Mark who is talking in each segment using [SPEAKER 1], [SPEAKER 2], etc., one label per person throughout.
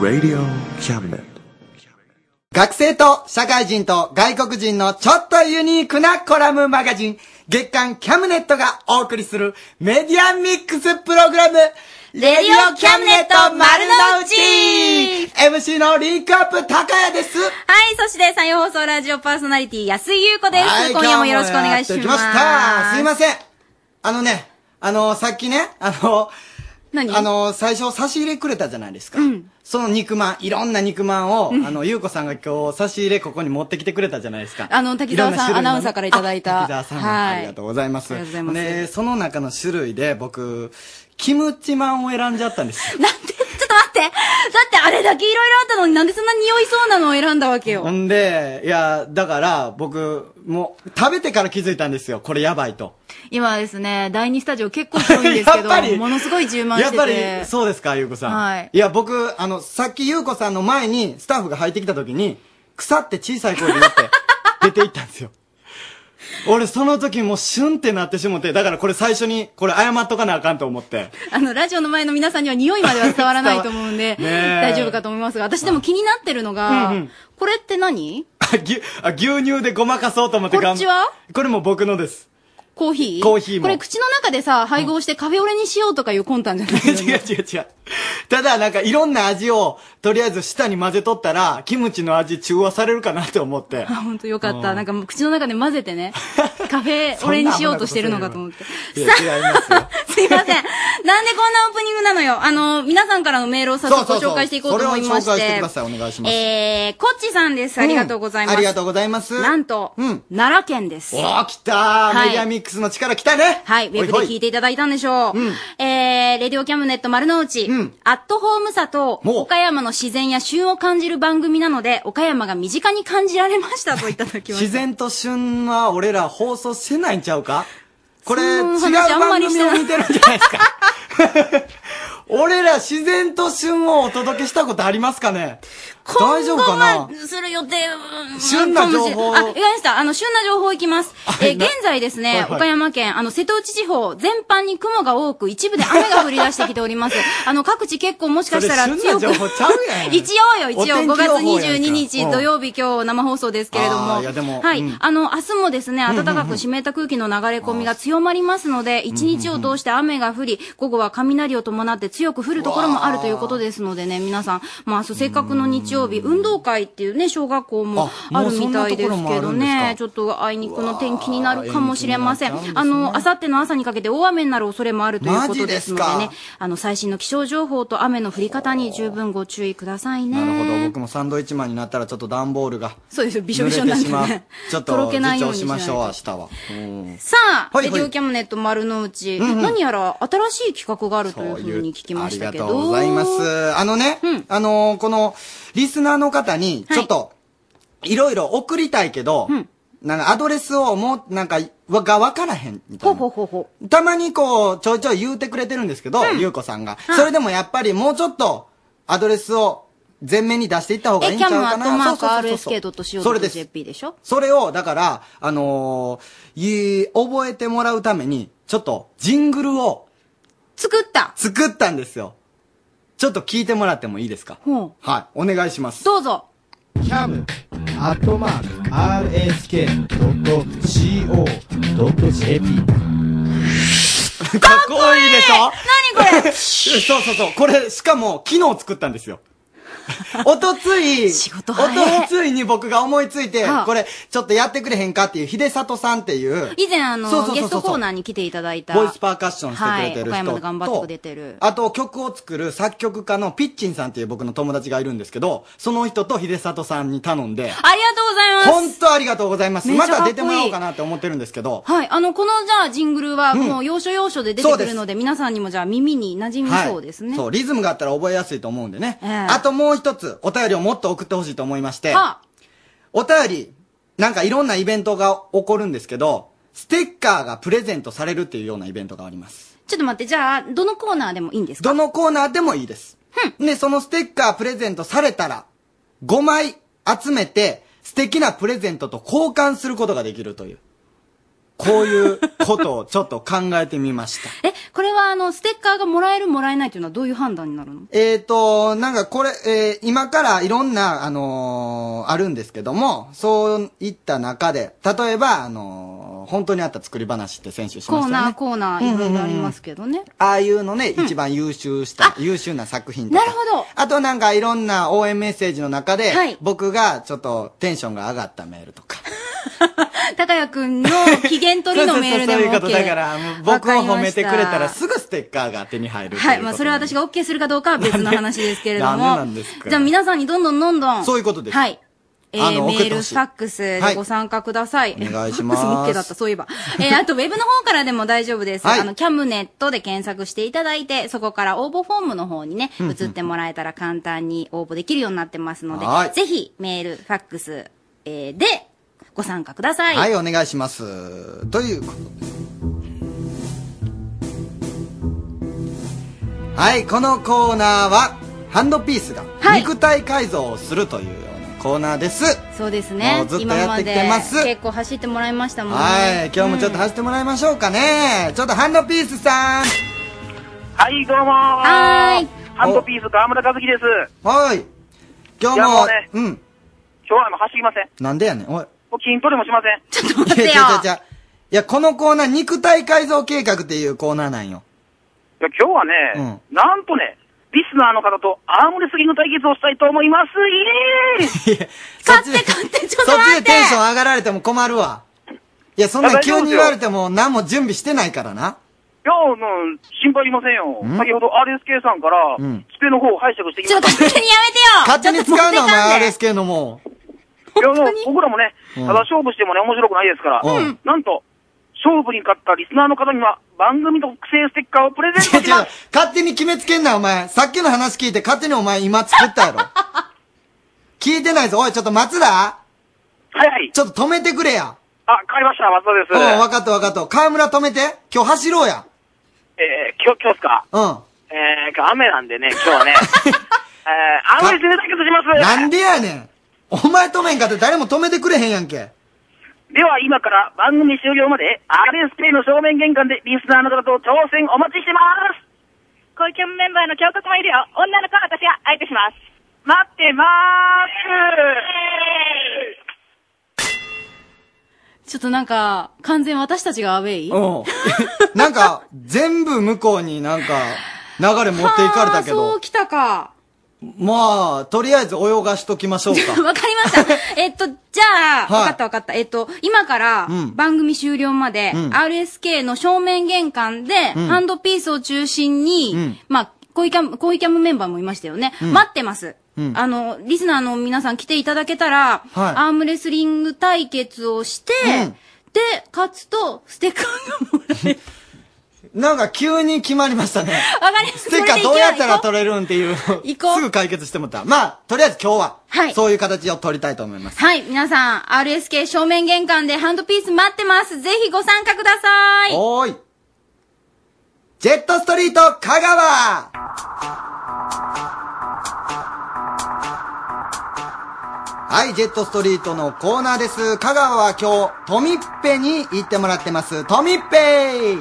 [SPEAKER 1] Radio Cabinet.
[SPEAKER 2] 学生と社会人と外国人のちょっとユニークなコラムマガジン、月刊キャムネットがお送りするメディアミックスプログラム、レディオキャムネット丸の内 !MC のリンクアップ高谷です
[SPEAKER 3] はい、そして、山陽放送ラジオパーソナリティ、安井優子です。
[SPEAKER 2] はい
[SPEAKER 3] 今夜もよろしくお願いします。
[SPEAKER 2] 今日もやってきましたすいませんあのね、あの、さっきね、あの、
[SPEAKER 3] 何
[SPEAKER 2] あの、最初差し入れくれたじゃないですか。その肉まん、いろんな肉まんを、
[SPEAKER 3] うん
[SPEAKER 2] あの、ゆうこさんが今日差し入れここに持ってきてくれたじゃないですか。
[SPEAKER 3] あの、滝沢さん、アナウンサーからいただいた。
[SPEAKER 2] 滝沢さんも、ありがとうございます。
[SPEAKER 3] ありがとうございます
[SPEAKER 2] ね、その中の種類で僕、キムチまんを選んじゃったんですよ。
[SPEAKER 3] だって、あれだけいろいろあったのになんでそんな匂いそうなのを選んだわけよ。
[SPEAKER 2] ほんで、いや、だから僕、もう、食べてから気づいたんですよ。これやばいと。
[SPEAKER 3] 今ですね、第二スタジオ結構広いんです け
[SPEAKER 2] やっぱ
[SPEAKER 3] ど、
[SPEAKER 2] り
[SPEAKER 3] ものすごい充満し
[SPEAKER 2] や
[SPEAKER 3] て。
[SPEAKER 2] ってぱり、そうですか、ゆうこさん。
[SPEAKER 3] はい
[SPEAKER 2] や、僕、あの、さっきゆうこさんの前に、スタッフが入ってきた時に、腐って小さい声で言って、出て行ったんですよ。 俺、その時もう、シュンってなってしもて、だからこれ最初に、これ謝っとかなあかんと思って。、
[SPEAKER 3] あの、ラジオの前の皆さんには匂いまでは伝わらないと思うんで
[SPEAKER 2] ねえ
[SPEAKER 3] 大丈夫かと思いますが、私でも気になってるのが
[SPEAKER 2] うんうん、
[SPEAKER 3] これって何
[SPEAKER 2] あ、牛、あ、牛乳でごまかそうと思って
[SPEAKER 3] こっちは
[SPEAKER 2] これも僕のです。
[SPEAKER 3] コーヒー
[SPEAKER 2] コーヒーも
[SPEAKER 3] これ口の中でさ、配合してカフェオレにしようとかいう魂胆じゃない
[SPEAKER 2] 違う違う違う。ただ、なんか、いろんな味を、とりあえず舌に混ぜとったら、キムチの味中和されるかなって思 って。
[SPEAKER 3] あ、本当よかっ
[SPEAKER 2] う
[SPEAKER 3] た。
[SPEAKER 2] ん
[SPEAKER 3] なんかもう口の中で混ぜて ね、カフェオレにしようとしてるのかと思って。
[SPEAKER 2] いや、違いますよ。
[SPEAKER 3] なんでこんなオープニングなのよ。あの、皆さんからのメールを早速ご紹介していこうと思いまして。
[SPEAKER 2] それを紹介してください。お願いします。
[SPEAKER 3] えー、こっちさんです。ありがとうございます。
[SPEAKER 2] うんありがとうございます
[SPEAKER 3] なんと、奈良県です。
[SPEAKER 2] おー、来たー、
[SPEAKER 3] はい
[SPEAKER 2] メディアミックスの力来たね
[SPEAKER 3] はい、ウェブで聞い
[SPEAKER 2] て。
[SPEAKER 3] ていただいたんでしょう。えー、レディオキャムネット丸の内、アットホームさと、
[SPEAKER 2] もう
[SPEAKER 3] 岡山の自然や旬を感じる番組なので、岡山が身近に感じられましたといただきまし
[SPEAKER 2] 自然と旬は俺ら放送してないんちゃうかこれ、違
[SPEAKER 3] そん
[SPEAKER 2] う
[SPEAKER 3] な話あんま
[SPEAKER 2] 番
[SPEAKER 3] りして
[SPEAKER 2] 組を
[SPEAKER 3] ない
[SPEAKER 2] 見てるんじゃないですか 俺ら自然と旬をお届けしたことありますかね大丈夫かな
[SPEAKER 3] 今後はする予定、うん
[SPEAKER 2] 旬な情報
[SPEAKER 3] あ、わかりました。あの、旬な情報いきます。えー、現在ですね、
[SPEAKER 2] はいはい
[SPEAKER 3] 岡山県、あの、瀬戸内地方、全般に雲が多く、一部で雨が降り出してきており ます。あの、各地結構もしかしたら
[SPEAKER 4] それ旬
[SPEAKER 3] 強
[SPEAKER 4] な
[SPEAKER 3] く。
[SPEAKER 4] 情報ち ゃうやん
[SPEAKER 3] 一応よ、一
[SPEAKER 4] お
[SPEAKER 3] 応、
[SPEAKER 4] 天気
[SPEAKER 3] 5月
[SPEAKER 4] 予報やんか
[SPEAKER 3] 22日
[SPEAKER 4] うん
[SPEAKER 3] 土曜日、今日生放送ですけれど
[SPEAKER 4] あ
[SPEAKER 3] も。
[SPEAKER 4] ーいやでも
[SPEAKER 3] はい、
[SPEAKER 4] うん
[SPEAKER 3] あの、明日もですね、
[SPEAKER 4] うんうん
[SPEAKER 3] 暖かく湿った空気の流れ込みが強まりますので、一日を通して雨が降り、午後は雷を伴って強く降るところもあるということですのでね、皆さん、まあ、明日せっかくの日曜日、運動会っていうね、小学校もあるみたいですけどね、ちょっとあいにくの天気になるかもしれません。あの、あさっての朝にかけて大雨になる恐れもあるということですので
[SPEAKER 2] マジで
[SPEAKER 3] ね
[SPEAKER 2] す、
[SPEAKER 3] あの、最新の気象情報と雨の降り方に十分ご注意くださいね。
[SPEAKER 2] なるほど、僕もサンドイッチマンになったらちょっと段ボールが。
[SPEAKER 3] そうですよ、びしょびしょにな
[SPEAKER 2] 濡
[SPEAKER 3] って
[SPEAKER 2] れてしまう
[SPEAKER 3] ね。
[SPEAKER 2] ちょっ
[SPEAKER 3] とろ
[SPEAKER 2] と、
[SPEAKER 3] けないよう
[SPEAKER 2] 実
[SPEAKER 3] に
[SPEAKER 2] 況
[SPEAKER 3] し
[SPEAKER 2] し
[SPEAKER 3] ない
[SPEAKER 2] ま
[SPEAKER 3] と
[SPEAKER 2] しょう、明日は。うん
[SPEAKER 3] さあ、
[SPEAKER 2] はいはい
[SPEAKER 3] レディオキャムネット丸の内、
[SPEAKER 2] うんうん
[SPEAKER 3] 何やら新しい企画があるというふうに聞きましたけど。
[SPEAKER 2] ありがとうございます。あのね、あのーこの、リスナーの方に、ちょっと、いろいろ送りたいけど、なんかアドレスをもう、なんか、わがわからへんみたいな。
[SPEAKER 3] ほうほうほ
[SPEAKER 2] たまにこう、ちょいちょい言うてくれてるんですけど、ゆうこさんが。それでもやっぱりもうちょっと、アドレスを前面に出していった方がいい
[SPEAKER 3] え、
[SPEAKER 2] ん
[SPEAKER 3] キ
[SPEAKER 2] ちゃ
[SPEAKER 3] ャ
[SPEAKER 2] う
[SPEAKER 3] ムア
[SPEAKER 2] か
[SPEAKER 3] ットマ
[SPEAKER 2] な。
[SPEAKER 3] ーク RSK.CO.JP
[SPEAKER 2] それです。
[SPEAKER 3] でしょ
[SPEAKER 2] それを、だから、あのーい覚えてもらうために、ちょっと、ジングルを、
[SPEAKER 3] 作った
[SPEAKER 2] 作ったんですよ。ちょっと聞いてもらってもいいですか
[SPEAKER 3] ほう
[SPEAKER 2] はい、お願いします。
[SPEAKER 3] どうぞ。
[SPEAKER 5] キャムアットマーク RSK.CO.JP
[SPEAKER 2] かっこいいでしょ何これ そうそうそう。これ、しかも、昨日作ったんで すよ。おとつい、
[SPEAKER 3] 早い
[SPEAKER 2] おとついに僕が思いついて、
[SPEAKER 3] はあ
[SPEAKER 2] これ、ちょっとやってくれへんかっていう、秀里さんっていう、
[SPEAKER 3] 以前あの
[SPEAKER 2] そうそうそうそう
[SPEAKER 3] ゲストコーナーに来ていただいた。
[SPEAKER 2] ボイスパーカッションしてくれてる
[SPEAKER 3] はい、岡
[SPEAKER 2] 人
[SPEAKER 3] 山で頑張ってく
[SPEAKER 2] と、
[SPEAKER 3] れてる。
[SPEAKER 2] あと曲を作る作曲家のピッチンさんっていう僕の友達がいるんですけど、その人と秀里さんに頼んで、
[SPEAKER 3] ありがとうございます。
[SPEAKER 2] 本当ありがとうございます。
[SPEAKER 3] めっちゃ
[SPEAKER 2] ま
[SPEAKER 3] かっこいい
[SPEAKER 2] た出てもらおうかなって思ってるんですけど、
[SPEAKER 3] はい。あの、この、じゃあ、ジングルは、
[SPEAKER 2] うん
[SPEAKER 3] もう、要所要所で出てくるので、皆さんにも、じゃあ、耳に馴染み
[SPEAKER 2] はい
[SPEAKER 3] そうですね。
[SPEAKER 2] そう、リズムがあったら覚えやすいと思うんでね。
[SPEAKER 3] ええ
[SPEAKER 2] あともう一つ、お便りをもっと送ってほしいと思いまして、
[SPEAKER 3] はあ
[SPEAKER 2] お便り、なんかいろんなイベントが起こるんですけど、ステッカーがプレゼントされるっていうようなイベントがあります。
[SPEAKER 3] ちょっと待って、じゃあ、どのコーナーでもいいんですか
[SPEAKER 2] どのコーナーでもいいです。で、そのステッカープレゼントされたら、5枚集めて、素敵なプレゼントと交換することができるという。こういうことをちょっと考えてみました。
[SPEAKER 3] え、これはあの、ステッカーがもらえるもらえないというのはどういう判断になるの
[SPEAKER 2] えっ、と、なんかこれ、えー今からいろんな、あのーあるんですけども、そういった中で、例えば、あのー本当にあった作り話って選手し
[SPEAKER 3] コ
[SPEAKER 2] ま
[SPEAKER 3] ー
[SPEAKER 2] したよ
[SPEAKER 3] ナー、
[SPEAKER 2] ね。
[SPEAKER 3] コーナー、いろいろありますけどね。
[SPEAKER 2] ああいうのね、一番優秀した、優秀な作品と
[SPEAKER 3] な
[SPEAKER 2] か
[SPEAKER 3] る。ほど。
[SPEAKER 2] あとなんかいろんな応援メッセージの中で、
[SPEAKER 3] はい
[SPEAKER 2] 僕がちょっとテンションが上がったメールとか。
[SPEAKER 3] 高谷くんの機嫌取りのメールでも OK。
[SPEAKER 2] そうそうそうそういうことだから、もう僕を褒めてくれたらすぐステッカーが手に入るということ
[SPEAKER 3] はい。まあ、それは私が OK するかどうかは別の話ですけれども。
[SPEAKER 2] ダメなんですか
[SPEAKER 3] じゃあ皆さんにどんどんどんどん。
[SPEAKER 2] そういうことです
[SPEAKER 3] はい。え
[SPEAKER 2] あ
[SPEAKER 3] ー、
[SPEAKER 2] の
[SPEAKER 3] メ
[SPEAKER 2] 送っ
[SPEAKER 3] ー
[SPEAKER 2] て
[SPEAKER 3] ル、フ
[SPEAKER 2] ほしい
[SPEAKER 3] ァックス
[SPEAKER 2] は
[SPEAKER 3] で
[SPEAKER 2] い
[SPEAKER 3] ご参加ください。
[SPEAKER 2] お願いしま す
[SPEAKER 3] ファックスも OK だった、そういえば。えー、あと、ウェブの方からでも大丈夫です。
[SPEAKER 2] はい
[SPEAKER 3] あの、キャムネットで検索していただいて、そこから応募フォームの方にね、
[SPEAKER 2] うんうん
[SPEAKER 3] 移ってもらえたら簡単に応募できるようになってますので
[SPEAKER 2] はい、
[SPEAKER 3] ぜひ、メール、ファックス、えー、で、ご参加ください。
[SPEAKER 2] はい、お願いします。ということで。はい、このコーナーは、ハンドピースが
[SPEAKER 3] はい
[SPEAKER 2] 肉体改造をするというようなコーナーです。
[SPEAKER 3] そうです
[SPEAKER 2] も
[SPEAKER 3] ね
[SPEAKER 2] うず。っと
[SPEAKER 3] 今
[SPEAKER 2] やっ
[SPEAKER 3] ま
[SPEAKER 2] てき
[SPEAKER 3] で
[SPEAKER 2] てます
[SPEAKER 3] 結構走ってもらいましたもんね。
[SPEAKER 2] はい、今日もちょっと走ってもらいましょうかね。ちょっとハンドピースさん。
[SPEAKER 4] はい、どうも
[SPEAKER 3] はーい
[SPEAKER 4] ハンドピース川村和樹です。
[SPEAKER 2] はい。今日
[SPEAKER 4] いやも
[SPEAKER 2] も
[SPEAKER 4] うね、
[SPEAKER 2] うん、
[SPEAKER 4] 今日はもう走りません。
[SPEAKER 2] なんでやねん。おい。
[SPEAKER 4] もう筋トレもしませ
[SPEAKER 3] ち
[SPEAKER 4] ん。
[SPEAKER 3] ょっと待っ
[SPEAKER 2] い
[SPEAKER 3] てよ。
[SPEAKER 2] や違う違う違ういや、このコーナー、肉体改造計画っていうコーナーなんよ。
[SPEAKER 4] いや、今日はね、なんとね、リスナーの方とアームレスリング対決をしたいと思います。イエーイ
[SPEAKER 3] 買って買って、ちょっと
[SPEAKER 2] そっち
[SPEAKER 3] 待
[SPEAKER 2] で
[SPEAKER 3] っ
[SPEAKER 2] テンシ
[SPEAKER 3] て
[SPEAKER 2] ョン上がられても困るわ。いや、そんなん急に言われても何も準備してないからな。
[SPEAKER 4] いや、うん、心配いりませんよ。
[SPEAKER 2] ん
[SPEAKER 4] 先ほど RSK さんから、
[SPEAKER 2] うん
[SPEAKER 4] 机の方を拝借してき
[SPEAKER 3] ちょ
[SPEAKER 4] ま
[SPEAKER 3] っと
[SPEAKER 4] したんで。
[SPEAKER 3] 勝手にやめ
[SPEAKER 2] 勝
[SPEAKER 3] て
[SPEAKER 2] 手
[SPEAKER 3] よ
[SPEAKER 2] に使うのお前あれです
[SPEAKER 3] す
[SPEAKER 2] けども。
[SPEAKER 4] いや、も
[SPEAKER 3] 本
[SPEAKER 4] う
[SPEAKER 3] 当に
[SPEAKER 4] 僕らもね、
[SPEAKER 2] うん
[SPEAKER 4] ただ勝負してもね、面白くないですから、
[SPEAKER 2] うん
[SPEAKER 4] なんと、勝負に勝ったリスナーの方には、番組特製ステッカーをプレゼン
[SPEAKER 2] 違う
[SPEAKER 4] トし
[SPEAKER 2] 違う
[SPEAKER 4] ます。。
[SPEAKER 2] 勝手に決めつけんな、お前。さっきの話聞いて勝手にお前今作ったやろ。 聞いてないぞ。おい、ちょっと松田
[SPEAKER 4] はいはい。
[SPEAKER 2] ちょっと止めてくれや。
[SPEAKER 4] あ、帰りました、松
[SPEAKER 2] うん、
[SPEAKER 4] 田
[SPEAKER 2] わ
[SPEAKER 4] です。
[SPEAKER 2] かったわかった。河村止めて。今日走ろうや。
[SPEAKER 4] えー、今日、今日っすか
[SPEAKER 2] うん。
[SPEAKER 4] えー、雨なんでね、今日は ね。えー、雨で対決します。
[SPEAKER 2] なんでやねん。お前止めんかって誰も止めてくれへんやんけ。
[SPEAKER 4] では、今から番組終了まで、RSK の正面玄関でリスナーの方と挑戦お待ちしてます。
[SPEAKER 6] こういうキャンメンバーの教告もいるよ。女の子は私が相手します。
[SPEAKER 4] 待ってまーす。
[SPEAKER 3] ちょっとなんか、完全私たちがアウェイ
[SPEAKER 2] うん。 なんか、全部向こうになんか、流れ持っていかれたけ
[SPEAKER 3] はあそ
[SPEAKER 2] ど
[SPEAKER 3] う、来たか。
[SPEAKER 2] まあ、とりあえず泳がしときましょう か。
[SPEAKER 3] わかりました。 えっと、じゃあ、
[SPEAKER 2] はい
[SPEAKER 3] わかったわかった。えっと、今から
[SPEAKER 2] うん
[SPEAKER 3] 番組終了まで、
[SPEAKER 2] うん
[SPEAKER 3] RSK の正面玄関で、
[SPEAKER 2] うん
[SPEAKER 3] ハンドピースを中心に、
[SPEAKER 2] うん
[SPEAKER 3] まあ、恋キャム、恋キャムメンバーもいましたよね。
[SPEAKER 2] うん
[SPEAKER 3] 待ってます。
[SPEAKER 2] うん
[SPEAKER 3] あの、リスナーの皆さん来ていただけたら、
[SPEAKER 2] はい
[SPEAKER 3] アームレスリング対決をして、
[SPEAKER 2] うん
[SPEAKER 3] で、勝つと、ステッカーがもらえる。
[SPEAKER 2] なんか急に決まりましたね。
[SPEAKER 3] わかりました。
[SPEAKER 2] ステッカーどうやったら
[SPEAKER 3] それでいけばいこ
[SPEAKER 2] 取れるんっていう。
[SPEAKER 3] 行こう
[SPEAKER 2] すぐ解決してもった。まあ、とりあえず今日は、
[SPEAKER 3] はい
[SPEAKER 2] そういう形を取りたいと思います。
[SPEAKER 3] うはい、皆さん、RSK 正面玄関でハンドピース待ってます。ぜひご参加ください。
[SPEAKER 2] おーい。ジェットストリート香川はい、ジェットストリートのコーナーです。香川は今日、トミッペに行ってもらってます。トミッペ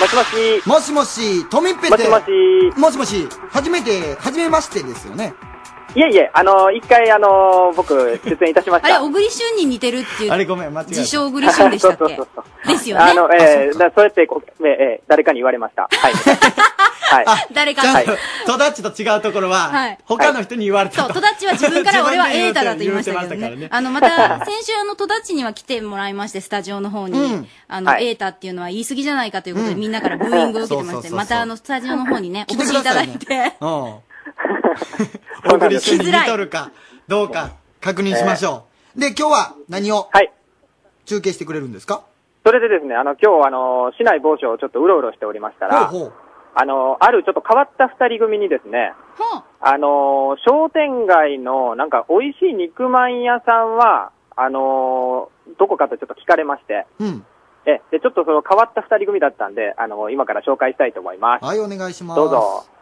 [SPEAKER 4] もしもし、
[SPEAKER 2] もしもし、トミッペっ
[SPEAKER 4] も
[SPEAKER 2] て、
[SPEAKER 4] しもし。
[SPEAKER 2] もしもし、はじめて、はじめましてですよね。
[SPEAKER 4] いえいえ、あの、一回、あの、僕、出演いたしまし
[SPEAKER 3] あれ、
[SPEAKER 4] た。
[SPEAKER 3] 小栗旬に似てるってい
[SPEAKER 2] あれ
[SPEAKER 3] う、
[SPEAKER 2] ごめん、間違えた。
[SPEAKER 3] 自称小栗旬でしたっけ
[SPEAKER 4] そうそう
[SPEAKER 3] ですよ
[SPEAKER 4] あ
[SPEAKER 3] ね。
[SPEAKER 4] の、えー、だそうやってこう、えー、誰かに言われました。 はい。はい。
[SPEAKER 2] あ
[SPEAKER 3] 誰か
[SPEAKER 2] ちゃんと
[SPEAKER 3] は、
[SPEAKER 2] トダッチと違うところは、
[SPEAKER 3] はい
[SPEAKER 2] 他の人に言われた
[SPEAKER 3] そ
[SPEAKER 2] と。
[SPEAKER 3] う、戸田っちは自分から
[SPEAKER 2] 自
[SPEAKER 3] 俺
[SPEAKER 2] 分
[SPEAKER 3] は
[SPEAKER 2] で言
[SPEAKER 3] エ
[SPEAKER 2] う
[SPEAKER 3] ー
[SPEAKER 2] て
[SPEAKER 3] タだと言いましたけど
[SPEAKER 2] 言う
[SPEAKER 3] ね。
[SPEAKER 2] てましたから
[SPEAKER 3] あの、また、先週あの、戸田っちには来てもらいまして、スタジオの方に、
[SPEAKER 2] うん
[SPEAKER 3] あの、
[SPEAKER 4] はい
[SPEAKER 3] エータっていうのは言い過ぎじゃないかということで、
[SPEAKER 2] うん
[SPEAKER 3] みんなからブーイングを受けてま
[SPEAKER 2] そうそう
[SPEAKER 3] し
[SPEAKER 2] そう
[SPEAKER 3] て、
[SPEAKER 2] そう
[SPEAKER 3] またあの、スタジオの方 にね、お
[SPEAKER 2] 来て
[SPEAKER 3] 越
[SPEAKER 2] く
[SPEAKER 3] しい
[SPEAKER 2] だ
[SPEAKER 3] た
[SPEAKER 2] さ
[SPEAKER 3] だ
[SPEAKER 2] いね
[SPEAKER 3] いて。
[SPEAKER 2] うん。小栗旬に似とるか、どうか、確認しましょう。で、今日は何を
[SPEAKER 7] はい。
[SPEAKER 2] 中継してくれるんですか
[SPEAKER 7] それでですね、あの、今日、あの、市内某所をちょっとうろうろしておりましたら、
[SPEAKER 2] ほうほう。
[SPEAKER 7] あの、あるちょっと変わった二人組にですね、
[SPEAKER 3] ほう
[SPEAKER 7] あの、商店街の、なんか、美味しい肉まん屋さんは、あの、どこかとちょっと聞かれまして、
[SPEAKER 2] うん。
[SPEAKER 7] え、で、ちょっとその変わった二人組だったんで、あの、今から紹介したいと思います。
[SPEAKER 2] はい、お願いします。
[SPEAKER 7] どうぞ。。
[SPEAKER 6] 「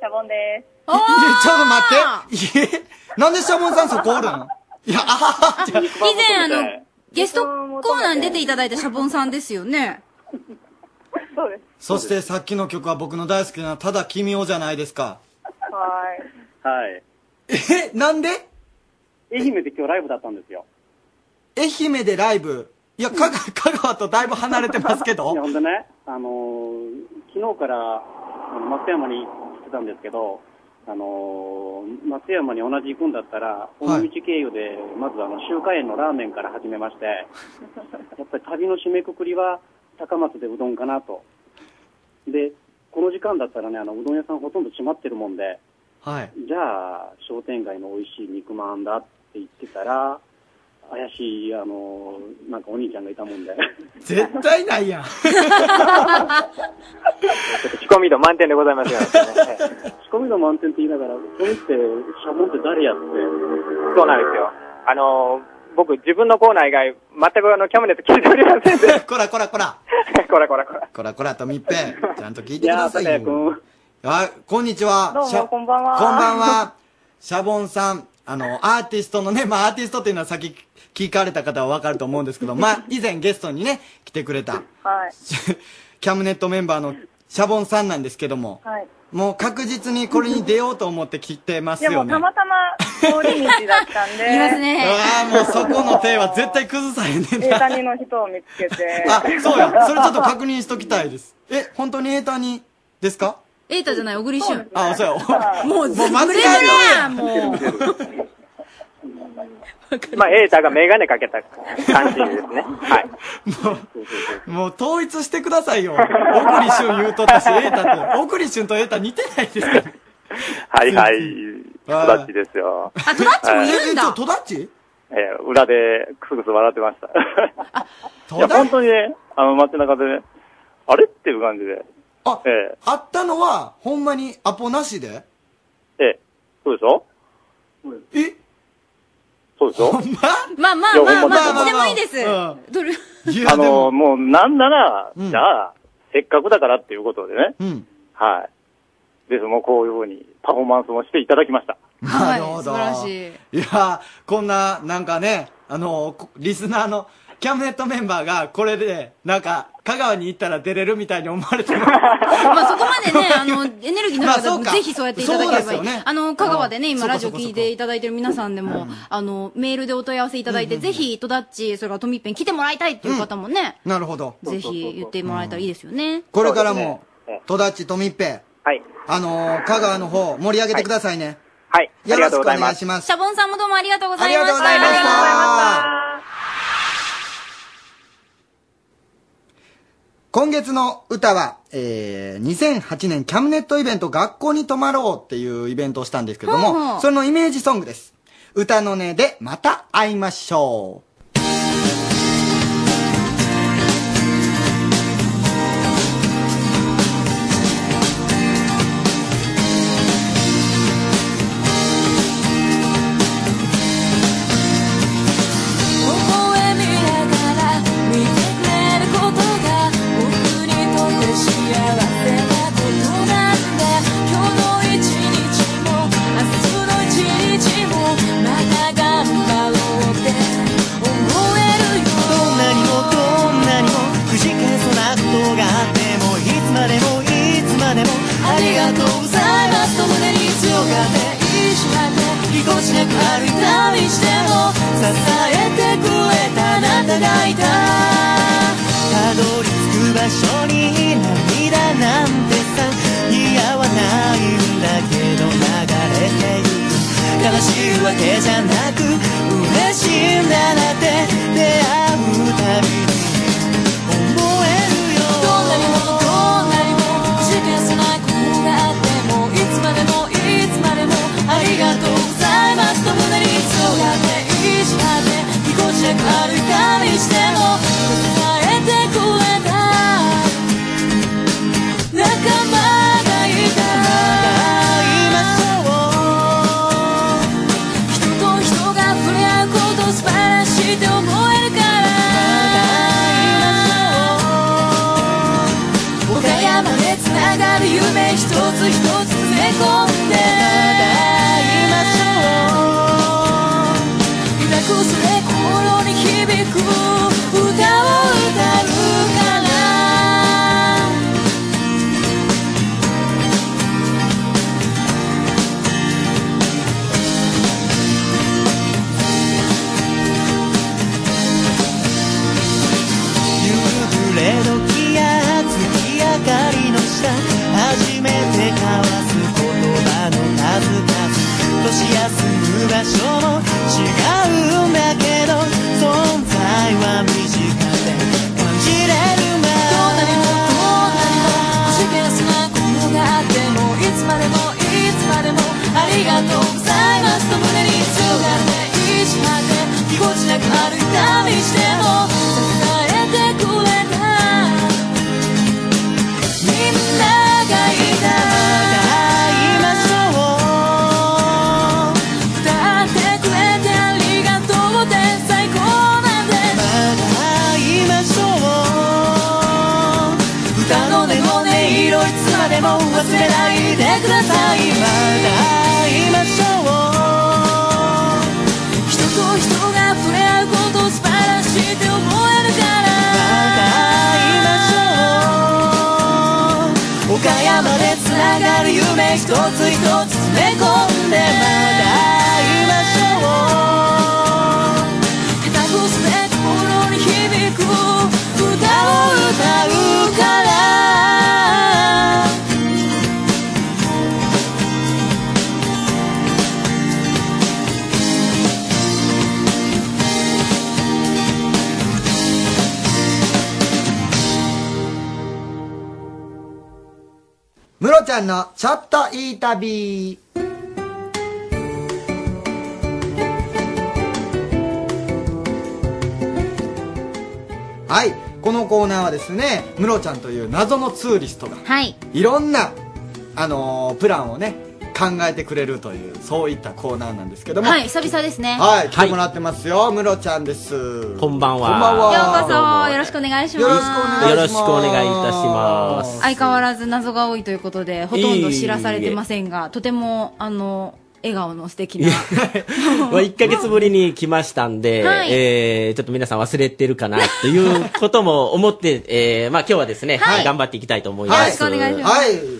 [SPEAKER 8] シャボンで
[SPEAKER 2] いやちょっと待って。いえ、なんでシャボンさんそこおる のいや、あはは、
[SPEAKER 3] 以前あの、ゲストコーナーに出ていただいたシャボンさんですよね。
[SPEAKER 8] そうです。
[SPEAKER 2] そしてさっきの曲は僕の大好きな、ただ君をじゃないですか。
[SPEAKER 8] は
[SPEAKER 9] はい。
[SPEAKER 2] え、なんで
[SPEAKER 9] 愛媛で今日ライブだったんですよ。
[SPEAKER 2] 愛媛でライブ。いや、香川香川とだいぶ離れてますけど。
[SPEAKER 9] ほんでね、あのー昨日からあの松山に来てたんですけど、あのー松山に同じ行くんだったら、
[SPEAKER 2] は
[SPEAKER 9] 尾
[SPEAKER 2] い
[SPEAKER 9] 道経由で、まずあの、周華園のラーメンから始めま して、やっぱり旅の締めくくりは、高松でうどんかなと。で、この時間だったらね、あの、うどん屋さんほとんど閉まってるもんで、
[SPEAKER 2] はい。
[SPEAKER 9] じゃあ、商店街の美味しい肉まんだって言ってたら、怪しい、あのーなんかお兄ちゃんがいたもんで。
[SPEAKER 2] 絶対ないやん。
[SPEAKER 10] ちょっと仕込み度満点でございます よ。
[SPEAKER 9] 仕込みの満点って言いながら、これって、シャボンって誰やって。
[SPEAKER 10] そうなんですよ。あのー僕、自分のコーナー以外、全くあの、キャムネット聞いておりませんで。
[SPEAKER 2] こらこらこら。
[SPEAKER 10] こらこらこら。
[SPEAKER 2] こらこらとみっぺん、ちゃんと聞い
[SPEAKER 9] い
[SPEAKER 2] てく
[SPEAKER 9] や
[SPEAKER 2] だ
[SPEAKER 9] ー、
[SPEAKER 2] さい
[SPEAKER 9] 高谷くん
[SPEAKER 2] よ。。あ、こんにちは。
[SPEAKER 8] どう
[SPEAKER 2] シャ
[SPEAKER 8] も、こんばんは。
[SPEAKER 2] こんばん。は。シャボンさん、あの、アーティストのね、 まあ、アーティストっていうのは先聞かれた方はわかると思うんですけど、まあ、以前ゲストにね、来てくれた、
[SPEAKER 8] はい。
[SPEAKER 2] キャムネットメンバーのシャボンさんなんですけども、
[SPEAKER 8] はい。
[SPEAKER 2] もう確実にこれに出ようと思って来てま
[SPEAKER 8] い
[SPEAKER 2] す
[SPEAKER 8] や、も
[SPEAKER 2] よ
[SPEAKER 8] う
[SPEAKER 2] ね。
[SPEAKER 8] たまたま通り道だったんで、
[SPEAKER 3] いますね。
[SPEAKER 2] ああ、もうそこの手は絶対崩されね え
[SPEAKER 8] 英
[SPEAKER 2] な。
[SPEAKER 8] 谷の人を見つけて、
[SPEAKER 2] あ、そうや。それちょっと確認しときたいです。え、本当にエーターにですか
[SPEAKER 3] エータじゃない、小栗旬。
[SPEAKER 2] あ、そうや。
[SPEAKER 3] もう、ず
[SPEAKER 2] もう間違
[SPEAKER 3] ぶ
[SPEAKER 2] い
[SPEAKER 3] れぶれやもう。
[SPEAKER 10] まあ、エータがメガネかけた感じですね。はい。
[SPEAKER 2] もう統一してくださ いよ。オクリシュン言うとったし、エータって。オクリシュンとエータ似てないですから。
[SPEAKER 11] はいはい。
[SPEAKER 2] はい
[SPEAKER 11] トダッチですよ。
[SPEAKER 3] あ、トラッチもいるん
[SPEAKER 2] え、ちょ、
[SPEAKER 3] だ。
[SPEAKER 2] トダッチ
[SPEAKER 11] えー裏でクスクス笑ってました。い
[SPEAKER 2] ト
[SPEAKER 11] や、
[SPEAKER 2] ダッ
[SPEAKER 11] 本
[SPEAKER 2] チ
[SPEAKER 11] 当にね、 あの街中でね、あれっていう感じで。
[SPEAKER 2] あ、
[SPEAKER 11] ええ
[SPEAKER 2] あったのは、ほんまにアポなしで
[SPEAKER 11] ええ、そうでしょ
[SPEAKER 2] え
[SPEAKER 11] そうでしょ
[SPEAKER 2] ほんま
[SPEAKER 3] まあまあ
[SPEAKER 11] いや
[SPEAKER 3] まあ
[SPEAKER 11] ほ
[SPEAKER 3] ま
[SPEAKER 11] んま
[SPEAKER 3] あ、どっちでもいいです
[SPEAKER 2] うん。
[SPEAKER 3] どれ、
[SPEAKER 2] い
[SPEAKER 11] あ
[SPEAKER 2] や、で
[SPEAKER 11] の、
[SPEAKER 2] も、
[SPEAKER 11] もうなんなら、
[SPEAKER 2] うん
[SPEAKER 11] じゃあ、せっかくだからっていうことでね。
[SPEAKER 2] うん。
[SPEAKER 11] はい。です、もうこういうふうにパフォーマンスもしていただきました。
[SPEAKER 2] な
[SPEAKER 3] はい
[SPEAKER 2] るほ、
[SPEAKER 3] 素
[SPEAKER 2] ど。
[SPEAKER 3] 晴らしい。
[SPEAKER 2] いや、こんな、なんかね、あの、こリスナーの、キャムネットメンバーが、これで、なんか、香川に行ったら出れるみたいに思われても、
[SPEAKER 3] まあそこまでね、あの、エネルギーのある
[SPEAKER 2] ま
[SPEAKER 3] 方
[SPEAKER 2] あそう
[SPEAKER 3] も
[SPEAKER 2] か
[SPEAKER 3] ぜひそうやっていただければい
[SPEAKER 2] そう
[SPEAKER 3] い。
[SPEAKER 2] ですよね
[SPEAKER 3] あの、香川でね、
[SPEAKER 2] う
[SPEAKER 3] 今
[SPEAKER 2] ん
[SPEAKER 3] ラジオ聞いていただいてる皆さんでも、あの、メールでお問い合わせいただいて、ぜひ、トダッチ、それからトミッペン来てもらいたいっていう方もね、
[SPEAKER 2] なるほど。
[SPEAKER 3] ぜひ言ってもらえたらいいですよね。
[SPEAKER 2] これから
[SPEAKER 10] そう
[SPEAKER 2] も
[SPEAKER 10] ですねええ、
[SPEAKER 2] 戸田っち、とみっぺ、
[SPEAKER 10] はい。
[SPEAKER 2] あのー、香川の方、盛り上げてくださいね。
[SPEAKER 10] はい。あ
[SPEAKER 2] よ
[SPEAKER 10] り
[SPEAKER 2] ろ
[SPEAKER 10] が
[SPEAKER 2] し
[SPEAKER 10] とう
[SPEAKER 2] くお
[SPEAKER 10] ござい
[SPEAKER 2] 願
[SPEAKER 10] ま
[SPEAKER 2] い
[SPEAKER 10] す。
[SPEAKER 2] します
[SPEAKER 3] シ。ャボンさんもどうもありがとうござ
[SPEAKER 2] あ
[SPEAKER 3] い
[SPEAKER 2] り
[SPEAKER 3] ま
[SPEAKER 2] が
[SPEAKER 3] した。
[SPEAKER 2] とうございまし
[SPEAKER 3] ありがとうございました
[SPEAKER 2] た。今月の歌は、えー、2008年キャムネットイベント学校に泊まろうっていうイベントをしたんですけど
[SPEAKER 3] ほうほ
[SPEAKER 2] も、
[SPEAKER 3] う
[SPEAKER 2] そのイメージソングです。歌の音でまた会いましょう。
[SPEAKER 12] 微笑みながら見てくれることが僕にとって幸せなことなんだ今日の一日も明日の一日もまた頑張ろうって思えるよ
[SPEAKER 13] どんなにもどんなにもくじけそうなことがあってもいつまでもいつまでも
[SPEAKER 12] ありがとうございますと胸に強がって意志はてぎこちなく歩いた道でも支えてくれたあなたがいた
[SPEAKER 13] たどり着く場所に涙なんてさ似合わないんだけど流れてゆく悲しいわけじゃなく嬉しいんだなって出会うたびに思えるよ
[SPEAKER 12] どんなにもどんなにもくじけそうなことがあってもいつまでもいつまでもありがとうございますと胸に強がって意地張ってぎこちなく歩いたりしても支えてくれた仲間がいた
[SPEAKER 13] 会いましょう
[SPEAKER 12] 人と人が込んでいましょう抱くすれ心に響く歌を歌うから
[SPEAKER 14] 暮れ時や月明かりの下初めて交わす言葉の数々年休む場所も違うんだけど存在は身近で感じれる
[SPEAKER 12] どんなにもどん
[SPEAKER 14] ま
[SPEAKER 12] なにも受験しないことがあってもいつまでもいつまでもありがとうございますと胸に強がって意地張ってぎこちなく歩いた道しても支えてくれたみんながいた
[SPEAKER 14] いましょう
[SPEAKER 12] 歌ってくれてありがとうって最高なんです
[SPEAKER 14] 会いましょう
[SPEAKER 12] 歌の音も音色いつまでも忘れないでくださいまた会いましょう人と人が触れ合うこと素晴らしいって思えるからまた会いましょう岡山でつながる夢一つ一つ詰め込んでまた会いましょう片言で心に響く歌を歌うから
[SPEAKER 2] ムロちゃんのちょっといい旅。はい。このコーナーはですね、ムロちゃんという謎のツーリストが、
[SPEAKER 3] はい。
[SPEAKER 2] いろんな、あのープランをね、考えてくれるという、そういったコーナーなんですけども、
[SPEAKER 3] はい、久々ですね。
[SPEAKER 2] はい、来てもらってますよ、ムロちゃんです。こんばん
[SPEAKER 15] は
[SPEAKER 2] こんばんは。
[SPEAKER 3] ようこそ、よろしくお願いします。
[SPEAKER 2] よろしくお願いします
[SPEAKER 15] よろしくお願いいたします。
[SPEAKER 3] 相変わらず謎が多いということで、ほとんど知らされてませんが、とても、あの、笑顔の素敵な。
[SPEAKER 15] まあ、1ヶ月ぶりに来ましたんで、
[SPEAKER 3] はい
[SPEAKER 15] えー、ちょっと皆さん忘れてるかなっていうことも思って、えー、まあ今日はですね、
[SPEAKER 2] はい
[SPEAKER 15] 頑張っていきたいと思います。
[SPEAKER 2] はい、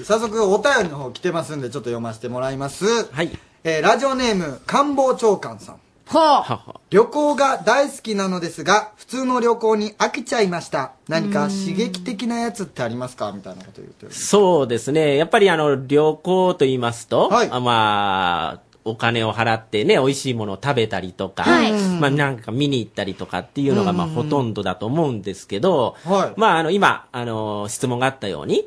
[SPEAKER 2] 早速お便りの方来てますんで、ちょっと読ませてもらいます。はい。えーラジオネーム、官房長官さん。
[SPEAKER 3] ほ
[SPEAKER 15] う。
[SPEAKER 2] 旅行が大好きなのですが、普通の旅行に飽きちゃいました。何か刺激的なやつってありますかみたいなこと言ってる。
[SPEAKER 15] そうですね。やっぱりあの、旅行と言いますと、あまあ、お金を払ってね、美味しいものを食べたりとか、
[SPEAKER 16] はい
[SPEAKER 15] まあなんか見に行ったりとかっていうのがまあ
[SPEAKER 16] うん
[SPEAKER 15] ほとんどだと思うんですけど、まああの今、あの、質問があったように、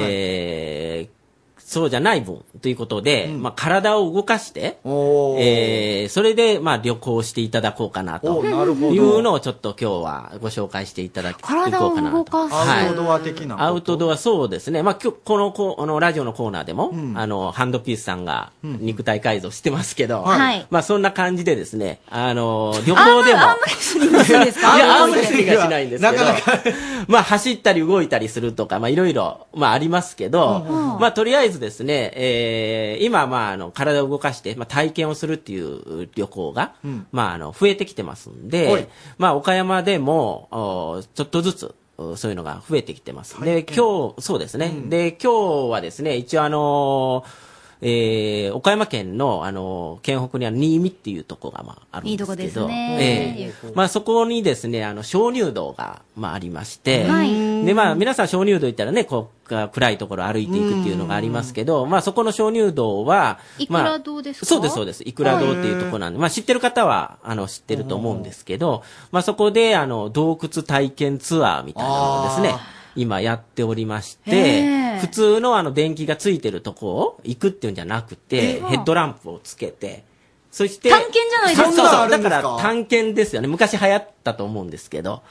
[SPEAKER 15] えーそうじゃない分ということで、まあ体を動かして、
[SPEAKER 2] おー
[SPEAKER 15] えーそれでまあ旅行していただこうかなと
[SPEAKER 2] おーなるほど
[SPEAKER 15] いうのをちょっと今日はご紹介していただき
[SPEAKER 2] 体
[SPEAKER 15] い
[SPEAKER 2] を
[SPEAKER 15] こうかなと
[SPEAKER 2] 動かす
[SPEAKER 15] はい
[SPEAKER 2] アウトドア的なこと
[SPEAKER 15] アウトドアそうですね。まあ、今日、このこ、あの、ラジオのコーナーでも、あの、ハンドピースさんが、肉体改造してますけど、
[SPEAKER 3] はい
[SPEAKER 15] まあ、そんな感じでですね、あの、旅行でも、
[SPEAKER 3] アームレスリングするんですか
[SPEAKER 15] いや、アームレスリングはしないんですけど、
[SPEAKER 2] なかな
[SPEAKER 15] まあ、走ったり動いたりするとか、まあ、いろいろ、まあ、ありますけど、
[SPEAKER 16] うんうん
[SPEAKER 15] まあ、とりあえずですね、えー、今、まあ、あの、体を動かして、まあ、体験をするっていう旅行が、
[SPEAKER 16] うん
[SPEAKER 15] まあ、あの、増えてきてますん
[SPEAKER 16] は
[SPEAKER 15] で
[SPEAKER 16] い、
[SPEAKER 15] まあ、岡山でも、おちょっとずつ、おそういうのが増えてきてます。で、今日、そうですね。で、今日はですね、一応あのーえー岡山県の、あのー県北には新見っていうとこが、まあ、あるんですけど。
[SPEAKER 3] いいとこですね
[SPEAKER 15] ええまあ、そこにですね、あの、鍾乳洞が、まあ、ありまして、
[SPEAKER 3] はい
[SPEAKER 15] で、まあ、皆さん鍾乳洞行ったらね、こう、あ暗いところを歩いていくっていうのがありますけど、まあ、そこの鍾乳洞は、
[SPEAKER 3] いく
[SPEAKER 15] まあ
[SPEAKER 3] らどうですか
[SPEAKER 15] そうです、そうです。いくら堂っていうところなんで、まあ知ってる方は、あの、知ってると思うんですけど、まあそこで、あの、洞窟体験ツアーみたいなのをですね、今やっておりまし
[SPEAKER 16] へ
[SPEAKER 15] て、
[SPEAKER 16] ー
[SPEAKER 15] 普通のあの電気がついてるとこを行くっていうんじゃなくて、
[SPEAKER 16] え
[SPEAKER 15] ヘッドランプをつけて、そして、
[SPEAKER 16] 探検じゃないですか
[SPEAKER 15] そう
[SPEAKER 16] そんな
[SPEAKER 15] そ
[SPEAKER 16] のあ
[SPEAKER 15] う、
[SPEAKER 16] る
[SPEAKER 15] だ
[SPEAKER 16] んで
[SPEAKER 15] か
[SPEAKER 16] すから
[SPEAKER 15] 探検ですよね。昔流行ったと思ううんですけど、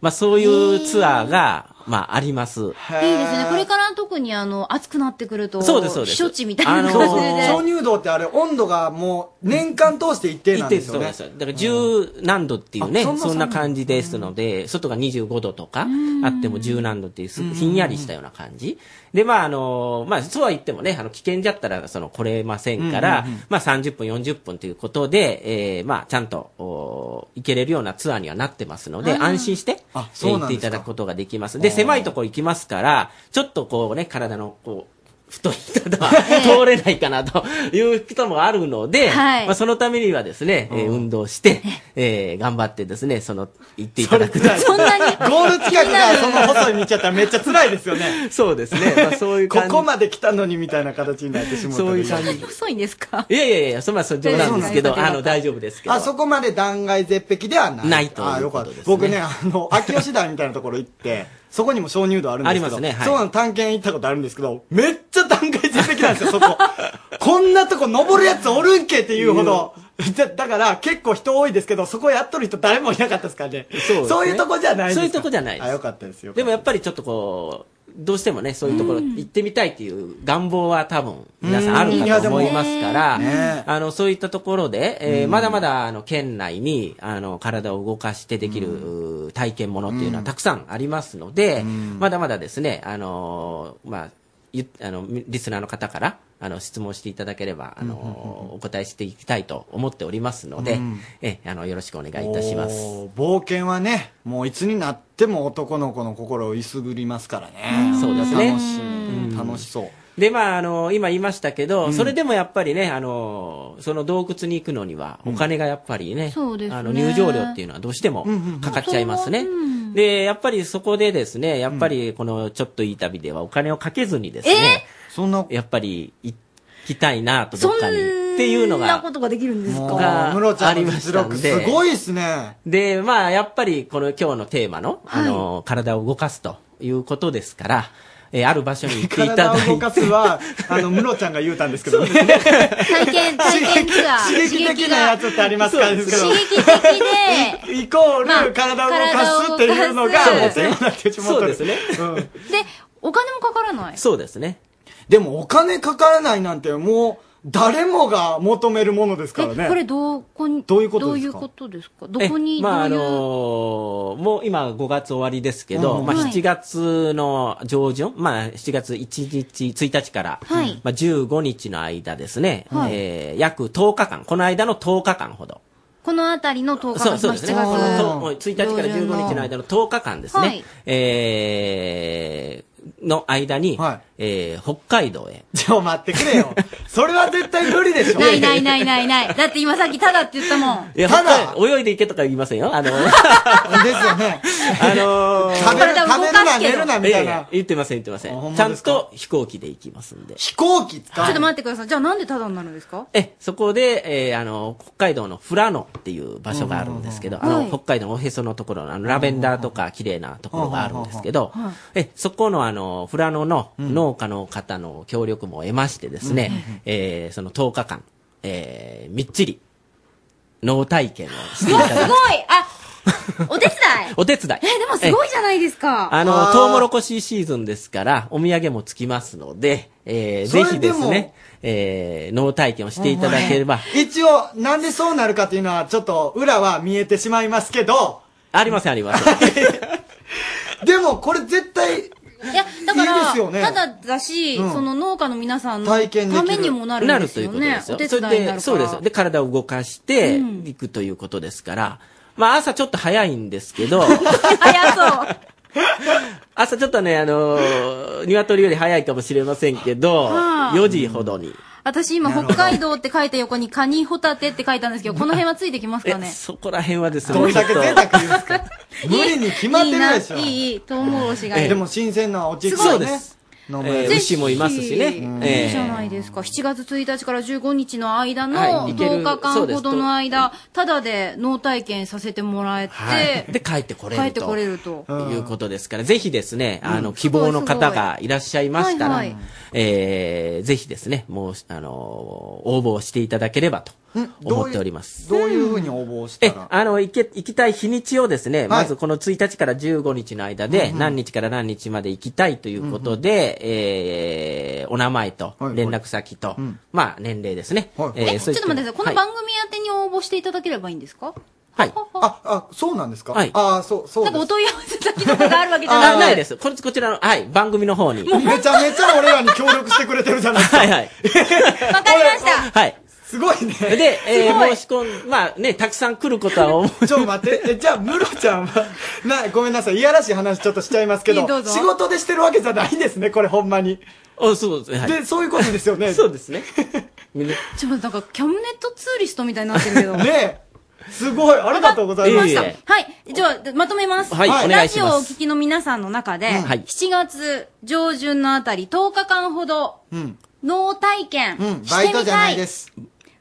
[SPEAKER 15] まあそういうツアーが、まあ、あります。
[SPEAKER 3] いいですね。これから特にあの、暑くなってくると、
[SPEAKER 15] そうですそうです
[SPEAKER 3] 避暑地みたい な感じで。
[SPEAKER 2] 鍾乳洞ってあれ、温度がもう年間通して一定なんですよね。
[SPEAKER 15] そうなんですよだから10何度っていうね、
[SPEAKER 2] あそ
[SPEAKER 15] そ
[SPEAKER 2] ん
[SPEAKER 15] ん
[SPEAKER 2] な
[SPEAKER 15] な感じですので、外が25度とかあっても10何度っていうす
[SPEAKER 2] うん
[SPEAKER 15] ひんやりしたような感じ。で、まあ、あの、まあ、そうは言ってもね、あの、危険じゃったら、その、来れませんから、
[SPEAKER 2] うんうんうん
[SPEAKER 15] まあ、30分、40分ということで、えーまあ、ちゃんと、お行けれるようなツアーにはなってますので、
[SPEAKER 2] あー
[SPEAKER 15] 安心して、え
[SPEAKER 2] あそう
[SPEAKER 15] ー行
[SPEAKER 2] な
[SPEAKER 15] っ
[SPEAKER 2] ん
[SPEAKER 15] て
[SPEAKER 2] で
[SPEAKER 15] い
[SPEAKER 2] すか
[SPEAKER 15] ただくことができます。で、狭いところ行きますから、ちょっとこうね、体の、こう、太い人は 通れないかなという人もあるので、
[SPEAKER 3] はい
[SPEAKER 15] まあ、そのためにはですね、えー運動して、えー頑張ってですね、その、行っていただくと。
[SPEAKER 3] そんなに
[SPEAKER 2] ゴール近くがその細い道やったらめっちゃ辛いですよね。
[SPEAKER 15] そうですね。まあ、そういう
[SPEAKER 2] こ
[SPEAKER 15] 感じ
[SPEAKER 2] こまで来たのにみたいな形になってしまった
[SPEAKER 15] そういう
[SPEAKER 2] と
[SPEAKER 15] 感じ。
[SPEAKER 3] 細いんですか
[SPEAKER 15] いやいやいや、そんな、それ冗談ですけ
[SPEAKER 2] そうなん
[SPEAKER 15] ど、
[SPEAKER 2] です
[SPEAKER 15] あの、大丈夫ですけど。
[SPEAKER 2] あそこまで断崖絶壁ではない。
[SPEAKER 15] ないという
[SPEAKER 2] あよかっ
[SPEAKER 15] こ
[SPEAKER 2] た
[SPEAKER 15] とですね
[SPEAKER 2] 僕ね、あの、秋吉台みたいなところ行 って、そこにも鍾乳洞あるんですけど。
[SPEAKER 15] ありますねはい
[SPEAKER 2] そうなの探検行ったことあるんですけど、めっちゃ断崖絶壁なんですよ、 そこ。こんなとこ登るやつおるんけっていうほど。だだから、結構人多いですけど、そこやっとる人誰もいなかったですからね。
[SPEAKER 15] そうですね
[SPEAKER 2] いうとこじゃないんですか
[SPEAKER 15] そういうとこじゃないです。
[SPEAKER 2] あ、よかったですよ。
[SPEAKER 15] でもやっぱりちょっとこう、どうしてもね、そういうところ行ってみたいっていう願望は多分、皆さんあるかと思いますから、
[SPEAKER 2] うんいやでもね
[SPEAKER 15] あの、そういったところで、えー
[SPEAKER 2] うん
[SPEAKER 15] まだまだ、あの、県内に、あの、体を動かしてできる、体験ものっていうのはたくさんありますので、まだまだですね、あのーまあ、ゆあの、リスナーの方から、あの、質問していただければ、あのーお答えしていきたいと思っておりますので、
[SPEAKER 2] うん
[SPEAKER 15] え、あの、よろしくお願いいたします。
[SPEAKER 2] おー冒険はね、もういつになっても男の子の心を揺すぐりますからね。
[SPEAKER 15] そうですね
[SPEAKER 2] 楽しみ。楽しそう。
[SPEAKER 15] で、まあ、あの、今言いましたけど、
[SPEAKER 2] うん
[SPEAKER 15] それでもやっぱりね、あの、その洞窟に行くのには、お金がやっぱりね、
[SPEAKER 3] そうですね
[SPEAKER 15] あの、入場料っていうのはどうしても
[SPEAKER 3] うんうんうん
[SPEAKER 15] かかっちゃいますね。で、やっぱりそこでですね、やっぱりこのちょっといい旅ではお金をかけずにですね、
[SPEAKER 2] そんな、
[SPEAKER 15] やっぱり行きたいなと、どっかにっていうの
[SPEAKER 3] そんな
[SPEAKER 15] が、
[SPEAKER 3] ことができるんです
[SPEAKER 2] もう
[SPEAKER 3] か
[SPEAKER 15] が
[SPEAKER 2] ムロちゃんの実
[SPEAKER 15] あり
[SPEAKER 2] 力
[SPEAKER 15] ました
[SPEAKER 2] す
[SPEAKER 15] んで
[SPEAKER 2] ごいですね。
[SPEAKER 15] で、まあ、やっぱり、この今日のテーマの、あの、体を動かすということですから、えーある場所に行っていた
[SPEAKER 2] 体
[SPEAKER 15] だ
[SPEAKER 2] を
[SPEAKER 15] いて
[SPEAKER 2] 動、かすは、あ の、ムロちゃんが言うたんですけどね。
[SPEAKER 3] 体験、体験ツアー。
[SPEAKER 2] 刺激的なやつってありますから
[SPEAKER 3] 刺
[SPEAKER 2] ですけ
[SPEAKER 3] 激
[SPEAKER 2] ど。
[SPEAKER 3] 的で、
[SPEAKER 2] イコー
[SPEAKER 3] まあ
[SPEAKER 2] ル、体を動かすっていう
[SPEAKER 3] 体
[SPEAKER 2] の
[SPEAKER 3] を動か
[SPEAKER 2] が、
[SPEAKER 3] す
[SPEAKER 2] もうテーマになってしまった。
[SPEAKER 15] そうですね。
[SPEAKER 3] で、お金もかからない。
[SPEAKER 15] そうですね。
[SPEAKER 2] でも、お金かからないなんて、もう、誰もが求めるものですからね。
[SPEAKER 3] え、これどこに、
[SPEAKER 2] どういうことで
[SPEAKER 3] ど
[SPEAKER 2] すか
[SPEAKER 3] ういうことですかどこに、
[SPEAKER 15] えまあ、あ
[SPEAKER 3] どういう、
[SPEAKER 15] のもう今5月終わりですけど、
[SPEAKER 2] うん
[SPEAKER 15] まあ
[SPEAKER 3] はい
[SPEAKER 15] 7月の上旬、まあ7月1日、1日から、
[SPEAKER 3] はい
[SPEAKER 15] まあ15日の間ですね、
[SPEAKER 3] はい
[SPEAKER 15] えー約10日間、この間の10日間ほど。
[SPEAKER 3] このあたりの10日
[SPEAKER 15] そう
[SPEAKER 3] 間、
[SPEAKER 15] そう
[SPEAKER 3] 7
[SPEAKER 15] です
[SPEAKER 3] 月
[SPEAKER 15] ね。と1日から
[SPEAKER 3] 上旬
[SPEAKER 15] 15日の間の10日間ですね、
[SPEAKER 3] はい
[SPEAKER 15] えーの間に、えー北海道へ。
[SPEAKER 2] ちょ、待ってくれよ。それは絶対無理でしょ。
[SPEAKER 3] ないないないないない。だって今さっきただって言った もん。
[SPEAKER 15] いや、ただ、泳いでいけとか言いませんよ。あ
[SPEAKER 2] で
[SPEAKER 15] の、
[SPEAKER 2] すよね。
[SPEAKER 15] あのー、
[SPEAKER 2] 食べる
[SPEAKER 3] 体を動かすけど食べるな寝るなみたいな
[SPEAKER 15] やや言ってません、言ってません。ちゃんと飛行機で行きますんで。
[SPEAKER 2] 飛行機
[SPEAKER 3] ちょっと待ってください。じゃあなんでタダになるんですか
[SPEAKER 15] え、そこで、えーあの、北海道の富良野っていう場所があるんですけど、
[SPEAKER 3] うんうんうん
[SPEAKER 15] あ
[SPEAKER 3] は
[SPEAKER 15] の、
[SPEAKER 3] い
[SPEAKER 15] 北海道のおへそのところの、あの、ラベンダーとか綺麗なところがあるんですけど
[SPEAKER 3] うんうんうんうん、
[SPEAKER 15] え、そこのあの、富良野の農家の方の協力も得ましてですね、えーその10日間、えーみっちり、農体験をしていた
[SPEAKER 3] すご
[SPEAKER 15] だ
[SPEAKER 3] い
[SPEAKER 15] く。
[SPEAKER 3] あ、お手伝い
[SPEAKER 15] お手伝い。
[SPEAKER 3] え、でもすごいじゃないですか。
[SPEAKER 15] あの、トウモロコシシーズンですから、お土産もつきますので、えー
[SPEAKER 2] それ
[SPEAKER 15] ぜ
[SPEAKER 2] でも
[SPEAKER 15] ひですね、えー、脳体験をしていただければ、
[SPEAKER 2] 一応、なんでそうなるかっていうのは、ちょっと裏は見えてしまいますけど、
[SPEAKER 15] ありません、ありません。
[SPEAKER 2] でもこれ絶対、
[SPEAKER 3] いや、だか
[SPEAKER 2] いいで
[SPEAKER 3] ら、
[SPEAKER 2] すよね
[SPEAKER 3] ただだし、
[SPEAKER 15] うん
[SPEAKER 3] その農家の皆さんの
[SPEAKER 15] 体験でき
[SPEAKER 3] た
[SPEAKER 15] る
[SPEAKER 3] めにもなるんですよね。
[SPEAKER 15] なるということ
[SPEAKER 3] お
[SPEAKER 15] で
[SPEAKER 3] 手
[SPEAKER 15] すよ。
[SPEAKER 3] 伝いになるから。
[SPEAKER 15] それで、そうです。で、体を動かして
[SPEAKER 3] うん
[SPEAKER 15] いくということですから、まあ朝ちょっと早いんですけ ど、
[SPEAKER 3] 早そう。
[SPEAKER 15] 朝ちょっとね、あのー、鶏より早いかもしれませんけど、
[SPEAKER 3] はあ
[SPEAKER 15] 4時ほどに。
[SPEAKER 3] 私今、北海道って書いた横にカニホタテって書いたんですけど、この辺はついてきますか
[SPEAKER 15] え、
[SPEAKER 3] ね
[SPEAKER 15] そこら辺はですね、
[SPEAKER 2] どんだけ
[SPEAKER 15] ちょっと
[SPEAKER 2] 贅沢言うんですか。無理に決まってるでしょ。
[SPEAKER 3] いいな、いい、いい、トウモロシがいい。
[SPEAKER 2] でも新鮮なおち
[SPEAKER 3] す
[SPEAKER 2] ち
[SPEAKER 3] ごいそうで
[SPEAKER 2] ね
[SPEAKER 3] す
[SPEAKER 2] 飲
[SPEAKER 15] え
[SPEAKER 2] め
[SPEAKER 15] ー
[SPEAKER 2] る
[SPEAKER 15] 牛もいますしね。
[SPEAKER 2] うん
[SPEAKER 15] え
[SPEAKER 3] い
[SPEAKER 15] ー
[SPEAKER 3] いじゃないですか。7月1日から15日の間
[SPEAKER 15] は
[SPEAKER 3] の
[SPEAKER 15] いいける
[SPEAKER 3] 10日
[SPEAKER 15] そう
[SPEAKER 3] 間
[SPEAKER 15] です
[SPEAKER 3] ほどの間、ただで脳体験させてもらえて、
[SPEAKER 15] はい、で帰ってこれると
[SPEAKER 3] 帰ってこれると
[SPEAKER 15] いうことですから、ぜひですね、あの、希望の方がいらっしゃいましたら、
[SPEAKER 3] はいはい
[SPEAKER 15] えーぜひですね、もう、あのー応募していただければと思っております。
[SPEAKER 2] どういうふうに応募をしたら、
[SPEAKER 15] あの、行け、行きたい日にちをですね、まずこの1日から15日の間
[SPEAKER 2] うん
[SPEAKER 15] で、
[SPEAKER 2] うん
[SPEAKER 15] 何日から何日まで行きたいということで、えーお名前と、連絡先と、まあ、年齢ですね。
[SPEAKER 3] え、
[SPEAKER 15] えー
[SPEAKER 3] ちょ
[SPEAKER 15] そ
[SPEAKER 3] っ
[SPEAKER 15] うい
[SPEAKER 3] と待ってください。この
[SPEAKER 15] は
[SPEAKER 3] 番組宛てに応募していただければいいんですか
[SPEAKER 15] はい。
[SPEAKER 2] あ、あ、そうなんですか
[SPEAKER 15] はい。
[SPEAKER 2] ああ、そう、そう
[SPEAKER 3] なんかお問い合わせ先とかがあるわけじゃな
[SPEAKER 15] あ
[SPEAKER 3] い。
[SPEAKER 15] ないです。これ、こちらの、はい、番組の方に。
[SPEAKER 2] めちゃめちゃ俺らに協力してくれてるじゃないですか。はい
[SPEAKER 15] はい。
[SPEAKER 3] わかりました。
[SPEAKER 15] はい。
[SPEAKER 2] すごいね。
[SPEAKER 15] で、え
[SPEAKER 2] すごい
[SPEAKER 15] ー、申し込ん、まあね、たくさん来ることは思う。
[SPEAKER 2] ちょっと待って。え、じゃあ、ムロちゃんは、な、ごめんなさい。いやらしい話ちょっとしちゃいますけ
[SPEAKER 15] い
[SPEAKER 2] ど、
[SPEAKER 15] いどうぞ
[SPEAKER 2] 仕事でしてるわけじゃないんですね、これほんまに。
[SPEAKER 15] あそうですね。はい
[SPEAKER 2] で、そういうことですよね。
[SPEAKER 15] そうですね。
[SPEAKER 3] ちょっとなんか、キャムネットツーリストみたいになってるけど。
[SPEAKER 2] ねえ。すごい。ありがとうございます。
[SPEAKER 15] いえいえ
[SPEAKER 3] はい。じゃあ、まとめます。
[SPEAKER 15] はいお願いします
[SPEAKER 3] ラジオをお聞きの皆さんの中で、
[SPEAKER 15] うんはい
[SPEAKER 3] 7月上旬のあたり10日間ほど、
[SPEAKER 2] うん。
[SPEAKER 3] 脳体験
[SPEAKER 2] うん。
[SPEAKER 3] し
[SPEAKER 2] バ
[SPEAKER 3] て
[SPEAKER 2] イ
[SPEAKER 3] み
[SPEAKER 2] トじゃ
[SPEAKER 3] た。
[SPEAKER 2] ないいです。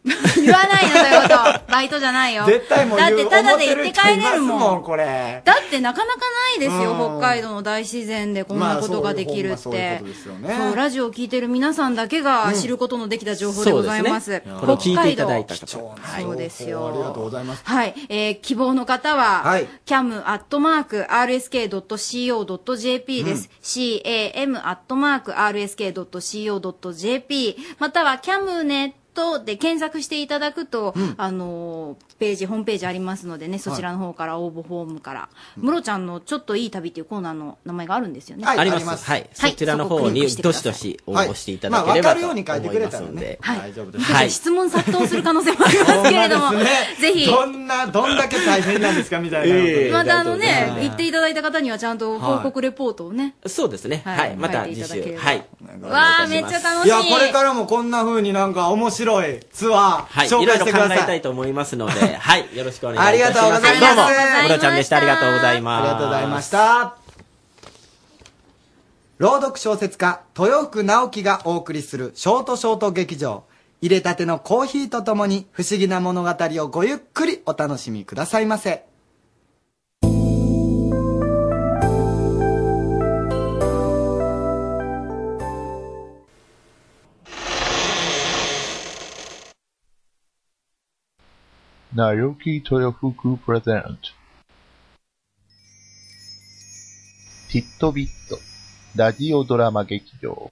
[SPEAKER 3] 言わないの、そういうこと。バイトじゃないよ。
[SPEAKER 2] 絶対もう
[SPEAKER 3] だっ
[SPEAKER 2] 言う
[SPEAKER 3] て、ただで行
[SPEAKER 2] 思
[SPEAKER 3] って
[SPEAKER 2] る人い
[SPEAKER 3] 帰
[SPEAKER 2] ま
[SPEAKER 3] れ
[SPEAKER 2] す
[SPEAKER 3] る
[SPEAKER 2] も
[SPEAKER 3] も
[SPEAKER 2] ん、
[SPEAKER 3] ん。
[SPEAKER 2] これ。
[SPEAKER 3] だってなかなかないですよ、
[SPEAKER 2] うん
[SPEAKER 3] 北海道の大自然でこんなことができるっ
[SPEAKER 2] まあそういう
[SPEAKER 3] て
[SPEAKER 2] ほんまそういうことですよ。ね
[SPEAKER 3] そう、ラジオを聞いてる皆さんだけが知ることのできた情報でございま
[SPEAKER 15] そう
[SPEAKER 3] す
[SPEAKER 15] ですね。これを聞いていただいた
[SPEAKER 3] 北海道
[SPEAKER 15] 方。
[SPEAKER 3] そうですよ。
[SPEAKER 2] ありがとうございます。
[SPEAKER 3] はい。えー希望の方は、
[SPEAKER 2] はい
[SPEAKER 3] cam.rsk.co.jp です。cam.rsk.co.jp または cam ネットで検索していただくと、あのーページ、ホームページありますのでね、そちらの方から応募フォームから、ムロちゃんのちょっといい旅っていうコーナーの名前があるんですよね。
[SPEAKER 15] あります。はい。そちらの方に、どしどし応募していただければと思いますので。
[SPEAKER 3] はい。
[SPEAKER 2] 大丈夫
[SPEAKER 15] で
[SPEAKER 3] もし
[SPEAKER 15] す。
[SPEAKER 3] かした
[SPEAKER 15] は
[SPEAKER 3] ら
[SPEAKER 15] い。
[SPEAKER 3] 質問殺到する可能性もありますけ れども、
[SPEAKER 2] ほんまですね
[SPEAKER 3] ぜひ。
[SPEAKER 2] どんな、どんだけ大変なんですか、みたいな。
[SPEAKER 15] ええ
[SPEAKER 3] またあの
[SPEAKER 15] 大丈
[SPEAKER 3] ね
[SPEAKER 15] 夫、です
[SPEAKER 3] 言っていただいた方にはちゃんと報告レポートをね。
[SPEAKER 15] そうですね。
[SPEAKER 3] は
[SPEAKER 15] はいい。また
[SPEAKER 3] 書いてい
[SPEAKER 15] 次
[SPEAKER 3] ただけれ
[SPEAKER 15] 週。
[SPEAKER 3] ば
[SPEAKER 15] はい。
[SPEAKER 3] わあ、めっちゃ楽しい。
[SPEAKER 2] いや、これからもこんな風になんか面白いツア
[SPEAKER 15] は
[SPEAKER 2] ー、
[SPEAKER 15] い。いろ
[SPEAKER 2] 紹
[SPEAKER 15] いろ
[SPEAKER 2] 介して
[SPEAKER 15] 考え
[SPEAKER 2] ください。
[SPEAKER 15] たいと思いますので、はい。よろしくお願いいたします。
[SPEAKER 2] ありがとうございます
[SPEAKER 15] どうも
[SPEAKER 2] ありがとうございま、した
[SPEAKER 15] ムロちゃんでした。ありがとうございます。
[SPEAKER 2] ありがとうございました。朗読小説家、豊福直樹がお送りするショートショート劇場。入れたてのコーヒーとともに不思議な物語をごゆっくりお楽しみくださいませ。
[SPEAKER 17] Naoki Toyofuku present ティットビットラジオドラマ劇 場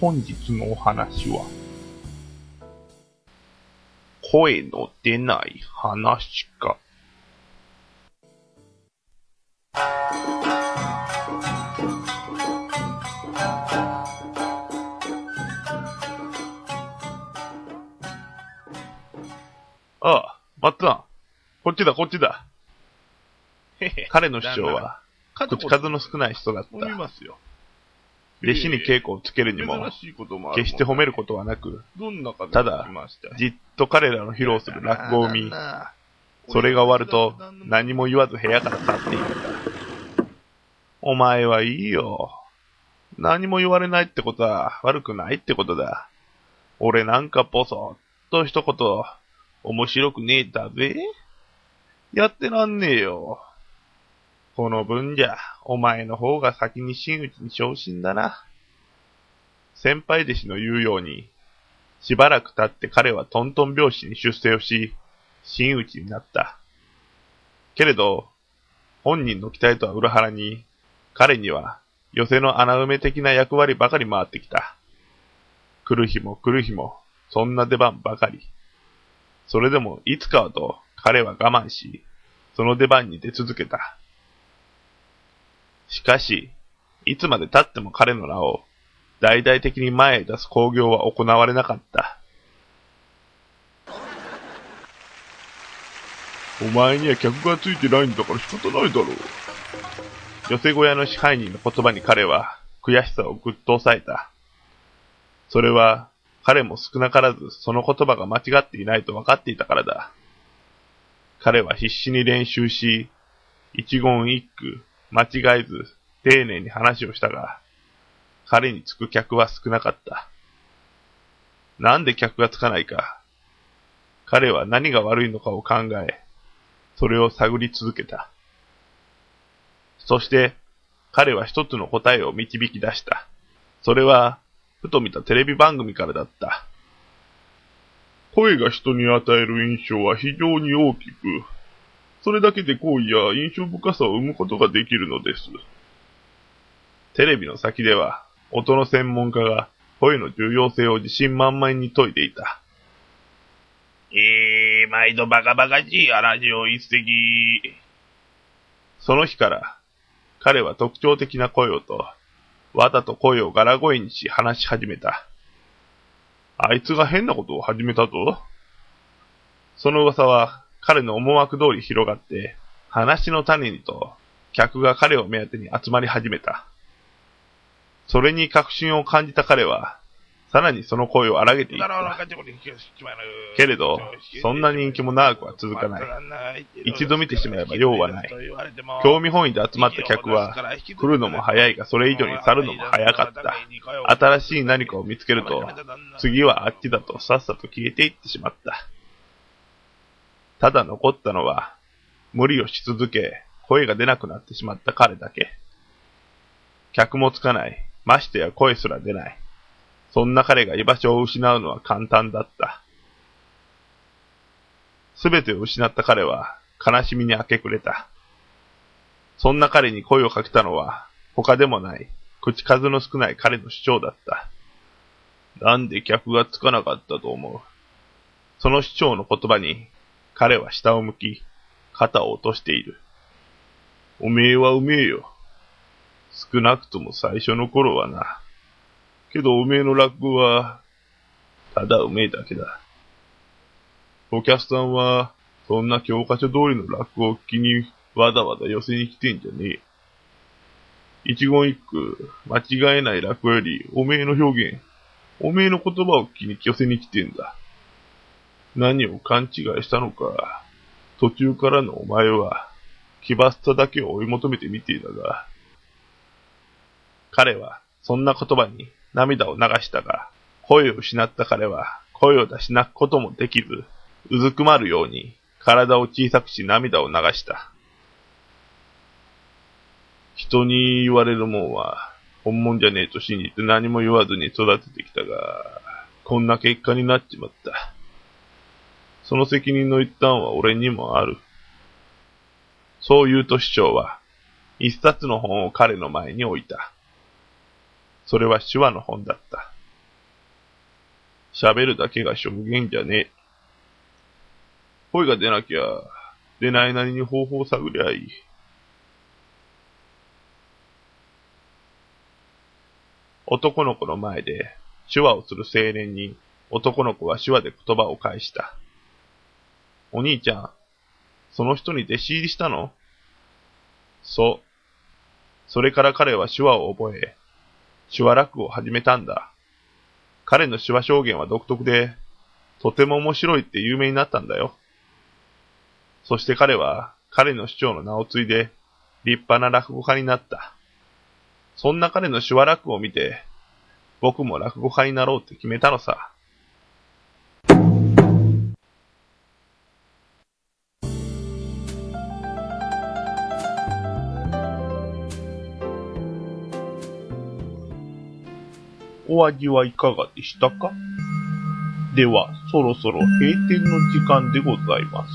[SPEAKER 17] 本日のお話は、声の出ない話か。
[SPEAKER 18] ああ、バッツァン。こっちだ、こっちだ。彼の主張は、こっち数の少ない人だった。
[SPEAKER 19] 思いますよ。
[SPEAKER 18] 弟子に稽古をつけるにも
[SPEAKER 19] 珍しいこともあるもんね
[SPEAKER 18] 決して褒めることはなく、
[SPEAKER 19] どんな方
[SPEAKER 18] た
[SPEAKER 19] が
[SPEAKER 18] だ
[SPEAKER 19] 来ました、
[SPEAKER 18] じっと彼らの披露する落語を見
[SPEAKER 19] なあなあ、
[SPEAKER 18] それが終わると、何も言わず部屋から去っていった。お前はいいよ。何も言われないってことは悪くないってことだ。俺なんかぽそっと一言、面白くねえだぜ。やってらんねえよ。この分じゃ、お前の方が先に真打ちに昇進だな。先輩弟子の言うように、しばらく経って彼はトントン拍子に出世をし、真打ちになった。けれど、本人の期待とは裏腹に、彼には寄せの穴埋め的な役割ばかり回ってきた。来る日も来る日も、そんな出番ばかり。それでもいつかはと彼は我慢し、その出番に出続けた。しかし、いつまで経っても彼の名を大々的に前へ出す興行は行われなかった。お前には客がついてないんだから仕方ないだろう。寄せ小屋の支配人の言葉に彼は悔しさをぐっと抑えた。それは彼も少なからずその言葉が間違っていないと分かっていたからだ。彼は必死に練習し、一言一句間違えず丁寧に話をしたが、彼につく客は少なかった。なんで客がつかないか。彼は何が悪いのかを考え、それを探り続けた。そして、彼は一つの答えを導き出した。それは、ふと見たテレビ番組からだった。声が人に与える印象は非常に大きく、それだけで行為や印象深さを生むことができるのです。テレビの先では、音の専門家が声の重要性を自信満々に説いていた。えー、毎度バカバカしい話を一席。その日から、彼は特徴的な声をと、わざと声をガラ声にし話し始めた。あいつが変なことを始めたぞ。その噂は彼の思惑通り広がって、話の種にと、客が彼を目当てに集まり始めた。それに確信を感じた彼は、さらにその声を荒げていった。けれど、そんな人気も長くは続かない。一度見てしまえば用はない。興味本位で集まった客は、来るのも早いがそれ以上に去るのも早かった。新しい何かを見つけると、次はあっちだとさっさと消えていってしまった。ただ残ったのは、無理をし続け、声が出なくなってしまった彼だけ。客もつかない。ましてや声すら出ない。そんな彼が居場所を失うのは簡単だった。すべてを失った彼は、悲しみに明け暮れた。そんな彼に声をかけたのは、他でもない、口数の少ない彼の主張だった。なんで客がつかなかったと思う。その主張の言葉に、彼は下を向き、肩を落としている。おめえはうめえよ。少なくとも最初の頃はな。けどおめえの落語は、ただうめえだけだ。お客さんは、そんな教科書通りの落語を聞きに、わざわざ寄せに来てんじゃねえ。一言一句、間違えない落語より、おめえの表現、おめえの言葉を聞きに寄せに来てんだ。何を勘違いしたのか、途中からのお前は、奇抜さだけを追い求めてみていたが、彼は、そんな言葉に涙を流したが、声を失った彼は、声を出し泣くこともできず、うずくまるように、体を小さくし涙を流した。人に言われるもんは、本物じゃねえと信じて何も言わずに育ててきたが、こんな結果になっちまった。その責任の一端は俺にもある。そう言うと市長は、一冊の本を彼の前に置いた。それは手話の本だった。喋るだけが職限じゃねえ。声が出なきゃ、出ないなりに方法を探りゃいい。男の子の前で手話をする青年に男の子は手話で言葉を返した。お兄ちゃん、その人に弟子入りしたのそう。それから彼は手話を覚え、手話落語を始めたんだ。彼の手話証言は独特で、とても面白いって有名になったんだよ。そして彼は、彼の師匠の名を継いで、立派な落語家になった。そんな彼の手話落語を見て、僕も落語家になろうって決めたのさ。お味はいかがでしたかでは、そろそろ閉店の時間でございます。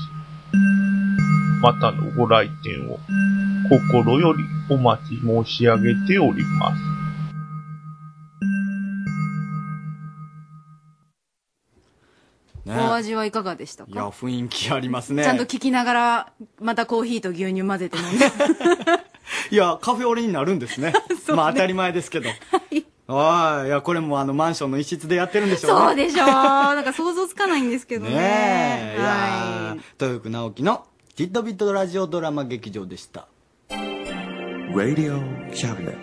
[SPEAKER 18] またのご来店を心よりお待ち申し上げております。
[SPEAKER 2] ね
[SPEAKER 19] お味はいかがでしたか
[SPEAKER 2] いや、雰囲気ありますね。
[SPEAKER 19] ちゃんと聞きながら、またコーヒーと牛乳混ぜて飲んで。
[SPEAKER 2] いや、カフェオレになるんですね。まあ当たり前ですけど。ああ、いや、これもあの、マンションの一室でやってるんでしょう ね。
[SPEAKER 3] そうでしょう。なんか想像つかないんですけどね。
[SPEAKER 2] ねえ、い
[SPEAKER 3] はい
[SPEAKER 2] やー豊福直樹の、ティットビットラジオドラマ劇場でした。
[SPEAKER 1] Radio Cabinet.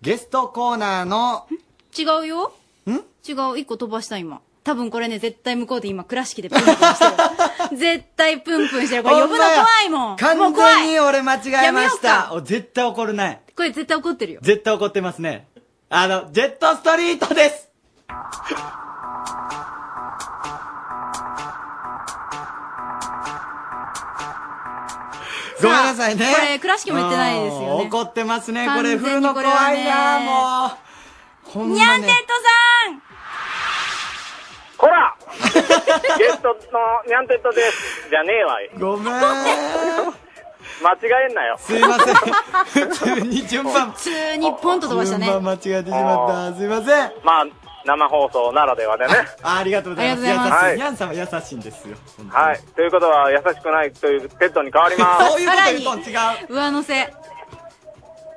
[SPEAKER 2] ゲストコーナー の、
[SPEAKER 3] 違うよ。ん違う。一個飛ばした、今。多分これね、絶対向こうで今、倉敷でプンプン してる。絶対プンプンしてる。これ呼ぶの怖いもん。も
[SPEAKER 2] 完
[SPEAKER 3] う怖い
[SPEAKER 2] 全に俺間違えまし
[SPEAKER 3] やめよ
[SPEAKER 2] た。お絶対怒るない。
[SPEAKER 3] うかこれ絶対怒ってるよ。
[SPEAKER 2] 絶対怒ってますね。あの、ジェットストリートですごめんなさいね。
[SPEAKER 3] これ倉敷も言ってないですよね
[SPEAKER 2] うん怒ってますね。これ
[SPEAKER 3] 完
[SPEAKER 2] 振る
[SPEAKER 3] 全に
[SPEAKER 2] の
[SPEAKER 3] こ
[SPEAKER 2] 怖
[SPEAKER 3] れはね
[SPEAKER 2] いなもう。ほんま
[SPEAKER 3] ニャンテッ
[SPEAKER 2] ね
[SPEAKER 3] ド。さん
[SPEAKER 19] こらゲストのニャンテッドです。じゃねえわ。
[SPEAKER 2] ごめん。
[SPEAKER 19] 間違えんなよ。
[SPEAKER 2] すいません。普通に順番。
[SPEAKER 3] 普通にポンと飛ばしたね。
[SPEAKER 2] 順番間違えてしまった。すいません。
[SPEAKER 19] まあ、生放送ならではでね。
[SPEAKER 2] あありがとうございます。
[SPEAKER 19] ありがとうございます
[SPEAKER 2] 優しい。ニャンさんは優しいんですよ。
[SPEAKER 19] はい。ということは、優しくないというテッドに変わります。
[SPEAKER 2] そういうこと言うとん違う。
[SPEAKER 3] 上乗せ。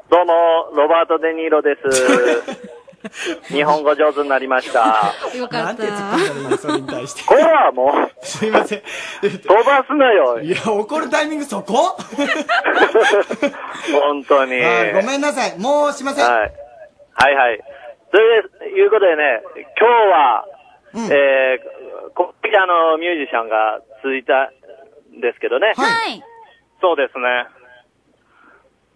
[SPEAKER 19] どうも、ロバート・デ・ニーロ です。日本語上手になりました。
[SPEAKER 3] よかった。
[SPEAKER 2] それに対して。
[SPEAKER 19] こら、もう。
[SPEAKER 2] すいません。飛
[SPEAKER 19] ばすなよ。
[SPEAKER 2] いや、怒るタイミングそこ
[SPEAKER 19] 本当に。
[SPEAKER 2] はいごめんなさい。もうしません。
[SPEAKER 19] はい。はいはい。といういうことでね、今日は、えー、こっちあの、ミュージシャンが続いたんですけどね。
[SPEAKER 3] はい。
[SPEAKER 19] そうですね。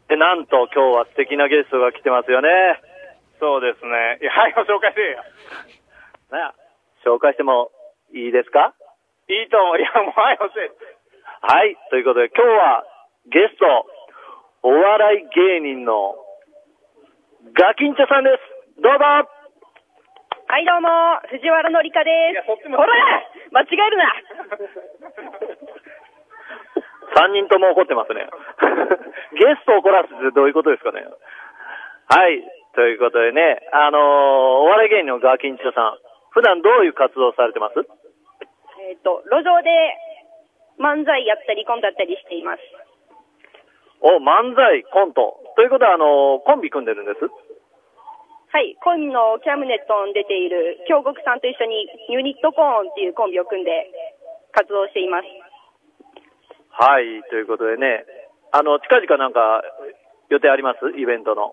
[SPEAKER 19] で、なんと今日は素敵なゲストが来てますよね。そうですね。いや、はい、紹介してよ。なあ紹介してもいいですかいいと思う。いや、もう、はい、教えはい、ということで今日はゲスト、お笑い芸人のガキンチャさんです。どうぞ
[SPEAKER 6] はい、どうも、藤原紀香です。ほら間違える な
[SPEAKER 19] 三人とも怒ってますね。 ゲストを怒らすってどういうことですかね。はい。ということでね、あのーお笑い芸人のガキンチョさん、普段どういう活動されてます
[SPEAKER 6] えっと、路上で漫才やったりコントやったりしています。
[SPEAKER 19] お、漫才、コント。ということは、あのーコンビ組んでるんです
[SPEAKER 6] はい、今のキャムネットに出ている京極さんと一緒にユニットコーンっていうコンビを組んで活動しています。
[SPEAKER 19] はい。ということでね、あの、近々なんか、予定ありますイベントの。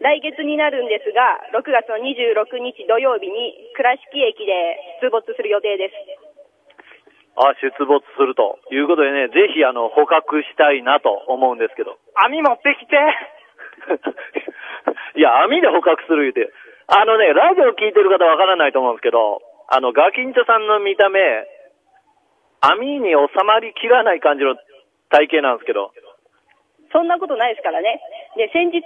[SPEAKER 6] 来月になるんですが、6月の26日土曜日に倉敷駅で出没する予定です。
[SPEAKER 19] あ、出没するということでね、ぜひ、あの、捕獲したいなと思うんですけど。網持ってきて いや、網で捕獲する言うて。あのね、ラジオ聞いてる方わからないと思うんですけど、あの、ガキンチョさんの見た目、網に収まりきらない感じの体型なんですけど。
[SPEAKER 6] そんなことないですからね。で、先日、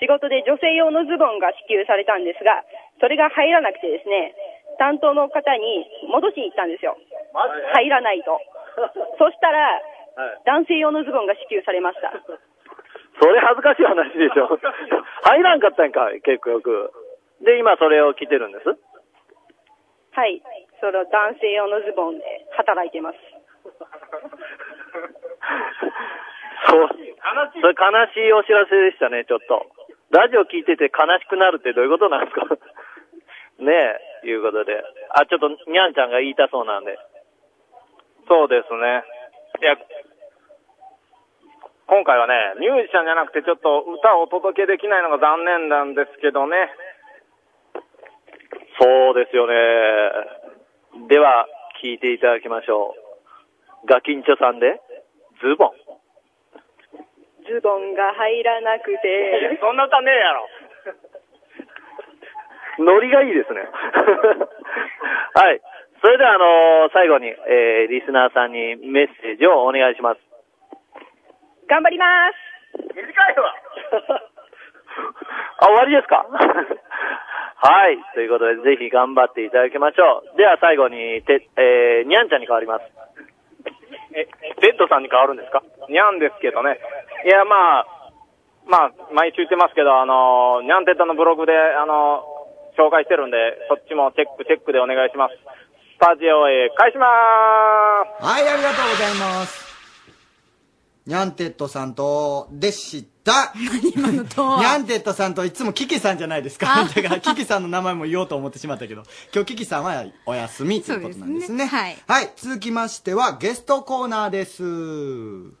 [SPEAKER 6] 仕事で女性用のズボンが支給されたんですが、それが入らなくてですね、担当の方に戻しに行ったんですよ。入らない と。そしたら、男性用のズボンが支給されました。
[SPEAKER 19] それ恥ずかしい話でしょ。 入らんかったんかい、結局。で、今それを着てるんです。
[SPEAKER 6] はい。それを男性用のズボンで働いて います。
[SPEAKER 19] そう。それ悲しいお知らせでしたね、ちょっと。ラジオ聞いてて悲しくなるってどういうことなんですか ねえ、いうことで。あ、ちょっと、にゃんちゃんが言いたそうなんで。そうですね。いや、
[SPEAKER 11] 今回はね、ミュージシャンじゃなくてちょっと歌をお届けできないのが残念なんですけどね。
[SPEAKER 19] そうですよね。では、聞いていただきましょう。ガキンチョさんで、ズボン。
[SPEAKER 6] ズボンが入らなくて。
[SPEAKER 19] そんな歌ねえやろ。ノリがいいですね。 はい。それでは、あのー最後に、えー、リスナーさんにメッセージをお願いします。
[SPEAKER 6] 頑張ります。短いわ。
[SPEAKER 19] あ、終わりですかはい。ということで、ぜひ頑張っていただきましょう。では、最後に、て、えー、にゃんちゃんに変わります。
[SPEAKER 11] え、デッドさんに変わるんですかにゃんですけどね。いや、まあ、まあ、毎週言ってますけど、あの、にゃんテッドのブログで、あの、紹介してるんで、そっちもチェック、チェックでお願いします。スタジオへ返しまーす。
[SPEAKER 2] はい、ありがとうございます。ニャンテッドさんと、でした。
[SPEAKER 3] 今のと
[SPEAKER 2] ニャンテッドさんといつもキキさんじゃないですか。だからキキさんの名前も言おうと思ってしまったけど、今日キキさんはお休みということなんですね。はい。続きましてはゲストコーナーです。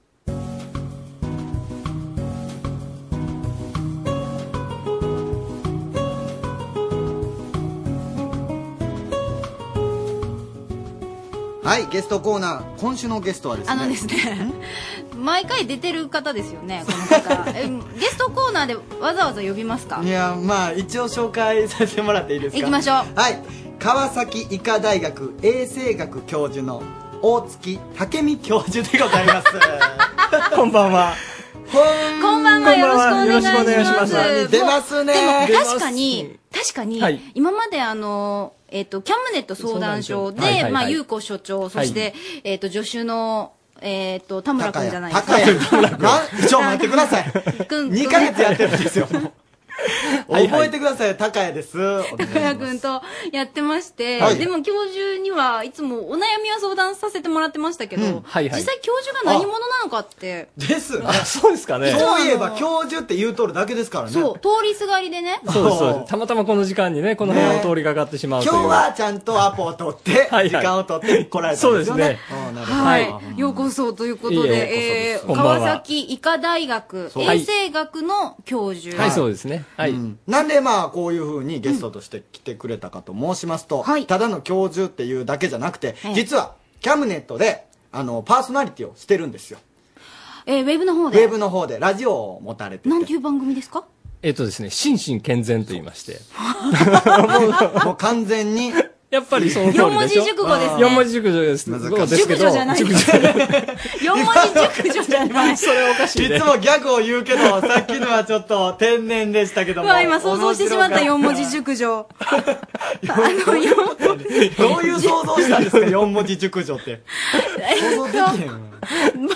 [SPEAKER 2] はい、ゲストコーナー、今週のゲストはですね。
[SPEAKER 3] あのですね、毎回出てる方ですよね、この方。えゲストコーナーでわざわざ呼びますか
[SPEAKER 2] いやまあ一応紹介させてもらっていいですか
[SPEAKER 3] 行きましょう
[SPEAKER 2] はい川崎医科大学衛生学教授の大月武美教授でござ いますこんばんは
[SPEAKER 3] こんばんはよろしくお願いします。
[SPEAKER 2] 出ますね
[SPEAKER 3] でも確かに、確かに
[SPEAKER 16] はい、
[SPEAKER 3] 今まであの、えっと、キャムネット相談所
[SPEAKER 16] 相談所はいはい
[SPEAKER 3] で、
[SPEAKER 16] はい
[SPEAKER 3] まあ、ゆうこ所長、そし
[SPEAKER 2] は
[SPEAKER 3] て
[SPEAKER 2] い、
[SPEAKER 3] えっと、助手の、えっと、田村くんじゃない
[SPEAKER 2] 高谷田村君ちょ待ってください
[SPEAKER 3] くん、
[SPEAKER 2] 2ヶ月やってるんで すよ
[SPEAKER 3] はい
[SPEAKER 2] 覚えてくださいよ高 谷です
[SPEAKER 3] 高谷くんとやってまして、
[SPEAKER 2] はい
[SPEAKER 3] でも教授にはいつもお悩みは相談させてもらってましたけど、
[SPEAKER 2] うんはいはい
[SPEAKER 3] 実際教授が何者なのかって、
[SPEAKER 2] ですそうですか
[SPEAKER 16] ね
[SPEAKER 2] そういえば教授って言うとるだけですからね
[SPEAKER 3] そう、通りすがりでね、
[SPEAKER 16] そうです、そうです。たまたまこの時間にね、この辺を通りかかってしまうとい
[SPEAKER 2] 今
[SPEAKER 16] う。
[SPEAKER 2] 日はちゃんとアポを取って、
[SPEAKER 16] はいはい
[SPEAKER 2] 時間を取って来られたんですよね。そうですね。
[SPEAKER 3] は、
[SPEAKER 2] はい
[SPEAKER 3] ようこそということで、
[SPEAKER 16] いえ
[SPEAKER 3] え
[SPEAKER 16] よう
[SPEAKER 3] ー
[SPEAKER 16] こそですこんばんは
[SPEAKER 3] 川崎医科大学
[SPEAKER 2] そう
[SPEAKER 3] 衛生学の教授。
[SPEAKER 2] はい
[SPEAKER 16] そうですね。はい。
[SPEAKER 2] なんでまあ、こういうふうにゲストとして来てくれたかと申しますと、ただの教授っていうだけじゃなくて、
[SPEAKER 3] ええ
[SPEAKER 2] 実は、キャムネットで、あの、パーソナリティをしてるんですよ。
[SPEAKER 3] えーウェブの
[SPEAKER 2] ウ
[SPEAKER 3] 方で。
[SPEAKER 2] ェブの方で、ラジオを持たれてて。
[SPEAKER 3] なんていう番組ですか
[SPEAKER 16] えっとですね、心身健全と言いまして。
[SPEAKER 2] もう完全に。
[SPEAKER 16] やっぱりその通りでしょ
[SPEAKER 3] 四文字熟語ですね
[SPEAKER 16] 四文字熟語です。ですけど
[SPEAKER 3] 熟女じゃない。 四文字熟女じ ゃない。
[SPEAKER 16] それおかしいね
[SPEAKER 2] いつもギャグを言うけど、さっきのはちょっと天然でしたけど
[SPEAKER 3] う
[SPEAKER 2] も。
[SPEAKER 3] わ、今想像してしまった四文字
[SPEAKER 2] 熟
[SPEAKER 3] 熟女。
[SPEAKER 2] 女。どういう想像したんですか、四文字熟女って。
[SPEAKER 3] えっと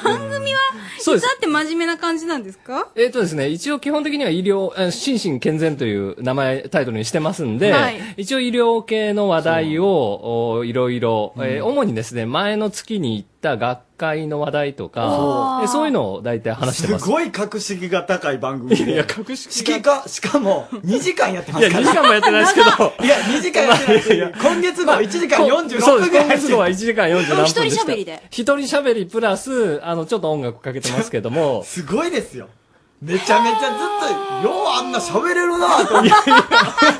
[SPEAKER 3] 番組は、いつ
[SPEAKER 16] そう
[SPEAKER 3] だ
[SPEAKER 16] です
[SPEAKER 3] って真面目な感じなんですか
[SPEAKER 16] えっとですね、一応基本的には医療、あ心身健全という名前、タイトルにしてますんで、
[SPEAKER 3] はい
[SPEAKER 16] 一応医療系の話題を、おいろいろ、えー主にですね、前の月に行った学会の話題と
[SPEAKER 2] そ
[SPEAKER 16] か
[SPEAKER 2] う、
[SPEAKER 16] えそういうのを大体話してます
[SPEAKER 2] す。ごい格式が高い番組で。いや、
[SPEAKER 16] 格式
[SPEAKER 2] が。しかしかも、2時間やってますから。
[SPEAKER 16] いや2時間もやってないですけど。
[SPEAKER 2] いや、2時間やってないし、今月号1時間46
[SPEAKER 16] そ
[SPEAKER 2] 分ぐらい
[SPEAKER 16] うです今
[SPEAKER 2] です
[SPEAKER 16] 月号は1時間47分でした。
[SPEAKER 2] 一人喋りで
[SPEAKER 16] 一人喋りプラス、あの、ちょっと音楽かけてますけども。
[SPEAKER 2] すごいですよ。めちゃめちゃずっと、ようあんな喋れるなぁと思って。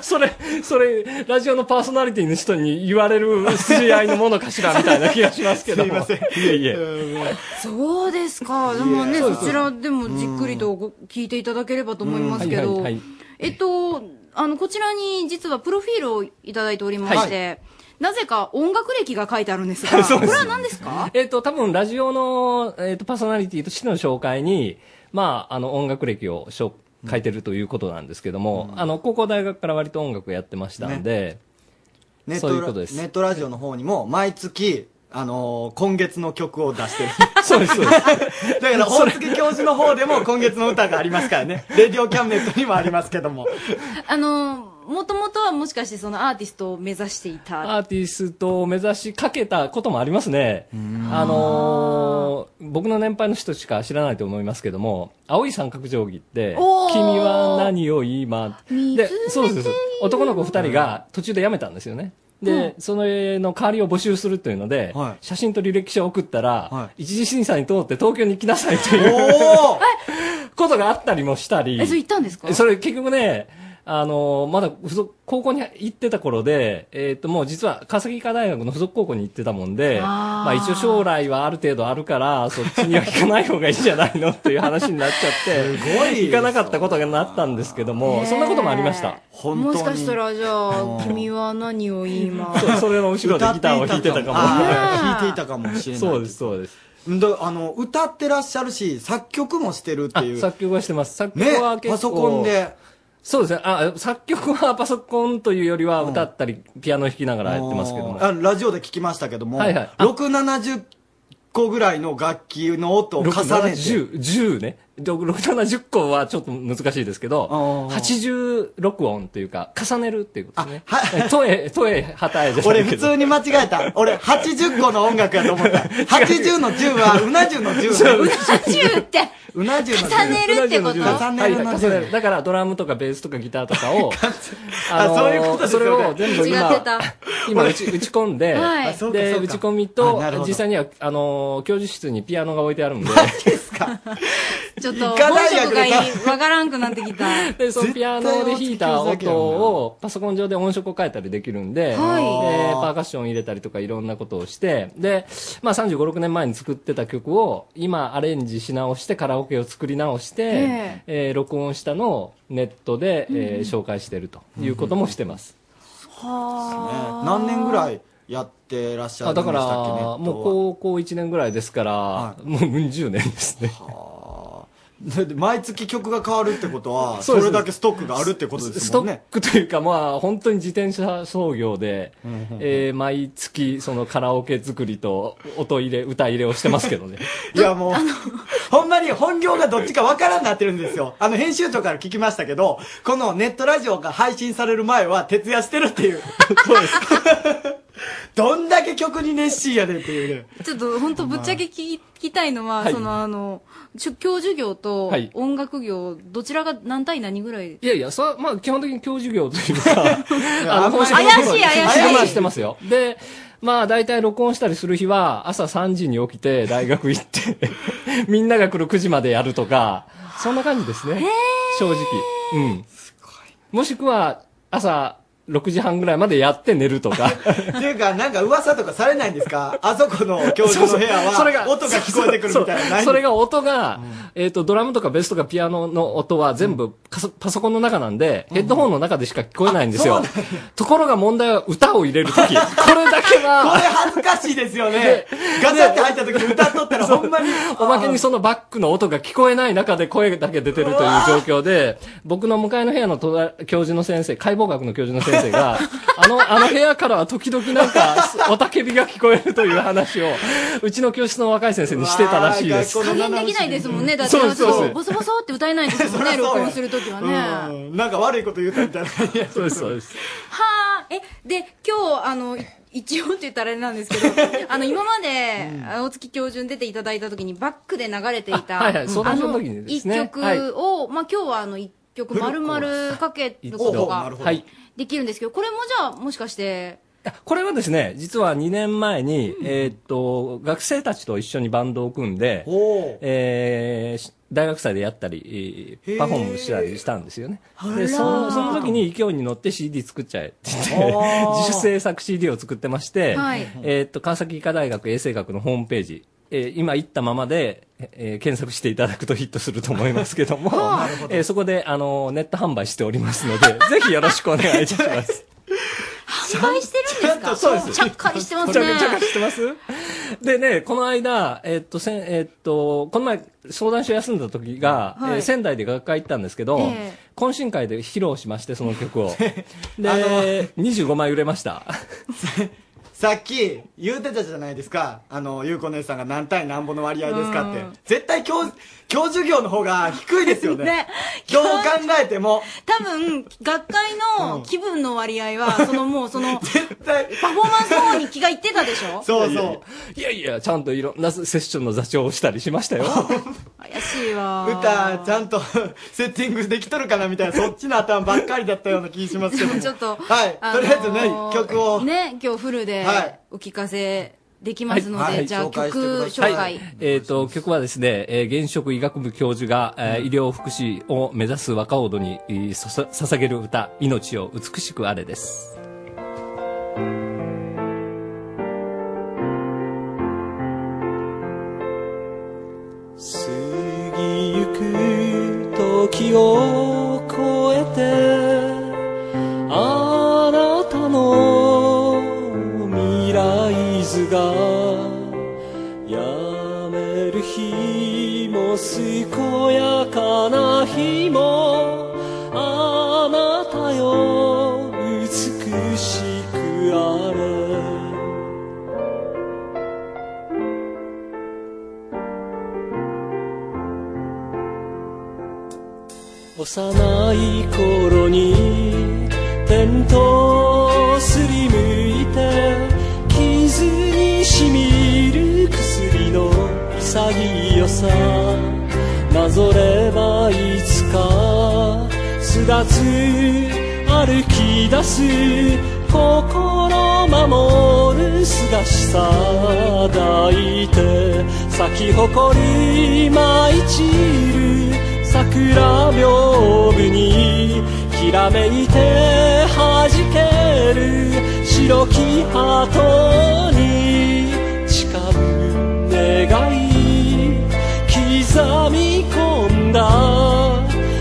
[SPEAKER 16] それ、それ、ラジオのパーソナリティの人に言われる筋合いのものかしらみたいな気がしますけども。 すいません。いえいえ。
[SPEAKER 3] そうですか。でもね、
[SPEAKER 16] そう
[SPEAKER 3] そ
[SPEAKER 16] です
[SPEAKER 3] ちらでもじっくりとご聞いていただければと思いますけ
[SPEAKER 16] うん
[SPEAKER 3] ど
[SPEAKER 16] はいはいはい、
[SPEAKER 3] えっと、あの、こちらに実はプロフィールをいただいておりまして、なぜか音楽歴が書いてあるんです が、これは何ですか
[SPEAKER 16] えっ、と、多分、ラジオの、えっ、と、パーソナリティとしての紹介に、まあ、あの、音楽歴をしょ書いてるということなんですけども、あの、高校大学から割と音楽やってましたんで、
[SPEAKER 2] ネッ
[SPEAKER 16] そういう
[SPEAKER 2] ト
[SPEAKER 16] こ
[SPEAKER 2] ラ
[SPEAKER 16] とです。
[SPEAKER 2] ネットラジオの方にも、毎月、あのー今月の曲を出してる。
[SPEAKER 16] そうです、そう
[SPEAKER 2] です。だから、大月教授の方でも今月の歌がありますからね。レディオキャンネットにもありますけども。
[SPEAKER 3] あの、もともとはもしかしてそのアーティストを目指していた。
[SPEAKER 16] アーティストを目指しかけたこともありますね。あのー僕の年配の人しか知らないと思いますけども、青い三角定規って、君
[SPEAKER 3] おー
[SPEAKER 16] は何を今、で、そうですそうです。男の子二人が途中で辞めたんですよね。で、その絵の代わりを募集するというので、写真と履歴書を送ったら、一次審査に通って東京に来なさいという ことがあったりもしたり。
[SPEAKER 3] え、それ行ったんですか
[SPEAKER 16] それ結局ね、あのまだ付属高校に行ってた頃で、えっともう実は川崎医科大学の付属高校に行ってたもんで、
[SPEAKER 3] あー
[SPEAKER 16] まあ一応将来はある程度あるから、そっちには行かない方がいいんじゃないのっていう話になっちゃって、
[SPEAKER 2] すごい
[SPEAKER 16] 行かなかったことがなったんですけども、そんなこともありました。
[SPEAKER 3] もしかしたらじゃあ、君は何を今。
[SPEAKER 16] そそれの後ろでギターを弾いてたかも。
[SPEAKER 2] あー弾いていたかもしれない。
[SPEAKER 16] そうです、そうです。
[SPEAKER 2] だあの歌ってらっしゃるし作曲もしてるっていう
[SPEAKER 16] 作曲はしてます作
[SPEAKER 2] ね
[SPEAKER 16] 曲は結構、
[SPEAKER 2] パソコンで
[SPEAKER 16] そうですねあ作曲はパソコンというよりは歌ったり、ピアノ弾きながらやってますけども
[SPEAKER 2] あラジオで聞きましたけども、
[SPEAKER 16] はいはい
[SPEAKER 2] 670個ぐらいの楽器の音を重ねて
[SPEAKER 16] 10ね6、70個はちょっと難しいですけど、86音というか、重ねるっていうことですね。とえ、とえ、はたえじゃない
[SPEAKER 2] 俺
[SPEAKER 16] け
[SPEAKER 2] 普
[SPEAKER 16] ど
[SPEAKER 2] 通に間違えた。俺80個の音楽やと思 った。80の10はうな重の10。うな
[SPEAKER 3] 重って。
[SPEAKER 2] うな重の
[SPEAKER 3] 重ねるってこと
[SPEAKER 16] 重ねるの
[SPEAKER 2] 重ね
[SPEAKER 16] 重ねるだからドラムとかベースとかギターとかを、
[SPEAKER 2] あ
[SPEAKER 16] の
[SPEAKER 2] そういうことです
[SPEAKER 16] そ
[SPEAKER 2] よね
[SPEAKER 16] れを全部
[SPEAKER 3] 違って
[SPEAKER 16] 今、
[SPEAKER 3] た。
[SPEAKER 16] 今打ち打ち込んで、
[SPEAKER 3] はいあそうか
[SPEAKER 16] で
[SPEAKER 3] そう
[SPEAKER 16] 打
[SPEAKER 3] か
[SPEAKER 16] ち込みと
[SPEAKER 3] あなるほど
[SPEAKER 16] 実際にはあのー教授室にピアノが置いてあるんで
[SPEAKER 3] ちょっと、
[SPEAKER 16] 行か
[SPEAKER 3] 本
[SPEAKER 16] ないや
[SPEAKER 3] 職
[SPEAKER 16] く
[SPEAKER 3] が
[SPEAKER 16] れ
[SPEAKER 3] い
[SPEAKER 16] た
[SPEAKER 3] い、わからんくなってきた。
[SPEAKER 16] でそのピアノで弾いた音をパソコン上で音色を変えたりできるんで、
[SPEAKER 3] はい
[SPEAKER 16] でパーカッション入れたりとかいろんなことをしてで、まあ、3 5 6年前に作ってた曲を今アレンジし直してカラオケを作り直して、
[SPEAKER 3] え
[SPEAKER 16] えー録音したのをネットで、えー紹介してるということもしてます。
[SPEAKER 3] は
[SPEAKER 2] 何年ぐらいやってらっしゃる
[SPEAKER 16] あ
[SPEAKER 2] んで
[SPEAKER 16] だ
[SPEAKER 2] した
[SPEAKER 16] か
[SPEAKER 2] っけ
[SPEAKER 16] ら、
[SPEAKER 2] ね。
[SPEAKER 16] もう高校1年ぐらいですから、もう10年ですね。
[SPEAKER 2] だって毎月曲が変わるってことは、
[SPEAKER 16] そ
[SPEAKER 2] そう
[SPEAKER 16] です
[SPEAKER 2] れだけストックがあるってことで
[SPEAKER 16] ス
[SPEAKER 2] す
[SPEAKER 16] ト
[SPEAKER 2] もん
[SPEAKER 16] ッ
[SPEAKER 2] ね。
[SPEAKER 16] クというか、まあ、本当に自転車操業で、えー毎月、そのカラオケ作りと、音入れ、歌入れをしてますけどね。
[SPEAKER 2] いやもう、 ほんまに本業がどっちかわからんなってるんですよ。あの編集長から聞きましたけど、このネットラジオが配信される前は徹夜してるっていう。そうです。 どんだけ曲に熱心やねんっていうね。
[SPEAKER 3] ちょっと本当ぶっちゃけ聞き聞きたいのは、
[SPEAKER 2] はい
[SPEAKER 3] そのあの、ちょ教授業と
[SPEAKER 16] はい
[SPEAKER 3] 音楽業、どちらが何対何ぐらい
[SPEAKER 16] いやいや、そまあ、基本的に教授業という か、
[SPEAKER 3] あんまり
[SPEAKER 16] 本職の方
[SPEAKER 3] 怪
[SPEAKER 16] に
[SPEAKER 3] しい怪しい
[SPEAKER 16] 仕事してますよ。で、まあ、大体録音したりする日は、朝3時に起きて、大学行って、 みんなが来る9時までやるとか、そんな感じですね。正直。うん。もしくは、朝6時半ぐらいまでやって寝るとか。
[SPEAKER 2] っていうか、なんか噂とかされないんですかあそこの教授の部屋
[SPEAKER 16] そうそうそれが
[SPEAKER 2] は、音が聞こえてくるみたいな
[SPEAKER 16] そう
[SPEAKER 2] ない。
[SPEAKER 16] それが音が、えっと、ドラムとかベースとかピアノの音は全部パソ,、パソコンの中なんで、ヘッドホンの中でしか聞こえないんですよ。ところが問題は歌を入れると き。これだけ
[SPEAKER 2] これ
[SPEAKER 16] は、
[SPEAKER 2] 恥ずかしいですよね
[SPEAKER 16] で。
[SPEAKER 2] ガチャって入った時に歌っとったらほんまに。
[SPEAKER 16] おまけにそのバックの音が聞こえない中で声だけ出てるという状況で、僕の向かいの部屋の戸田教授の先生、解剖学の教授の先生 が、あの、あの部屋からは時々なんか、おたけびが聞こえるという話を、うちの教室の若い先生にしてたらしいです。
[SPEAKER 3] 加減できないですもんね。だって、
[SPEAKER 16] そうそうそう
[SPEAKER 3] ボソボソって歌えないです もんね、録音するときはね。は
[SPEAKER 2] うんなんか悪いこと言うたみたいな。そう
[SPEAKER 16] です、そうです。
[SPEAKER 3] あ、え、で、今日、あの、い一応って言ったらあれなんですけ ど、あの、今まで、大月教授に出ていただいたときに、バックで流れていた、
[SPEAKER 16] あはいはい相談所の時にです
[SPEAKER 3] 一
[SPEAKER 16] ね
[SPEAKER 3] 曲を、まあ、今日はあの、一曲丸々かけることが
[SPEAKER 16] はい。
[SPEAKER 3] できるんですけど、これもじゃあ、もしかして、
[SPEAKER 16] これはですね、実は2年前に、えーっと、学生たちと一緒にバンドを組んで、えーし大学祭でやったり、えーパフォームしたりしたんですよね
[SPEAKER 20] あ。ら
[SPEAKER 16] で、その、その時に勢いに乗って CD 作っちゃえって言って
[SPEAKER 20] おー、
[SPEAKER 16] 自主制作 CD を作ってまして、
[SPEAKER 20] はい
[SPEAKER 16] えーっと、川崎医科大学衛生学のホームページ、えー今言ったままで、えー検索していただくとヒットすると思いますけど も、えーそこで、あの、ネット販売しておりますので、ぜひよろしくお願いいたします。
[SPEAKER 3] 販売してるんですか
[SPEAKER 16] そうです
[SPEAKER 3] ちゃっかりしてます
[SPEAKER 16] ち
[SPEAKER 3] ね
[SPEAKER 16] ゃ。ちゃかしてますでね、この間、えっと、せんえっと、この前、相談所休んだ時が、
[SPEAKER 20] はい
[SPEAKER 16] えー仙台で学会行ったんですけど、
[SPEAKER 20] ええ
[SPEAKER 16] 懇親会で披露しまして、その 曲を。で、25枚売れました。
[SPEAKER 2] さっき言うてたじゃないですか。あの、ゆうこ姉さんが何対何本の割合ですかって
[SPEAKER 3] うん。
[SPEAKER 2] 絶対教、教授業の方が低いですよね
[SPEAKER 3] ね。
[SPEAKER 2] どう考えても。
[SPEAKER 3] 多分、学会の気分の割合は、そのもうその、
[SPEAKER 2] パ
[SPEAKER 3] フォーマンスの方に気がいってたでしょ
[SPEAKER 16] う。いやいや、ちゃんといろんなセッションの座長をしたりしました よ。
[SPEAKER 3] 怪しいわ。
[SPEAKER 2] 歌、ちゃんとセッティングできとるかなみたいな、そっちの頭ばっかりだったような気しますけども。
[SPEAKER 3] ちょっと、
[SPEAKER 2] はい。
[SPEAKER 3] あ
[SPEAKER 2] と
[SPEAKER 3] のー
[SPEAKER 2] りあえずね、曲を。
[SPEAKER 3] ね、今日フルで
[SPEAKER 2] はい
[SPEAKER 3] お聞かせできますので、じゃあ曲紹介。
[SPEAKER 16] はいえっ、と、曲はですね、えー現職医学部教授が、えー医療福祉を目指す若人に、えーそさ捧げる歌、命を美しくあれです。
[SPEAKER 20] 過ぎゆく時を超えてあなたの未来図がやめる日も健やかな日もあなたよ美しくあれ幼い頃に点とすりむいて傷にしみる薬の潔さなぞればいつか巣立つ歩き出す心守るすがしさ抱いて咲き誇り舞い散る桜屏風にきらめいて弾ける白き鳩に誓う願い刻み込んだ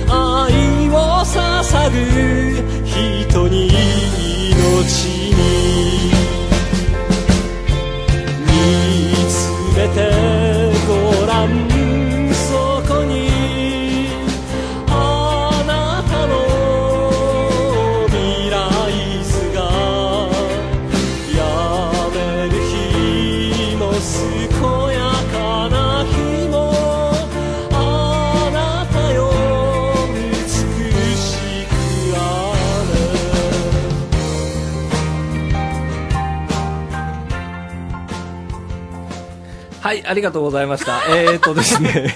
[SPEAKER 20] 愛を捧ぐ人に命に見つめてごらんそこにあなたの未来図がやめる日も健やかな日もあなたよ美しくあれ
[SPEAKER 16] はい、ありがとうござい ました。えーっとですね、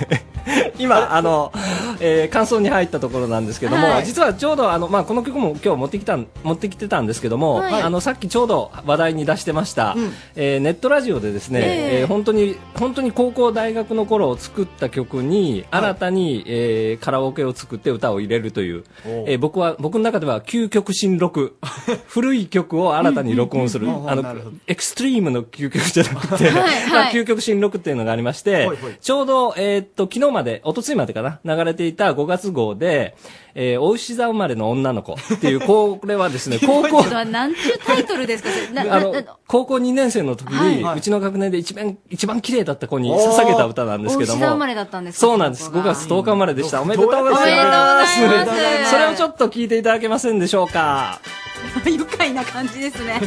[SPEAKER 16] 今、あの、えー感想に入ったところなんですけども、
[SPEAKER 21] はい
[SPEAKER 16] 実はちょうど、あの、まあ、この曲も今日持ってきたん、持ってきてたんですけども、
[SPEAKER 21] はい
[SPEAKER 16] あの、さっきちょうど話題に出してました、
[SPEAKER 21] うん
[SPEAKER 16] えーネットラジオでですね、
[SPEAKER 21] ええ
[SPEAKER 16] えー本当に、本当に高校、大学の頃を作った曲に、新たに、えーカラオケを作って歌を入れるという、
[SPEAKER 21] お
[SPEAKER 16] えー僕は、僕の中では、究極新録、 古い曲を新たに録音する、
[SPEAKER 21] うんうんうんうん
[SPEAKER 16] あ
[SPEAKER 21] なるほ
[SPEAKER 16] の、エクストリームの究極じゃなくて、
[SPEAKER 21] はい
[SPEAKER 16] まあ究極新録っていうのがありまして、
[SPEAKER 21] はいはい
[SPEAKER 16] ちょうど、えーっと、昨日まで、おとついまでかな、流れていた5月号で、えー、お牛座生まれの女の子って いう、こうこれはですね、高校、
[SPEAKER 3] はなんていうタイトルですかそれな
[SPEAKER 16] あの
[SPEAKER 3] なな、
[SPEAKER 16] 高校2年生の時に、
[SPEAKER 3] はいう
[SPEAKER 16] ちの学年で一番、一番綺麗だった子に捧げた歌なんですけど
[SPEAKER 3] お牛座生
[SPEAKER 16] も
[SPEAKER 3] ま。れだったんですか
[SPEAKER 16] そうなんです。5月10日生まれでした。おめでとうございます。
[SPEAKER 3] おめでとうございます
[SPEAKER 16] それをちょっと聞いていただけませんでしょうか。
[SPEAKER 3] 愉快な感じですね。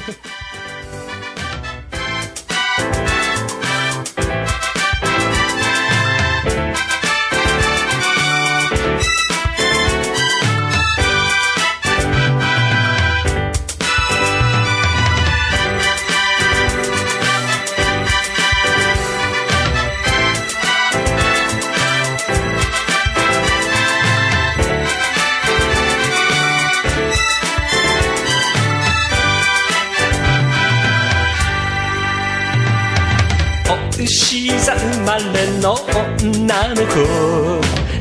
[SPEAKER 20] お牛座生まれの女の子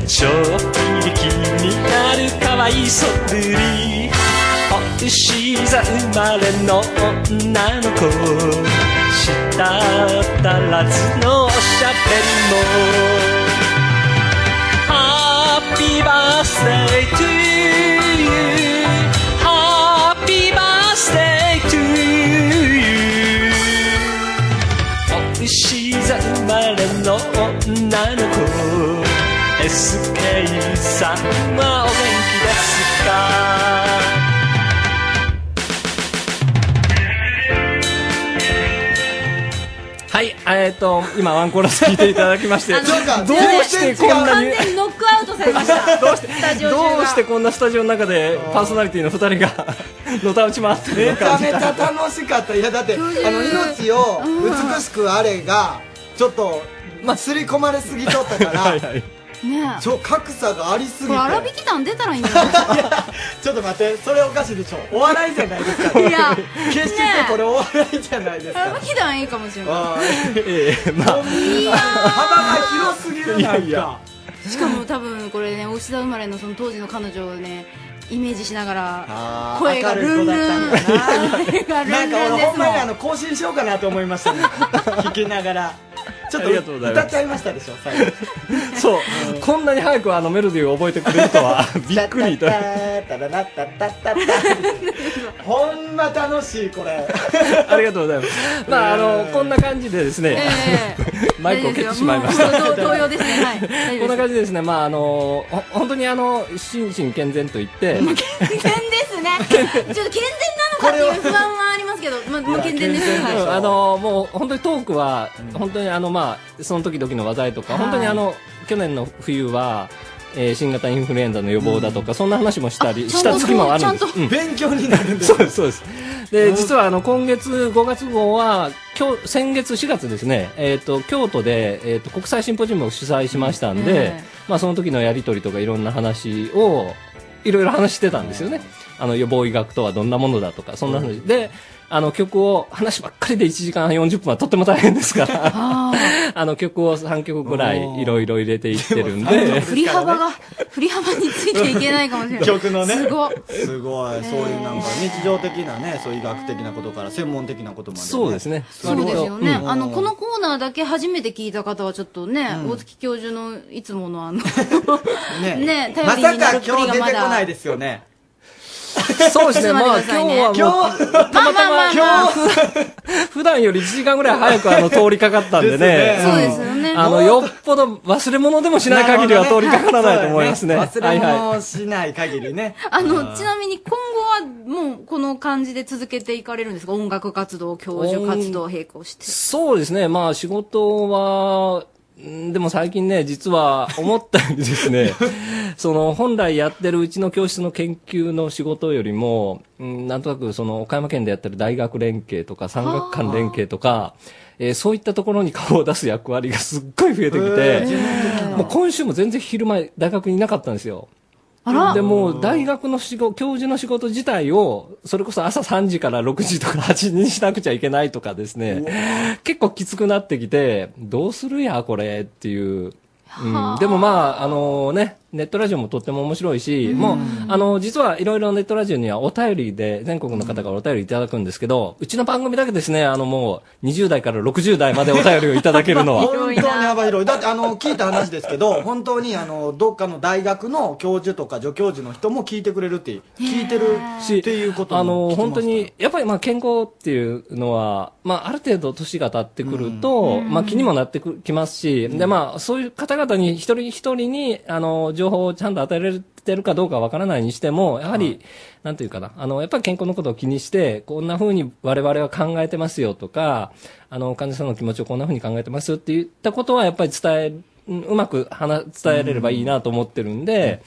[SPEAKER 20] ちょっぴり気になるかわいそぶりお牛座生まれの女の子したたらずのおしゃべりも Happy birthday to you Happy birthday to you お牛座生まれの女の子 SK さんはお元気ですか
[SPEAKER 16] はい、えっ、と、今ワンコーラス聞いていただき まして、どうしてこんな
[SPEAKER 3] 完
[SPEAKER 16] に、
[SPEAKER 3] 全にノックアウトされました。どうしてスタジオ中が
[SPEAKER 16] どうしてこんなスタジオの中でパーソナリティの2人が のたうち回ってるの
[SPEAKER 2] めち
[SPEAKER 16] か
[SPEAKER 2] ゃめちゃ楽しかったいやだってあの命を美しくあれがちょっと刷り込まれすぎとったから
[SPEAKER 3] ねえ。
[SPEAKER 2] ちょ格差がありすぎ
[SPEAKER 3] こ
[SPEAKER 2] て
[SPEAKER 3] れ、荒引き団出たらい いんじゃないですか
[SPEAKER 2] ちょっと待ってそれおかしいでしょお笑いじゃないですか
[SPEAKER 3] いや
[SPEAKER 2] 決してこれお笑いじゃないですか
[SPEAKER 3] 荒引き団いいかもしれない。
[SPEAKER 2] あ
[SPEAKER 16] ええまあ
[SPEAKER 2] 幅が広すぎるなんか
[SPEAKER 3] しかも多分これね、大志田生まれのその当時の彼女をね、イメージしながら、声がルンルン。声がル
[SPEAKER 2] なん
[SPEAKER 3] ン
[SPEAKER 2] か
[SPEAKER 3] ルン
[SPEAKER 2] 俺
[SPEAKER 3] で
[SPEAKER 2] ほん
[SPEAKER 3] すも
[SPEAKER 2] まにあ
[SPEAKER 3] ん。
[SPEAKER 2] の更新しようかなと思いましたね聞きながらちょっ
[SPEAKER 16] ありがとうござ
[SPEAKER 2] と
[SPEAKER 16] います
[SPEAKER 2] 歌っちゃいましたでしょ最後
[SPEAKER 16] そう、こんなに早くあのメロディーを覚えてくれると は、びっくりと。
[SPEAKER 2] タララッタッタッタッタほんま楽しいこれ
[SPEAKER 16] ありがとうございます。まあ、あの、こんな感じでですね、 マイクを蹴ってしまいました。
[SPEAKER 3] もう同同様ですね。はい。大丈夫です
[SPEAKER 16] こんな感じでですね、まあ、あの、ほ本当にあの、心身健全と言って、
[SPEAKER 3] 健全ですね。ちょっと健全なのかっていう不安はありますけど、まあ、まあ健全です。はい
[SPEAKER 16] うんあのもう本当にトークは、本当にあのまあその時々の話題とか、
[SPEAKER 3] はい
[SPEAKER 16] 本当にあの去年の冬は。えー新型インフルエンザの予防だとか、そんな話もしたり、
[SPEAKER 2] あ
[SPEAKER 16] した月もあるんで
[SPEAKER 2] ちゃん
[SPEAKER 16] す。
[SPEAKER 2] と勉強になるんだ
[SPEAKER 16] そうです、そうです。で、実はあの、今月5月号は、今日、先月4月ですね、えっ、と、京都で、えっ、と、国際シンポジウムを主催しましたんで、
[SPEAKER 20] ええ
[SPEAKER 16] まあ、その時のやりとりとかいろんな話を、いろいろ話してたんですよね。あの、予防医学とはどんなものだとか、そんな話。で、あの曲を、話ばっかりで1時間40分はとっても大変ですから、 あの曲を3曲ぐらいいろいろ入れていってるん で、
[SPEAKER 3] 振り幅が、振り幅についていけないかもしれない。
[SPEAKER 2] 曲のね
[SPEAKER 3] すごっ。
[SPEAKER 2] すごい、そういうなんか日常的なね、そういう医学的なことから専門的なことまで、
[SPEAKER 16] そうですね
[SPEAKER 3] そうですよね。あの、こ
[SPEAKER 2] の
[SPEAKER 3] のコーナーだけ初めて聞いた方はちょっとね、大月教授のいつものあの、
[SPEAKER 2] ね
[SPEAKER 3] ね頼
[SPEAKER 2] ま
[SPEAKER 3] りに
[SPEAKER 2] さ
[SPEAKER 3] な
[SPEAKER 2] か
[SPEAKER 3] る
[SPEAKER 2] 今
[SPEAKER 3] っぷりがまだ
[SPEAKER 2] 日出てこないですよね。
[SPEAKER 16] そ うですね、まあ今
[SPEAKER 3] ち
[SPEAKER 16] 日
[SPEAKER 3] ょっと待ってくださいね
[SPEAKER 16] はもう、たまたま、今日、普段より1時間ぐらい早くあの通りかかったんでね
[SPEAKER 2] で、すねそうです
[SPEAKER 3] よね
[SPEAKER 16] あの、よっぽど忘れ物でもしない限りは通りかからないと思いますね。
[SPEAKER 2] なるほどね
[SPEAKER 16] はい
[SPEAKER 2] 忘れ
[SPEAKER 16] はい
[SPEAKER 2] 物をしない限りね。
[SPEAKER 3] あの、ちなみに今後はもうこの感じで続けていかれるんですか音楽活動、教授活動並行して。
[SPEAKER 16] そうですね。まあ仕事は、んでも最近ね、実は思ったよりで すね、その本来やってるうちの教室の研究の仕事よりも、うんなんとなくその岡山県でやってる大学連携とか産学官連携とか、えーそういったところに顔を出す役割がすっごい増えてきて、もう今週も全然昼前大学にいなかったんですよ。
[SPEAKER 3] あら
[SPEAKER 16] でも、大学の仕事、教授の仕事自体を、それこそ朝3時から6時とか8時にしなくちゃいけないとかですね、結構きつくなってきて、どうするや、これっていう。う
[SPEAKER 20] は
[SPEAKER 16] ん、
[SPEAKER 20] あ
[SPEAKER 16] でもまあ、あのね、ネットラジオもとっても面白いし、もう、あの、実はいろいろネットラジオにはお便りで、全国の方からお便りいただくんですけど、うちの番組だけですね、あのもう、20代から60代までお便りをいただける のは。
[SPEAKER 2] 本当に幅広い。だってあの、聞いた話ですけど、本当にあの、どっかの大学の教授とか助教授の人も聞いてくれるって、聞いてるっていうことも
[SPEAKER 16] あの
[SPEAKER 2] 聞きました
[SPEAKER 16] 本当に、やっぱりまあ健康っていうのは、まあ、ある程度年が経ってくると、まあ、気にもなってくきますし、でまあ、そういう方々に一人一人にあの情報をちゃんと与えられてるかどうかわからないにしても、やはり、なんていうかな、あのやっぱり健康のことを気にして、こんな風に我々は考えてますよとか、あの患者さんの気持ちをこんな風に考えてますよって言ったことは、やっぱり伝えうんうまく話伝えれればいいなと思ってるんで、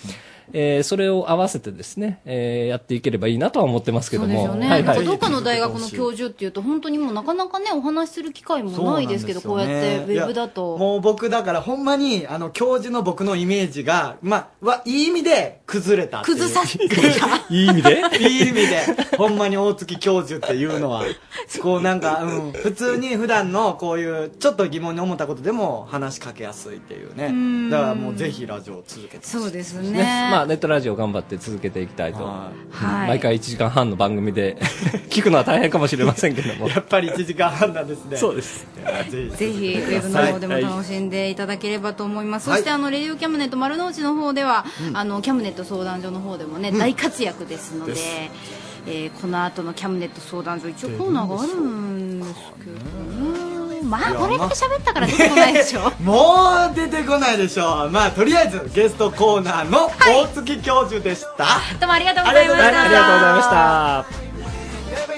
[SPEAKER 16] えーそれを合わせてですね、えーやっていければいいなとは思ってますけ
[SPEAKER 3] そ
[SPEAKER 16] ど
[SPEAKER 3] うです
[SPEAKER 16] も。
[SPEAKER 3] よね、なんかどっかの大学の教授っていうと、本当にもうなかなかね、お話しする機会も
[SPEAKER 2] そう
[SPEAKER 3] なんい
[SPEAKER 2] で
[SPEAKER 3] ですすけど、
[SPEAKER 2] よね
[SPEAKER 3] こうやってウェブだと。
[SPEAKER 2] もう僕だからほんまに、あの、教授の僕のイメージが、まあ、はいい意味で崩れたっていう。
[SPEAKER 3] 崩され
[SPEAKER 16] いい意味で
[SPEAKER 2] いい意味で。ほんまに大月教授っていうのは、こうなんか、うん、普通に普段のこういう、ちょっと疑問に思ったことでも話しかけやすいっていうね。だからもうぜひラジオを続けて。
[SPEAKER 3] そうです
[SPEAKER 16] ね
[SPEAKER 3] ね。
[SPEAKER 16] まあ、ネットラジオ頑張って続けていきたいと。
[SPEAKER 3] はい
[SPEAKER 16] 毎回1時間半の番組で 聞くのは大変かもしれません けども。や
[SPEAKER 2] っぱり1時間半なんですね。
[SPEAKER 16] そうです。
[SPEAKER 3] ぜひ、ウェブの方でも楽しんでいただければと思います。
[SPEAKER 16] はい。
[SPEAKER 3] そして、あの、レディオキャムネット丸の内の方では、あの、キャムネット相談所の方でもね、
[SPEAKER 21] うん
[SPEAKER 3] 大活躍ですので、
[SPEAKER 21] です
[SPEAKER 3] えーこの後のキャムネット相談所、一応コーナーがあるんですけどね。まあ、これだけ喋ったから出てこないで しょ。
[SPEAKER 2] もう出てこないでしょう。まあ、とりあえずゲストコーナーの大月教授でした。
[SPEAKER 3] どうもありがとうございました。
[SPEAKER 2] ありがとうございました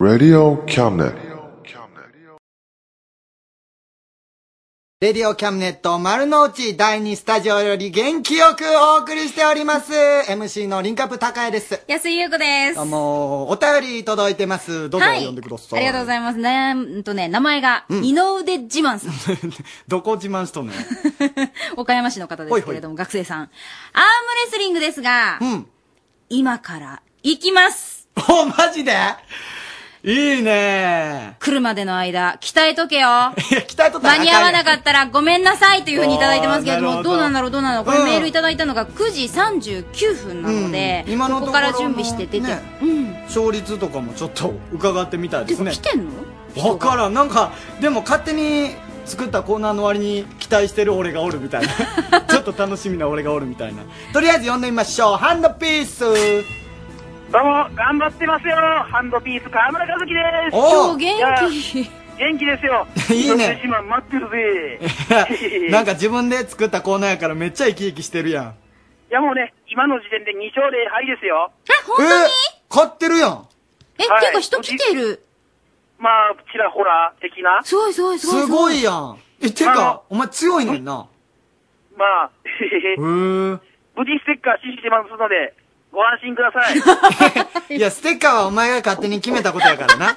[SPEAKER 22] Radio Cabinet.
[SPEAKER 2] レディオキャムネット丸の内第2スタジオより元気よくお送りしております。MC のリンカップ高谷です。
[SPEAKER 3] 安井優子です。
[SPEAKER 2] あのお便り届いてます。どうぞ
[SPEAKER 3] はい
[SPEAKER 2] 読んでくださ
[SPEAKER 3] あ
[SPEAKER 2] い。
[SPEAKER 3] りがとうございます。ね、うんとね、名前が、二の腕自慢さん。
[SPEAKER 2] どこ自慢しとんのよ
[SPEAKER 3] 岡山市の方ですけれども、学生さん。アームレスリングですが、今から行きます
[SPEAKER 2] お、マジでいいね
[SPEAKER 3] 来るまでの間、鍛えとけよ。いや、
[SPEAKER 2] 鍛えとったらあか
[SPEAKER 3] 間
[SPEAKER 2] ん
[SPEAKER 3] に合わなかったらごめんなさいというふうにいただいてますけれど
[SPEAKER 2] あー
[SPEAKER 3] も、
[SPEAKER 2] なるほど
[SPEAKER 3] どうなんだろう、どうなんだろう。こ
[SPEAKER 2] う
[SPEAKER 3] れ
[SPEAKER 2] ん
[SPEAKER 3] メールいただいたのが9時39分なので、
[SPEAKER 2] うん今のと
[SPEAKER 3] こ
[SPEAKER 2] こ
[SPEAKER 3] こ
[SPEAKER 2] ろ
[SPEAKER 3] から準備して出て、
[SPEAKER 2] ね
[SPEAKER 3] うん。
[SPEAKER 2] 勝率とかもちょっと伺ってみたいですね。
[SPEAKER 3] 来てんの
[SPEAKER 2] わからん。なんか、でも勝手に作ったコーナーの割に期待してる俺がおるみたいな。 ちょっと楽しみな俺がおるみたいな。とりあえず読んでみましょう。ハンドピース
[SPEAKER 4] どうも、頑張ってますよ。ハンドピース、河村和樹です。
[SPEAKER 2] おう
[SPEAKER 4] いや元気ですよ。
[SPEAKER 2] いいね
[SPEAKER 4] 今待ってるぜ。
[SPEAKER 2] なんか自分で作ったコーナーやからめっちゃ生き生きしてるやん。
[SPEAKER 4] いやもうね、今の時点で2勝0敗ですよ。
[SPEAKER 2] え買ってるやん。
[SPEAKER 4] え、っていうか人来てる。まあ、ちらほら、的な。
[SPEAKER 3] すごいすごい
[SPEAKER 2] すごいやん。え、てか、お前強いねんな。
[SPEAKER 4] まあ、へへへ。
[SPEAKER 2] へ
[SPEAKER 4] 無事ステッカー支持してますので、ご安心ください。
[SPEAKER 2] え。いや、ステッカーはお前が勝手に決めたことやからな。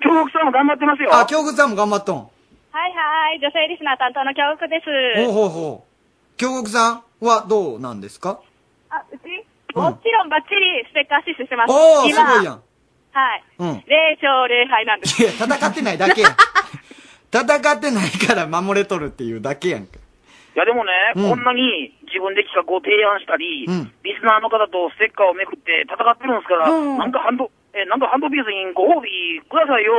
[SPEAKER 4] 京極さんも頑張ってますよ。
[SPEAKER 2] あ、京極さんも頑張っとん。
[SPEAKER 21] はいはい、女性リスナー担当の京極です。
[SPEAKER 2] ほうほうほう。京極さんはどうなんですか
[SPEAKER 21] あ、うちもちろんバッチリステッカーシスしてます。
[SPEAKER 2] おー、すごいやん。
[SPEAKER 21] はい。
[SPEAKER 2] うん。
[SPEAKER 21] 0勝0敗なんです。
[SPEAKER 2] いや、戦ってないだけやん。戦ってないから守れとるっていうだけやんか。
[SPEAKER 4] いやでもね、
[SPEAKER 2] うん
[SPEAKER 4] こんなに自分で企画を提案したり、
[SPEAKER 2] うん
[SPEAKER 4] リスナーの方とステッカーをめくって戦ってるんですから、
[SPEAKER 2] うん
[SPEAKER 4] なんかハンド、え、なんかハンドピースにご褒美くださいよ。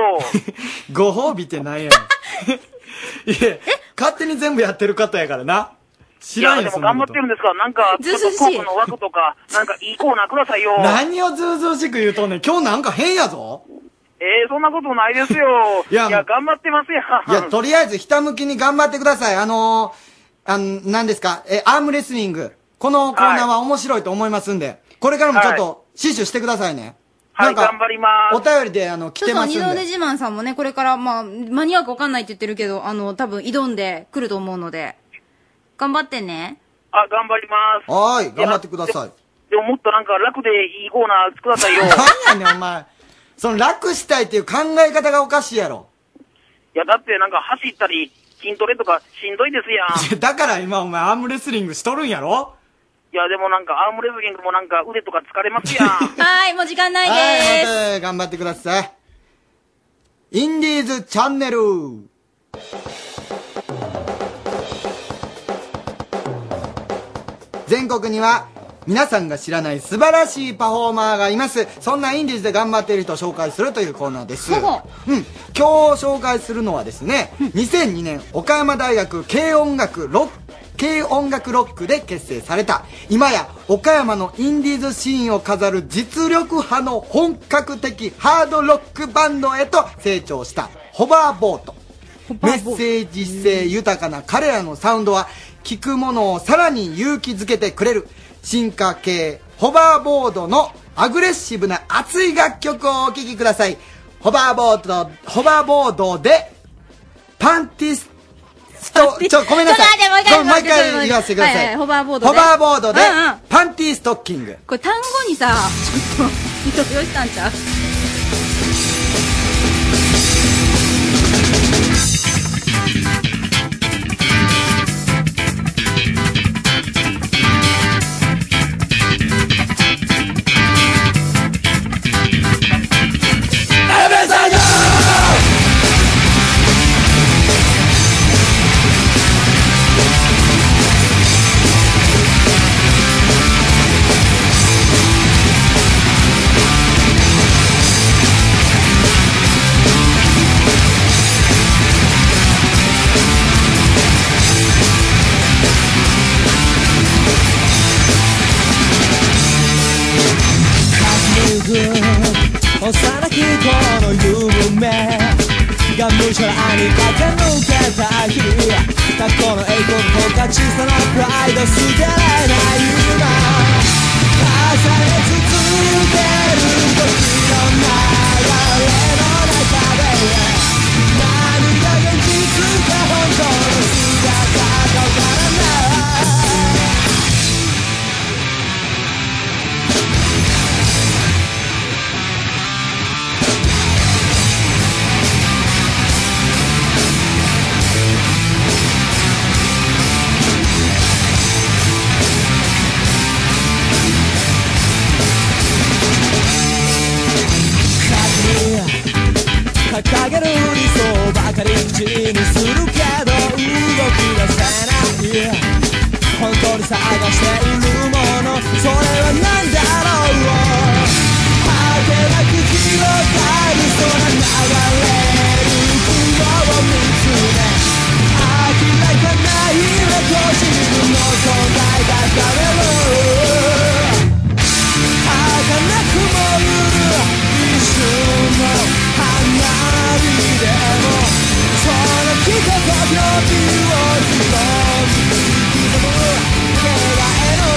[SPEAKER 2] ご褒美ってなんやね ん。いや、勝手に全部やってる方やからな。知らん
[SPEAKER 4] い
[SPEAKER 2] よ、
[SPEAKER 4] やで
[SPEAKER 2] そん
[SPEAKER 4] も
[SPEAKER 2] な
[SPEAKER 4] 頑張
[SPEAKER 2] こ
[SPEAKER 4] っ
[SPEAKER 2] と
[SPEAKER 4] て。るんですから、なんか、
[SPEAKER 2] ずうずうしい
[SPEAKER 4] ちょっとトークの枠とか、なんかいいコーナーくださいよ。
[SPEAKER 2] 何をずうずうしく言うとんねん。今日なんか変やぞ。
[SPEAKER 4] えー、そんなことないですよ。
[SPEAKER 2] いや
[SPEAKER 4] 頑張ってますや
[SPEAKER 2] いや、とりあえずひたむきに頑張ってください。あのー、あの、何ですかえ、アームレスリング。このコーナーは面白いと思いますんで、これからもちょっ
[SPEAKER 4] はい
[SPEAKER 2] と、死守してくださいね。
[SPEAKER 4] はい、
[SPEAKER 2] なんか
[SPEAKER 4] 頑張ります。
[SPEAKER 2] お便りで、あの、来
[SPEAKER 3] そう
[SPEAKER 2] て
[SPEAKER 3] そう、
[SPEAKER 2] ますん
[SPEAKER 3] 二
[SPEAKER 2] で。
[SPEAKER 3] 度腕自慢さんもね、これから、まあ、間に合うかわかんないって言ってるけど、あの、多分挑んでくると思うので、頑張ってね。
[SPEAKER 4] あ、頑張ります。
[SPEAKER 2] はーい、頑張ってください。
[SPEAKER 4] でももっとなんか楽でいいコーナーください よ。
[SPEAKER 2] 何やねん、お前。その、楽したいっていう考え方がおかしいやろ。
[SPEAKER 4] いや、だってなんか走ったり、筋トレとかしんどいですやん。
[SPEAKER 2] いやだから今、お前、アームレスリングしとるんやろ
[SPEAKER 4] いや、でもなんかアームレスリングもなんか腕とか疲れますやん。
[SPEAKER 3] はい、もう時間ない
[SPEAKER 2] はい、
[SPEAKER 3] で
[SPEAKER 2] また頑張ってください。インディーズチャンネル。全国には皆さんが知らない素晴らしいパフォーマーがいます。そんなインディーズで頑張っている人を紹介するというコーナーです。うん。今日紹介するのはですね、2002年岡山大学軽音楽ロック軽音楽ロックで結成された今や岡山のインディーズシーンを飾る実力派の本格的ハードロックバンドへと成長したホバーボート メッセージ性豊かな彼らのサウンドは聞くものをさらに勇気づけてくれる進化系ホバーボードのアグレッシブな熱い楽曲をお聴きくださいホバーボードホバーボードでパンティストちょごめんなさい
[SPEAKER 3] ちょっと待ってもう一回
[SPEAKER 2] ごめんもう一回言わせてください、
[SPEAKER 3] はいはいホバーボードで
[SPEAKER 2] ホバーボードで
[SPEAKER 3] うんうん
[SPEAKER 2] パンティストッキング
[SPEAKER 3] す。これ単語にさ、ちょっと、 動揺したんちゃう
[SPEAKER 12] 幼き頃の夢が無情に駆け抜けた日過去の栄光とか小さなプライド捨てられない夢重ね続ける時の流れの中で何が現実か本当の姿がわからない掲げる理想ばかり口にするけど動き出せない本当に探しているものそれは何だろう果てなく広がる空流れる雲を見つめ明らかな夢と自分の存在が食べる儚くもる一瞬の花火をでもその日と時の日を刻む刻む願いの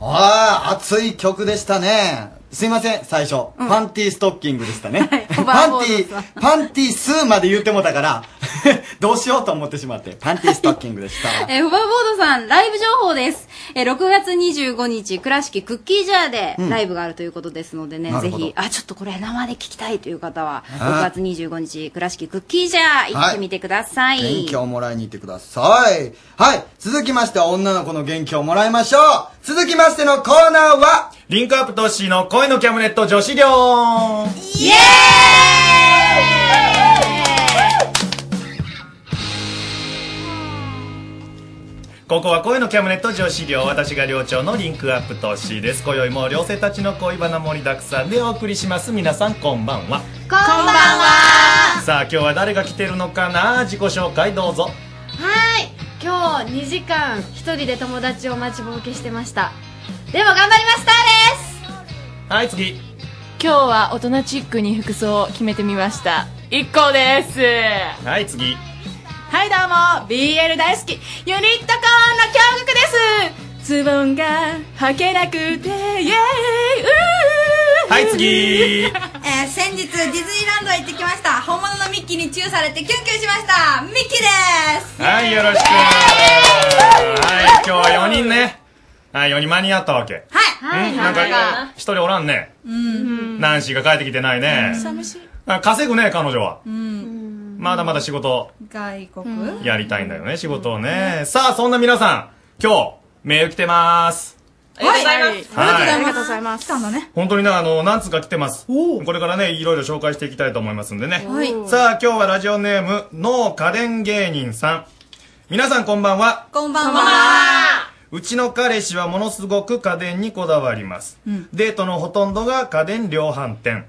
[SPEAKER 2] ああ、熱い曲でしたね。すいません、最初。パンティーストッキングでしたね。パンティー、パンティースーまで言ってもたから、 どうしようと思ってしまって、パンティーストッキング でした。
[SPEAKER 3] えー、ホバーボードさん、ライブ情報です。えー、6月25日、倉敷クッキージャーで
[SPEAKER 2] うん
[SPEAKER 3] ライブがあるということですのでね、
[SPEAKER 2] なる
[SPEAKER 3] ぜ
[SPEAKER 2] ほど
[SPEAKER 3] ひ、あ、ちょっとこれ生で聞きたいという方は、
[SPEAKER 2] あー
[SPEAKER 3] 6月25日、倉敷クッキージャー、行ってみてください。
[SPEAKER 2] 元気をもらいに行ってください。はい。続きまして、女の子の元気をもらいましょう。続きましてのコーナーは、
[SPEAKER 22] リンクアップトッシーの恋のキャムネット女子寮
[SPEAKER 3] イエ
[SPEAKER 22] ここは恋のキャムネット女子寮私が寮長のリンクアップトッシーです今宵も寮生たちの恋バナ盛りだくさんでお送りします皆さんこんばんは
[SPEAKER 3] こんばんは
[SPEAKER 22] さあ今日は誰が来てるのかな自己紹介どうぞ
[SPEAKER 23] はい今日2時間一人で友達を待ちぼうけしてましたでも頑張りましたです
[SPEAKER 22] はい次
[SPEAKER 24] 今日は大人チックに服装を決めてみました一個です
[SPEAKER 22] はい次
[SPEAKER 24] はいどうも BL 大好きユニットコーンの京極ですズボンが履けなくてイエーイうー
[SPEAKER 22] はい次
[SPEAKER 25] えー先日ディズニーランドへ行ってきました本物のミッキーにチューされてキュンキュンしましたミッキーです
[SPEAKER 22] はいよろしくはい今日は4人ねはい4人間に合ったわけ
[SPEAKER 25] はい
[SPEAKER 22] なんか1人おらんね
[SPEAKER 25] うん
[SPEAKER 22] ナンシーが帰ってきてないね
[SPEAKER 25] 寂しい
[SPEAKER 22] あ稼ぐね彼女は
[SPEAKER 25] うん
[SPEAKER 22] まだまだ仕事
[SPEAKER 25] 外国
[SPEAKER 22] やりたいんだよね、仕事をね。さあ、そんな皆さん、今日、メール来てます。
[SPEAKER 25] ありがとうございます
[SPEAKER 22] はい
[SPEAKER 25] ありがとうございます来たんだね
[SPEAKER 22] 本当にね、あの、何つか来てます。これからね、いろいろ紹介していきたいと思いますんでね。
[SPEAKER 25] はい
[SPEAKER 22] さあ、今日はラジオネーム、脳家電芸人さん。皆さんこんばんは。
[SPEAKER 25] こんばんは
[SPEAKER 22] うちの彼氏はものすごく家電にこだわります。デートのほとんどが家電量販店。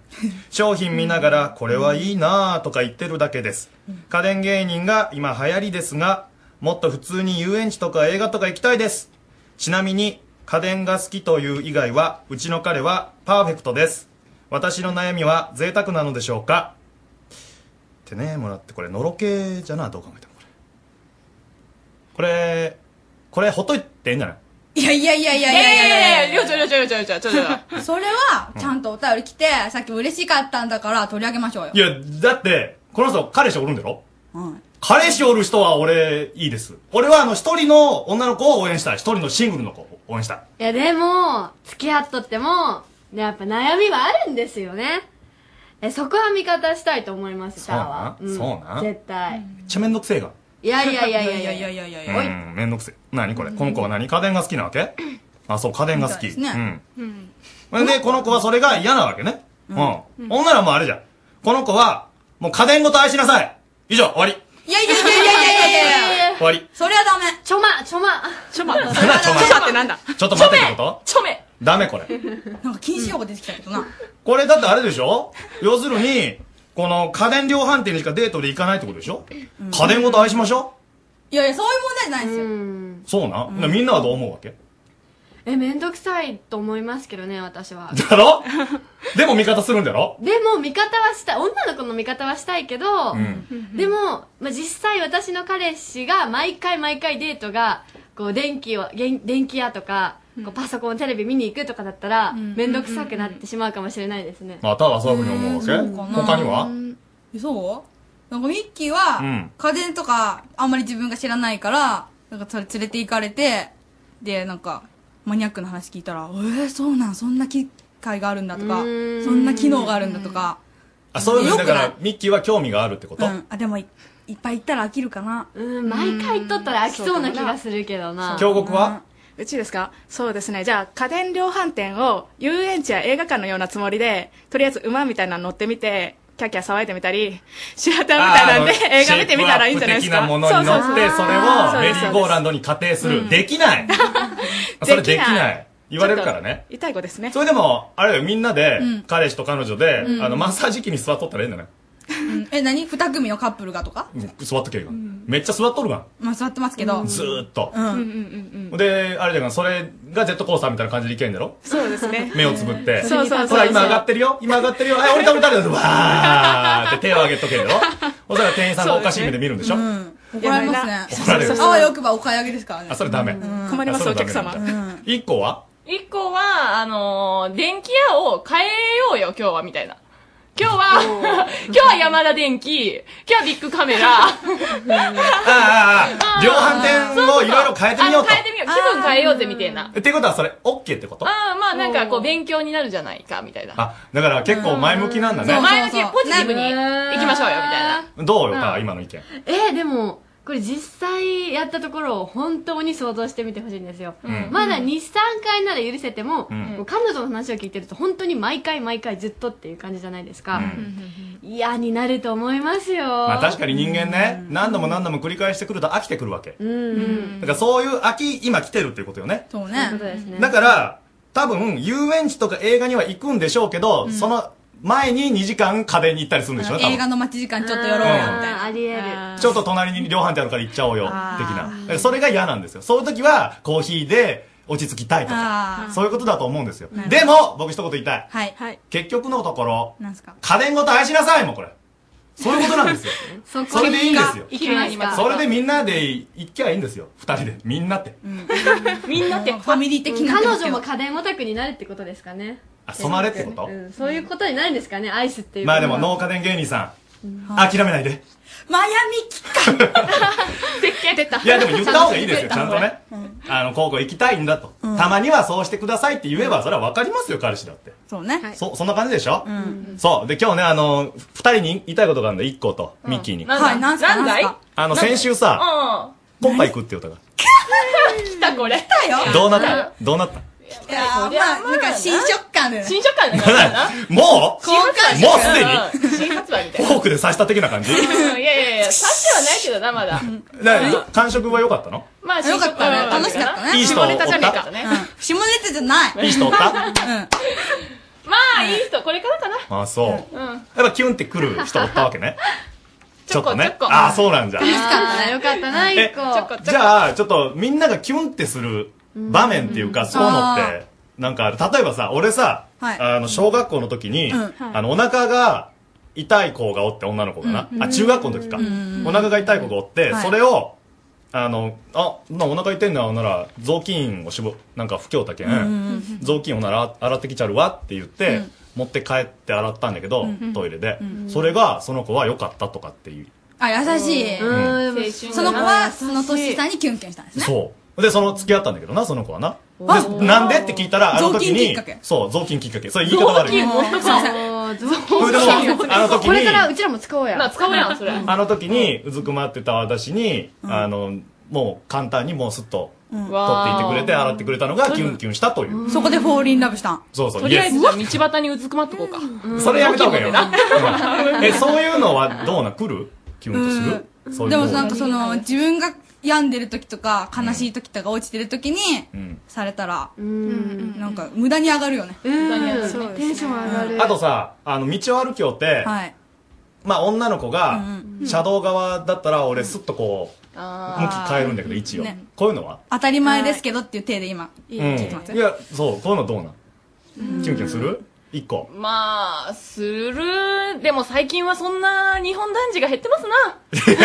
[SPEAKER 22] 商品見ながら、これはいいなぁとか言ってるだけです。家電芸人が今流行りですが、もっと普通に遊園地とか映画とか行きたいです。ちなみに、家電が好きという以外は、うちの彼はパーフェクトです。私の悩みは贅沢なのでしょうかってね、もらって、これ、のろけじゃな、どう考えてもこれ。これ、これ、ほっといていいんじゃない
[SPEAKER 25] いやいやいやいやいやいやいや
[SPEAKER 24] いやいやいやりょうちょりょうちょりょうちょりょうちょりょうちょ
[SPEAKER 25] それはちゃんとお便り来てさっき嬉しかったんだから取り上げましょうよ
[SPEAKER 22] いや、だって、この人、彼氏おるんだろ彼氏おる人は俺、いいです。俺は、あの、一人の女の子を応援したい。一人のシングルの子を応援したい。
[SPEAKER 23] いやでも付き合っとってもやっぱ悩みはあるんですよねえそこは味方したいと思いますシャアは
[SPEAKER 22] そうなんそうなん
[SPEAKER 23] 絶対
[SPEAKER 22] めっちゃめんどくせえが。
[SPEAKER 23] いやいやいやいやいやい
[SPEAKER 25] やいやいや
[SPEAKER 22] う
[SPEAKER 25] おい
[SPEAKER 22] ん、めんどくせえ。何これこの子は何家電が好きなわけあ、そう、家電が好き。
[SPEAKER 25] みたいですねうん
[SPEAKER 22] うん。で、この子はそれが嫌なわけね。うん。女の子もあれじゃん。この子は、もう家電ごと愛しなさい以上、終わり
[SPEAKER 25] いやいやいやいやいやいやいや
[SPEAKER 22] 終わり
[SPEAKER 25] それはダメ
[SPEAKER 23] ちょまちょま
[SPEAKER 25] ちょま
[SPEAKER 22] ちょまちょまちょまってなん
[SPEAKER 25] だ
[SPEAKER 22] ちょっと待ってってこと
[SPEAKER 25] ちょめ
[SPEAKER 22] ダメこれ。
[SPEAKER 25] なんか禁止用語出てきたけどな
[SPEAKER 22] これだってあれでしょ要するに、この家電量販店にしかデートで行かないってことでしょ
[SPEAKER 25] うん
[SPEAKER 22] 家電ごと愛しましょ
[SPEAKER 25] いやいやそういう問題じゃないんですよ
[SPEAKER 22] うそうな。なみんなはどう思うわけ
[SPEAKER 23] えめんどくさいと思いますけどね私は
[SPEAKER 22] だろでも味方するんだろ
[SPEAKER 23] でも味方はしたい女の子の味方はしたいけど、
[SPEAKER 22] うん
[SPEAKER 23] でも、まあ、実際私の彼氏が毎回毎回デートがこう電気をげん電気屋とか、こうパソコンテレビ見に行くとかだったら面倒、くさくなってしまうかもしれないですね、
[SPEAKER 22] またはそういうふうに思うわけ
[SPEAKER 25] へーそうかな
[SPEAKER 22] 他には
[SPEAKER 25] そうなんかミッキー
[SPEAKER 22] う
[SPEAKER 25] は
[SPEAKER 22] ん
[SPEAKER 25] 家電とかあんまり自分が知らないからなんかそれ連れて行かれてでなんかマニアックな話聞いたら「えー、そうなんそんな機械があるんだ」とか「そんな機能があるんだ」とか
[SPEAKER 22] あ、そういうふうに、だ
[SPEAKER 25] よく
[SPEAKER 22] か
[SPEAKER 25] ない
[SPEAKER 22] ら、ミッキーは興味があるってこと
[SPEAKER 25] あでもいいっぱい行ったら飽きるかな
[SPEAKER 23] うん毎回行っとったら飽きそうな気がするけどな
[SPEAKER 22] 京極は
[SPEAKER 26] うちですかそうですね。じゃあ、家電量販店を遊園地や映画館のようなつもりで、とりあえず馬みたいなの乗ってみて、キャキャ騒いでみたり、シアターみたいなんで
[SPEAKER 22] あーあの
[SPEAKER 26] 映画見てみたらいいんじゃないですか。
[SPEAKER 22] シェイプアップ的なものに乗って、それをメリーゴーラ
[SPEAKER 26] ン
[SPEAKER 22] ンドに仮定する。できないあそれできない。言われるからね。
[SPEAKER 26] 痛い子ですね
[SPEAKER 22] それでも、あれだよ、みんなで
[SPEAKER 25] うん、
[SPEAKER 22] 彼氏と彼女で
[SPEAKER 25] う、ん
[SPEAKER 22] あの、マッサージ機に座っとったらいいんだね。
[SPEAKER 25] うんえ、何二組のカップルがとか
[SPEAKER 22] うん座っとけるが。めっちゃ座っとるが。
[SPEAKER 25] まあ座ってますけど。
[SPEAKER 22] ずーっと
[SPEAKER 25] う。ん。うん
[SPEAKER 22] で、あれだよ、それがジェットコースターみたいな感じで行けんだろ
[SPEAKER 26] そうです ね
[SPEAKER 22] 目をつぶって。
[SPEAKER 26] そうそうそう
[SPEAKER 22] ほら、今上がってるよ今上がってるよあ、降りた降りた降りたわーって手を上げとけるよ。おそらく店員さんがおかしい目で見るんでしょ
[SPEAKER 25] 怒られますね。
[SPEAKER 22] 怒られる
[SPEAKER 25] あわよくばお買い上げですからね。
[SPEAKER 22] あ、それダメ。
[SPEAKER 26] 困ります
[SPEAKER 22] あそれダメなんだ
[SPEAKER 26] お客様
[SPEAKER 22] 一個は
[SPEAKER 5] 一個は、あのー電気屋を変えようよ、今日は、みたいな。今日は、 今日は山田電機、今日はビッグカメラ。
[SPEAKER 22] ああ、ああ、量販店をいろいろ変えてみよう
[SPEAKER 5] あ変えてみよう。気分変えようぜ、みたいな。
[SPEAKER 22] と。ってことはそれ、オッケーってこと
[SPEAKER 5] ああ、まあなんかこう、勉強になるじゃないか、みたいな。
[SPEAKER 22] あ、だから結構前向きなんだね。
[SPEAKER 5] 前向き、ポジティブに行きましょうよ、みたいな。
[SPEAKER 22] どうよ、
[SPEAKER 5] うん
[SPEAKER 22] か今の意見。
[SPEAKER 23] えーでも、これ実際やったところを本当に想像してみてほしいんですよ。
[SPEAKER 22] うん
[SPEAKER 23] まだ2、3回なら許せても、
[SPEAKER 5] うん
[SPEAKER 23] もう彼女の話を聞いてると本当に毎回毎回ずっとっていう感じじゃないですか。嫌になると思いますよ。
[SPEAKER 22] まあ確かに人間ね、何度も何度も繰り返してくると飽きてくるわけ。
[SPEAKER 23] うん。うん。
[SPEAKER 22] だからそういう飽き、今来てるっていうことよね。
[SPEAKER 25] そう
[SPEAKER 23] ね。そういうことですね。
[SPEAKER 22] だから、多分、遊園地とか映画には行くんでしょうけど、その前に2時間家電に行ったりするんでしょ、多
[SPEAKER 25] 映
[SPEAKER 22] 分。
[SPEAKER 25] 画の待ち時間ちょっと寄ろうよみたいな。
[SPEAKER 23] あり得
[SPEAKER 22] ちょっと隣に量販店あるから行っちゃおうよ、的な。だからそれが嫌なんですよ。そういう時は、コーヒーで落ち着きたいと
[SPEAKER 25] あ
[SPEAKER 22] か
[SPEAKER 25] ー、
[SPEAKER 22] そういうことだと思うんですよ
[SPEAKER 25] なる。ほど
[SPEAKER 22] でも、僕一言言いたい。
[SPEAKER 25] はい。はい。
[SPEAKER 22] 結局のところ、
[SPEAKER 25] なんすか
[SPEAKER 22] 家電ごと愛しなさいもん、これ。そういうことなんですよ。
[SPEAKER 25] そ
[SPEAKER 22] それでいいんですよ。
[SPEAKER 25] ます
[SPEAKER 22] それでみんなで行きゃいいんですよ。二人で。みんなって。
[SPEAKER 23] みんなって、ファミリー
[SPEAKER 25] 的
[SPEAKER 23] な。
[SPEAKER 25] な
[SPEAKER 23] 彼女も家電オタクになるってことですかね。
[SPEAKER 22] あ、染まれってこと
[SPEAKER 23] うんそういうことになるんですかね、アイスっていう。
[SPEAKER 22] まあでも、農家電芸人さん、諦めないで。
[SPEAKER 23] マヤミキか絶景出た
[SPEAKER 22] いや、でも言った方がいいですよ、ちゃんとね。あの、高校行きたいんだと。たまにはそうしてくださいって言えば、それはわかりますよ、彼氏だって。
[SPEAKER 25] そうね。
[SPEAKER 22] そ、そんな感じでしょ
[SPEAKER 25] うん。
[SPEAKER 22] そう。で、今日ね、あの、二人に言いたいことがあるんだ、一個と、ミッキーに。
[SPEAKER 25] はい、なんすか
[SPEAKER 5] なんだい
[SPEAKER 25] なんすか
[SPEAKER 22] あの、先週さ、
[SPEAKER 5] さ、
[SPEAKER 22] コンパ行くって言ったか
[SPEAKER 5] うん。来たこれ。来
[SPEAKER 25] たよ
[SPEAKER 22] ら。どうなったどうなった
[SPEAKER 25] いやーまあ、なんか新食感で。新
[SPEAKER 5] 食感で。
[SPEAKER 22] もう
[SPEAKER 5] 新発売
[SPEAKER 22] もうすでに
[SPEAKER 5] うん新発売みたいな。
[SPEAKER 22] フォークで刺した的な感じ
[SPEAKER 5] うんいやいやいや、刺してはないけどな、まだ。
[SPEAKER 22] だから感触は良かったの
[SPEAKER 5] まあ、
[SPEAKER 25] よかったね。
[SPEAKER 5] うん
[SPEAKER 25] 楽しかったね。
[SPEAKER 22] いい人
[SPEAKER 25] 下ネタじゃねえ
[SPEAKER 22] お
[SPEAKER 25] か
[SPEAKER 22] っ。
[SPEAKER 25] うん下ネタじゃない。
[SPEAKER 22] いい人おった
[SPEAKER 5] まあ、いい人、これからかな。
[SPEAKER 22] あ、そう。
[SPEAKER 5] うん。
[SPEAKER 22] やっぱキュンってくる人おったわけね。 ちょっとね。
[SPEAKER 5] コ
[SPEAKER 22] ああ、そうなんじゃ。
[SPEAKER 23] ったな、よかったな、
[SPEAKER 22] え
[SPEAKER 23] 一個。
[SPEAKER 22] じゃあ、ちょっとみんながキュンってする場面っていうか、そういうのって、なんかある例えばさ、俺さ、
[SPEAKER 25] はい
[SPEAKER 22] あの、小学校の時に、
[SPEAKER 25] うん
[SPEAKER 22] あの、お腹が痛い子がおって、女の子がな。
[SPEAKER 25] うん
[SPEAKER 22] あ、中学校の時か。お腹が痛い子がおって、
[SPEAKER 25] はい
[SPEAKER 22] それを、あの、あ、なお腹痛いんだなら、雑巾をしぼ、なんか不況たけん、
[SPEAKER 25] うんうん
[SPEAKER 22] 雑巾をなら洗ってきちゃるわって言って、
[SPEAKER 25] うん
[SPEAKER 22] 持って帰って洗ったんだけど、
[SPEAKER 25] うん
[SPEAKER 22] トイレで、
[SPEAKER 25] うん
[SPEAKER 22] それが、その子は良かったとかっていう。
[SPEAKER 25] あ、優しい。
[SPEAKER 23] うん
[SPEAKER 25] うん
[SPEAKER 23] 青春
[SPEAKER 25] その子は、その年下にキュンキュンしたんですね。
[SPEAKER 22] そう。で、その付き合ったんだけどな、その子はな。
[SPEAKER 25] あ
[SPEAKER 22] で、なんでって聞いたら、あの時
[SPEAKER 25] 雑巾きっ
[SPEAKER 22] に
[SPEAKER 25] かけ、
[SPEAKER 22] そう、雑巾きっかけ。それ言い方悪い。
[SPEAKER 23] そうそう
[SPEAKER 22] これでもあの時に
[SPEAKER 23] これからうちらも使おうや。
[SPEAKER 5] まあ使おうやんそれ
[SPEAKER 22] あの時に、うずくまってた私に、あの、もう簡単にもうすっと、
[SPEAKER 25] うん
[SPEAKER 22] 取っていってくれて、洗ってくれたのがキュンキュンしたという。
[SPEAKER 25] そこでフォーリンラブしたん。
[SPEAKER 22] そうそう、
[SPEAKER 5] と
[SPEAKER 22] イ
[SPEAKER 5] り
[SPEAKER 22] エ
[SPEAKER 5] あえず、
[SPEAKER 22] ス。
[SPEAKER 5] じゃあ道端にうずくまっとこうか。
[SPEAKER 22] それやめた方がいいよ
[SPEAKER 5] 大きいもんで な
[SPEAKER 22] え、そういうのはどうな、来るキュンとする、そういう
[SPEAKER 25] で
[SPEAKER 22] の
[SPEAKER 25] もなんかその、自分が病んでる時とか、悲しい時とか落ちてる時に、
[SPEAKER 22] うん
[SPEAKER 25] されたら、なんか無駄に上がるよね。
[SPEAKER 23] そうテンション上がる。
[SPEAKER 22] あとさ、あの、道を歩きよって、
[SPEAKER 25] はい。
[SPEAKER 22] まあ女の子が、車道側だったら俺すっとこう、向き
[SPEAKER 25] あ
[SPEAKER 22] 変えるんだけど、位置を
[SPEAKER 25] ね。
[SPEAKER 22] こういうのは
[SPEAKER 25] 当たり前ですけどっていう体で今、
[SPEAKER 22] うん。い
[SPEAKER 25] 聞いてますよ。
[SPEAKER 22] や、そう、こういうのどうなんキュンキュンする一個。
[SPEAKER 5] まあ、する。でも最近はそんな日本男児が減ってますな。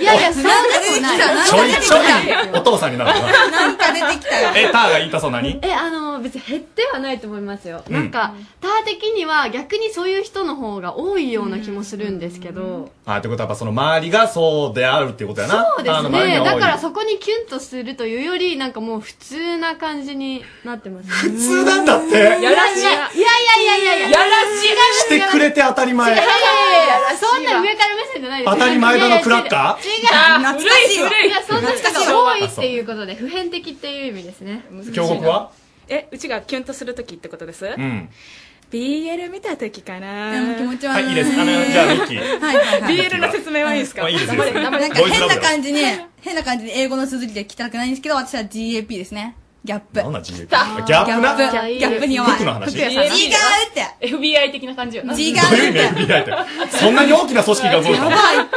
[SPEAKER 25] いやいやそんなことない
[SPEAKER 22] ちょいちょい、お父さんになるな。
[SPEAKER 23] なんか出てきたよ
[SPEAKER 22] え、ターが言いたそう何
[SPEAKER 23] え、あの、別に減ってはないと思いますよ。
[SPEAKER 22] うん
[SPEAKER 23] なんか、ター的には逆にそういう人の方が多いような気もするんですけど。
[SPEAKER 22] あ、ってことはやっぱその周りがそうであるっていうことやな。
[SPEAKER 23] そうで
[SPEAKER 22] あ
[SPEAKER 23] す
[SPEAKER 22] の周りに
[SPEAKER 23] ね。
[SPEAKER 22] は多
[SPEAKER 23] だ
[SPEAKER 22] い
[SPEAKER 23] からそこにキュンとするというより、なんかもう普通な感じになってます。普
[SPEAKER 22] 通なんだってやらしい
[SPEAKER 23] いやいやいやいやいや。
[SPEAKER 5] やらしい
[SPEAKER 22] してくれて当たり前
[SPEAKER 23] 違う。違う違うそんな上から目線じゃないです
[SPEAKER 22] 当たり前だのクラッカ
[SPEAKER 23] 違う違う
[SPEAKER 5] あー古い
[SPEAKER 23] 違う
[SPEAKER 5] 古い
[SPEAKER 23] いやそんな人
[SPEAKER 5] 懐かしい
[SPEAKER 23] が多いっていうことで普遍的っていう意味ですね
[SPEAKER 22] ー京極は
[SPEAKER 26] えうちがキュンとするときってことです、
[SPEAKER 22] うん
[SPEAKER 26] BL 見たときかな
[SPEAKER 25] 気持ち
[SPEAKER 22] は
[SPEAKER 25] 悪い。
[SPEAKER 22] い、いいです。あの、じゃあ、ミッキー。
[SPEAKER 25] はいはいはい
[SPEAKER 26] BL の説明はいいですか、
[SPEAKER 22] あいいですよ
[SPEAKER 25] なんか
[SPEAKER 22] ボイスラ
[SPEAKER 25] 変
[SPEAKER 22] ブ
[SPEAKER 25] な
[SPEAKER 22] よ
[SPEAKER 25] 感じに、変な感じで英語の綴りで聞きたくないんですけど、私は GAP ですね。ギャップ。
[SPEAKER 22] なんだ GAP ギ
[SPEAKER 25] た
[SPEAKER 22] ャップな
[SPEAKER 25] ギャップギャップに弱い
[SPEAKER 22] 服の話
[SPEAKER 25] 服屋さん違うって
[SPEAKER 5] FBI 的な感じよな
[SPEAKER 25] 違う
[SPEAKER 22] どういう意味 FBI ってそんなに大きな組織が動い
[SPEAKER 25] や
[SPEAKER 22] た
[SPEAKER 25] ば
[SPEAKER 22] の
[SPEAKER 25] いって。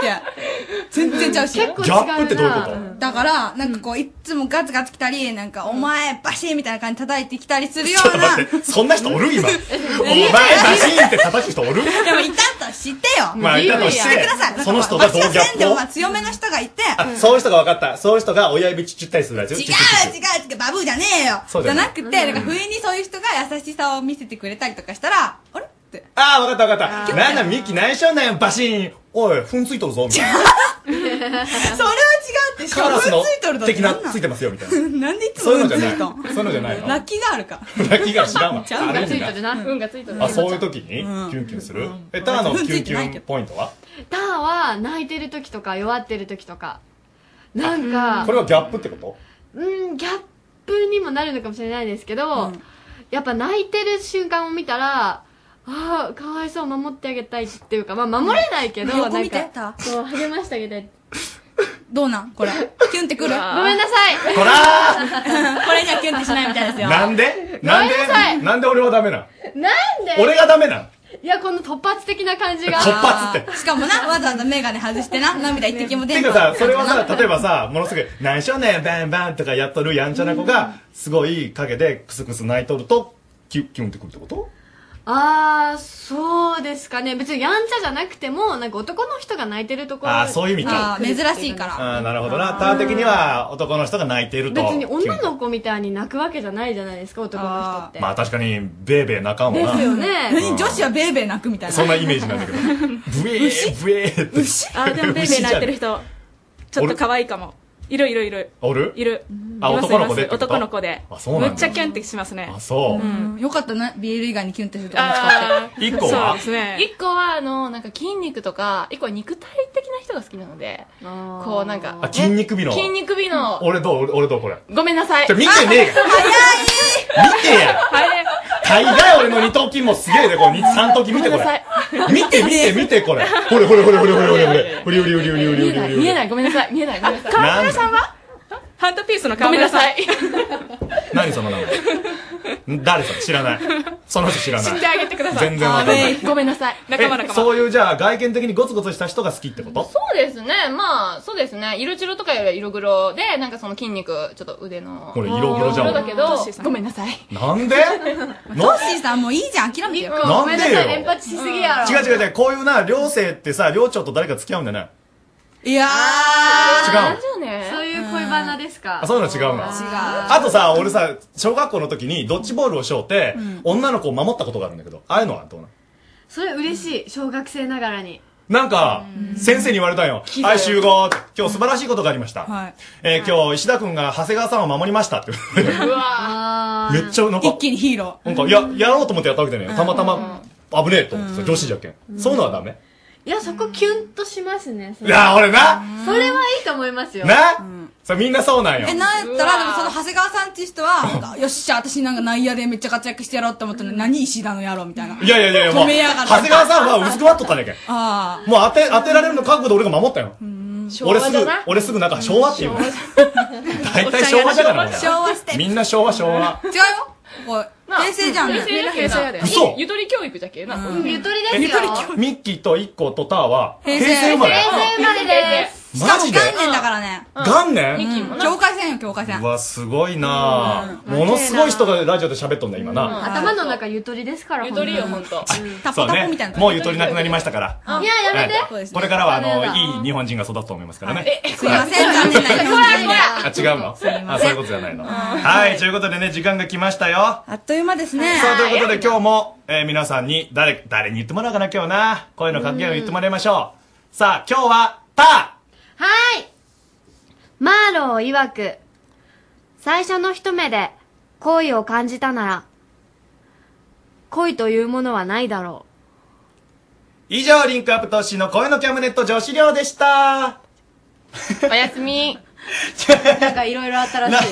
[SPEAKER 25] 全然ちゃうし。
[SPEAKER 22] 結構違うなギャップってどういうこと
[SPEAKER 25] だから、なんかこう、いっつもガツガツ来たり、なんか、お前、バシーンみたいな感じで叩いてきたりするよ
[SPEAKER 22] ちょ
[SPEAKER 25] う
[SPEAKER 22] っと
[SPEAKER 25] な。
[SPEAKER 22] 待ってそんな人おる今お前
[SPEAKER 25] い
[SPEAKER 22] バシーンって叩く人おる
[SPEAKER 25] でも、いたと知ってよ。
[SPEAKER 22] まあいたとして
[SPEAKER 25] 知ってください。
[SPEAKER 22] その人がどうギャップを
[SPEAKER 25] 私の線でもまあ強めの人がいて、
[SPEAKER 22] あそういう人が分かったそういう人が親指チュッチュったりするやつ
[SPEAKER 25] 違う
[SPEAKER 22] チュッチュッチュッチ
[SPEAKER 25] 違う
[SPEAKER 22] ュ
[SPEAKER 25] 違う、バブーじゃねえよ。
[SPEAKER 22] そう
[SPEAKER 25] じ
[SPEAKER 22] だ
[SPEAKER 25] ゃ
[SPEAKER 22] よね
[SPEAKER 25] なくて、なんか、不意にそういう人が優しさを見せてくれたりとかしたら、あれ
[SPEAKER 22] ああ分かった分かったなんだミッキー内緒なんやバシーンおい踏んついとるぞみたいな
[SPEAKER 25] それは違うって、
[SPEAKER 22] カラスの
[SPEAKER 25] ついとるだろ
[SPEAKER 22] 的なついてますよみたいな
[SPEAKER 25] なんでいつも
[SPEAKER 22] そういうのじゃ
[SPEAKER 25] つ
[SPEAKER 22] ない
[SPEAKER 25] いとん
[SPEAKER 22] そういうのじゃないの
[SPEAKER 25] ラッキーがあるか。
[SPEAKER 22] ラッキーが知らんわ
[SPEAKER 25] ちゃう
[SPEAKER 22] あるんだ
[SPEAKER 5] な運がついとる
[SPEAKER 22] あそういう時にキュンキュンするえターのキュンキュンポイントは
[SPEAKER 23] ターは泣いてる時とか弱ってる時とかなんか
[SPEAKER 22] これはギャップってこと
[SPEAKER 23] うんギャップにもなるのかもしれないですけど、やっぱ泣いてる瞬間を見たらああかわいそう守ってあげたいっていうかまあ守れないけど、
[SPEAKER 25] 横
[SPEAKER 23] なん
[SPEAKER 25] 見て
[SPEAKER 23] かそう励ましてあげたい
[SPEAKER 25] どうなんこれ。キュンってくる
[SPEAKER 23] ごめんなさい
[SPEAKER 22] こら
[SPEAKER 25] ー これにはキュンってしないみたいですよ。
[SPEAKER 22] なんでなん
[SPEAKER 23] ごめんなさい
[SPEAKER 22] でなんで俺はダメなん
[SPEAKER 23] なんで
[SPEAKER 22] 俺がダメなん
[SPEAKER 23] いやこの突発的な感じが
[SPEAKER 22] 突発って
[SPEAKER 25] しかもな、わざわざメガネ外してな、涙一滴も出
[SPEAKER 22] て
[SPEAKER 25] ん
[SPEAKER 22] か
[SPEAKER 25] と
[SPEAKER 22] さ、それはさ、例えばさ、ものすごい、何しょねん、バンバンとかやっとるやんちゃな子が、すごい影でクスクス泣いとると、キュキュンってくるってこと
[SPEAKER 23] ああそうですかね別にやんちゃじゃなくてもなんか男の人が泣いてるところ
[SPEAKER 22] ああ、そういう意味か。
[SPEAKER 23] あー珍しいから
[SPEAKER 22] ああ、なるほどな。ターン的には男の人が泣いていると。
[SPEAKER 23] 別に女の子みたいに泣くわけじゃないじゃないですか男の人って
[SPEAKER 22] まあ確かに、ベーベー泣かんわな。うん
[SPEAKER 25] 何女子はベーベー泣くみたいな。
[SPEAKER 22] そんなイメージなんだけど。ブエー、ブエーって。
[SPEAKER 26] あ、 でもベイベー泣いてる人、ちょっと可愛いかも。いるいるいる。
[SPEAKER 22] おる
[SPEAKER 26] いる。
[SPEAKER 22] あ
[SPEAKER 26] います
[SPEAKER 22] 男の子
[SPEAKER 26] いま
[SPEAKER 22] で
[SPEAKER 26] す
[SPEAKER 22] ってこと
[SPEAKER 26] 男の子で。
[SPEAKER 22] あそうなんだ
[SPEAKER 26] むっちゃキュンってしますね。
[SPEAKER 22] あ、そ
[SPEAKER 25] う
[SPEAKER 22] う。
[SPEAKER 25] んよかったな、BL 以外にキュンってすると思う
[SPEAKER 22] 一個は
[SPEAKER 26] そうですね
[SPEAKER 5] 一個は、あの、なんか筋肉とか、一個は肉体的な人が好きなので、こうなんか、
[SPEAKER 22] あ、筋肉美の。
[SPEAKER 5] 筋肉美の、
[SPEAKER 22] 俺どう俺俺どうこれ。
[SPEAKER 5] ごめんなさい。
[SPEAKER 22] じゃ、見てねえ か見てや
[SPEAKER 5] 早い
[SPEAKER 22] 大概俺の二頭筋もすげえで、これ、二三頭筋見てこれ。見て見 て見てこれ。ほれほれほれほれほれほれほれ。ほりほりほりほりほりほりほり。
[SPEAKER 5] 見えない、ごめんなさい。見えない、ごめんなさい。
[SPEAKER 22] 川村さ
[SPEAKER 5] んは
[SPEAKER 26] ハンドピースの顔面
[SPEAKER 5] ごめんなさい。
[SPEAKER 22] 何その名前。誰それ知らない。その人知らない。
[SPEAKER 5] げてく
[SPEAKER 22] ださい全然わかんない
[SPEAKER 5] ごめんなさい。
[SPEAKER 22] えそういうじゃあ外見的にゴツゴツした人が好きってこと
[SPEAKER 5] そうですね。まあ、そうですね。色白とかよりは色黒で、なんかその筋肉、ちょっと腕の。
[SPEAKER 22] これ色黒じゃん
[SPEAKER 5] だけど、ごめんなさい。
[SPEAKER 22] なんで
[SPEAKER 25] トッシーさんもういいじゃん、諦めてよ。
[SPEAKER 22] 個なんでよごめんなさい連
[SPEAKER 25] 発しすぎや
[SPEAKER 22] 違う違う違う、こういうな、寮生ってさ、寮長と誰か付き合うんじゃない
[SPEAKER 25] いや
[SPEAKER 22] ー違う
[SPEAKER 23] そういう恋バナですか
[SPEAKER 22] あ、そういうの違うの。あとさ、俺さ、小学校の時にドッジボールをしようって、女の子を守ったことがあるんだけど、ああいうのはどうなの
[SPEAKER 23] それ嬉しい小学生ながらに
[SPEAKER 22] なんか、先生に言われたんよ。
[SPEAKER 23] 聞いた
[SPEAKER 22] は
[SPEAKER 23] よ
[SPEAKER 22] い、集合って。今日素晴らしいことがありました。
[SPEAKER 23] はい
[SPEAKER 22] えー今日、石田くんが長谷川さんを守りましたって。
[SPEAKER 23] うわ
[SPEAKER 22] めっちゃ、なんか。一気
[SPEAKER 25] にヒーロ
[SPEAKER 22] ー。なんか、いや、やろうと思ってやったわけじゃないよ。たまたま、危ねえと思ってさ、女子じゃけん。そういうのはダメ。
[SPEAKER 23] いやそこキュンとしますねそ
[SPEAKER 22] い
[SPEAKER 23] れ
[SPEAKER 22] や、俺な、
[SPEAKER 23] それはいいと思いますよ
[SPEAKER 22] なさ、みんなそうなんよ
[SPEAKER 25] え、。なんやったら、でもその長谷川さんっていう人は、なんかよっしゃ、私なんか内野でめっちゃ活躍してやろうって思ったのに、何石田の野郎みたいな。
[SPEAKER 22] いやいやいやいや、も
[SPEAKER 25] 止
[SPEAKER 22] う、
[SPEAKER 25] めや
[SPEAKER 22] 長
[SPEAKER 25] がって。
[SPEAKER 22] 谷川さんは薄くわっとったねけん。
[SPEAKER 25] あ
[SPEAKER 22] もう当て、当てられるの覚悟で俺が守ったよ。
[SPEAKER 25] あ。
[SPEAKER 22] 俺すぐ、俺すぐなんか昭和って言うの。 大体昭和じゃないの
[SPEAKER 25] 昭和して。
[SPEAKER 22] みんな昭和昭和。
[SPEAKER 25] 違うよ。こう、平成じゃん。
[SPEAKER 5] 平成だけどな
[SPEAKER 22] 嘘
[SPEAKER 5] ゆとり教育じゃけえな。
[SPEAKER 23] うんゆとり
[SPEAKER 22] えミッキーと一個とターは、平成生まれ。
[SPEAKER 23] 生まれです
[SPEAKER 22] マジで
[SPEAKER 25] しかも元年だからね。
[SPEAKER 22] うん元年ミッキー
[SPEAKER 25] うん境界線よ、境界線
[SPEAKER 22] う。わ、すごいなあものすごい人がラジオで喋っとんだ、今な。
[SPEAKER 23] 頭の中ゆとりですからゆとりよ本当
[SPEAKER 22] タポタポみたいな。もうゆとりなくなりましたから。
[SPEAKER 23] いややめて
[SPEAKER 22] はいこれからは、あ
[SPEAKER 23] ダメ
[SPEAKER 22] の、
[SPEAKER 23] だ
[SPEAKER 22] いい日本人が育つと思いますからね。
[SPEAKER 25] すいません、残念ながら
[SPEAKER 23] こらこ
[SPEAKER 22] あ、違うのあ、そういうことじゃないの。はい、ということでね、時間が来ましたよ。
[SPEAKER 25] あっという間ですね。
[SPEAKER 22] さあ、ということで今日も、えー皆さんに、誰、誰に言ってもらおうかな、今日な。声の格言を言ってもらいましょう。さあ、今日は、タ
[SPEAKER 23] はいマーロー曰く最初の一目で恋を感じたなら恋というものはないだろ
[SPEAKER 22] 以上、リンクアップ投資の声のキャムネット女子寮でした。
[SPEAKER 23] うおやす みなんかいろいろあったらしい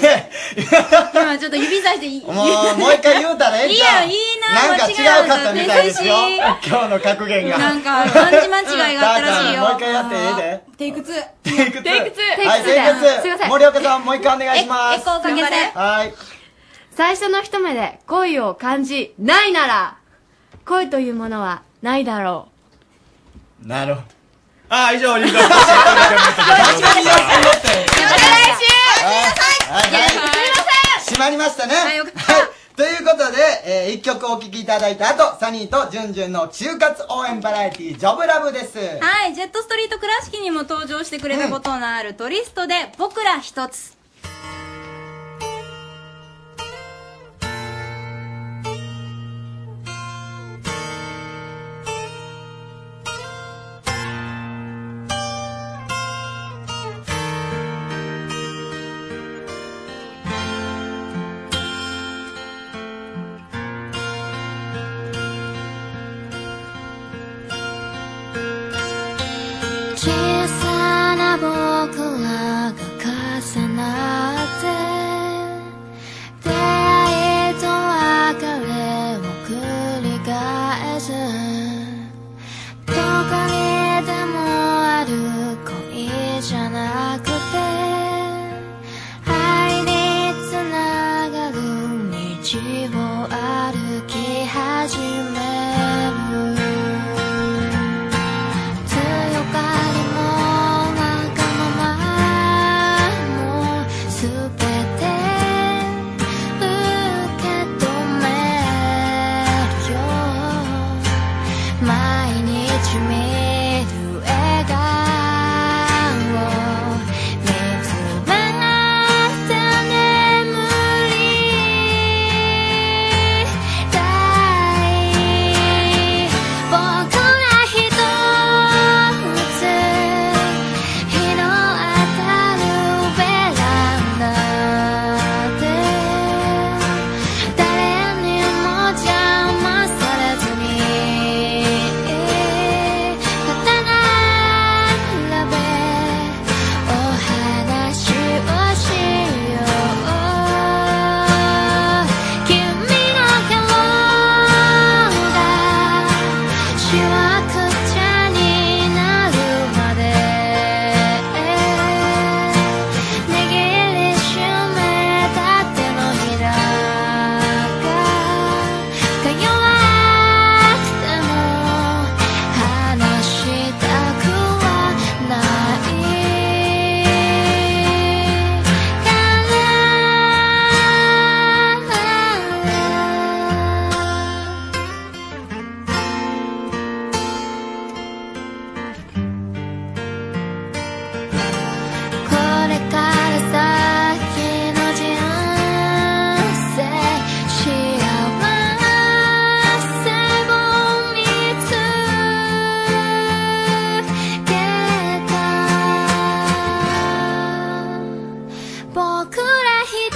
[SPEAKER 23] 今ちょっと指さしていい
[SPEAKER 2] もう、もう一回言うたらええんちゃう
[SPEAKER 25] いいよいい
[SPEAKER 2] な
[SPEAKER 25] なん
[SPEAKER 2] か違うかったみたいですよ。
[SPEAKER 25] 間違えた
[SPEAKER 2] 今日の格言が。
[SPEAKER 25] なんか、漢字間違いがあったらしいよ。
[SPEAKER 2] だからもう一回やってええで。
[SPEAKER 25] テイク2。
[SPEAKER 2] テイクツー。
[SPEAKER 25] テイクツー
[SPEAKER 2] はい、
[SPEAKER 25] テイクツー
[SPEAKER 2] テイクツー
[SPEAKER 25] すいません
[SPEAKER 2] 森岡さん、もう一回お願いします。
[SPEAKER 25] エコーかけて
[SPEAKER 2] はい。
[SPEAKER 23] 最初の一目で恋を感じないなら、恋というものはないだろう。
[SPEAKER 22] なるほど。ああ、以上、リンゴさん。よろしくお願いし
[SPEAKER 2] はいはい閉まりましたね。はい、ということで、えー、一曲お聴きいただいた後、サニーとジュンジュンの就活応援バラエティジョブラブです。
[SPEAKER 3] はい、ジェットストリート倉敷にも登場してくれたことのあるトリストで、僕ら一つ。
[SPEAKER 7] 小さな僕らが重なって出会いと別れを繰り返すどこにでもある恋じゃなくて愛につながる日を歩き始める強がりもわがままもすべて受け止めるよ毎日見る笑顔見つめて眠りたい僕らひとつ日の当たるベランダで誰にも邪魔されずに肩並べお話をしよう君の顔がしわくちゃになるまで握りしめた手のひらがか弱くても話したくはないからこれから先の人生幸せを見つけた僕らひと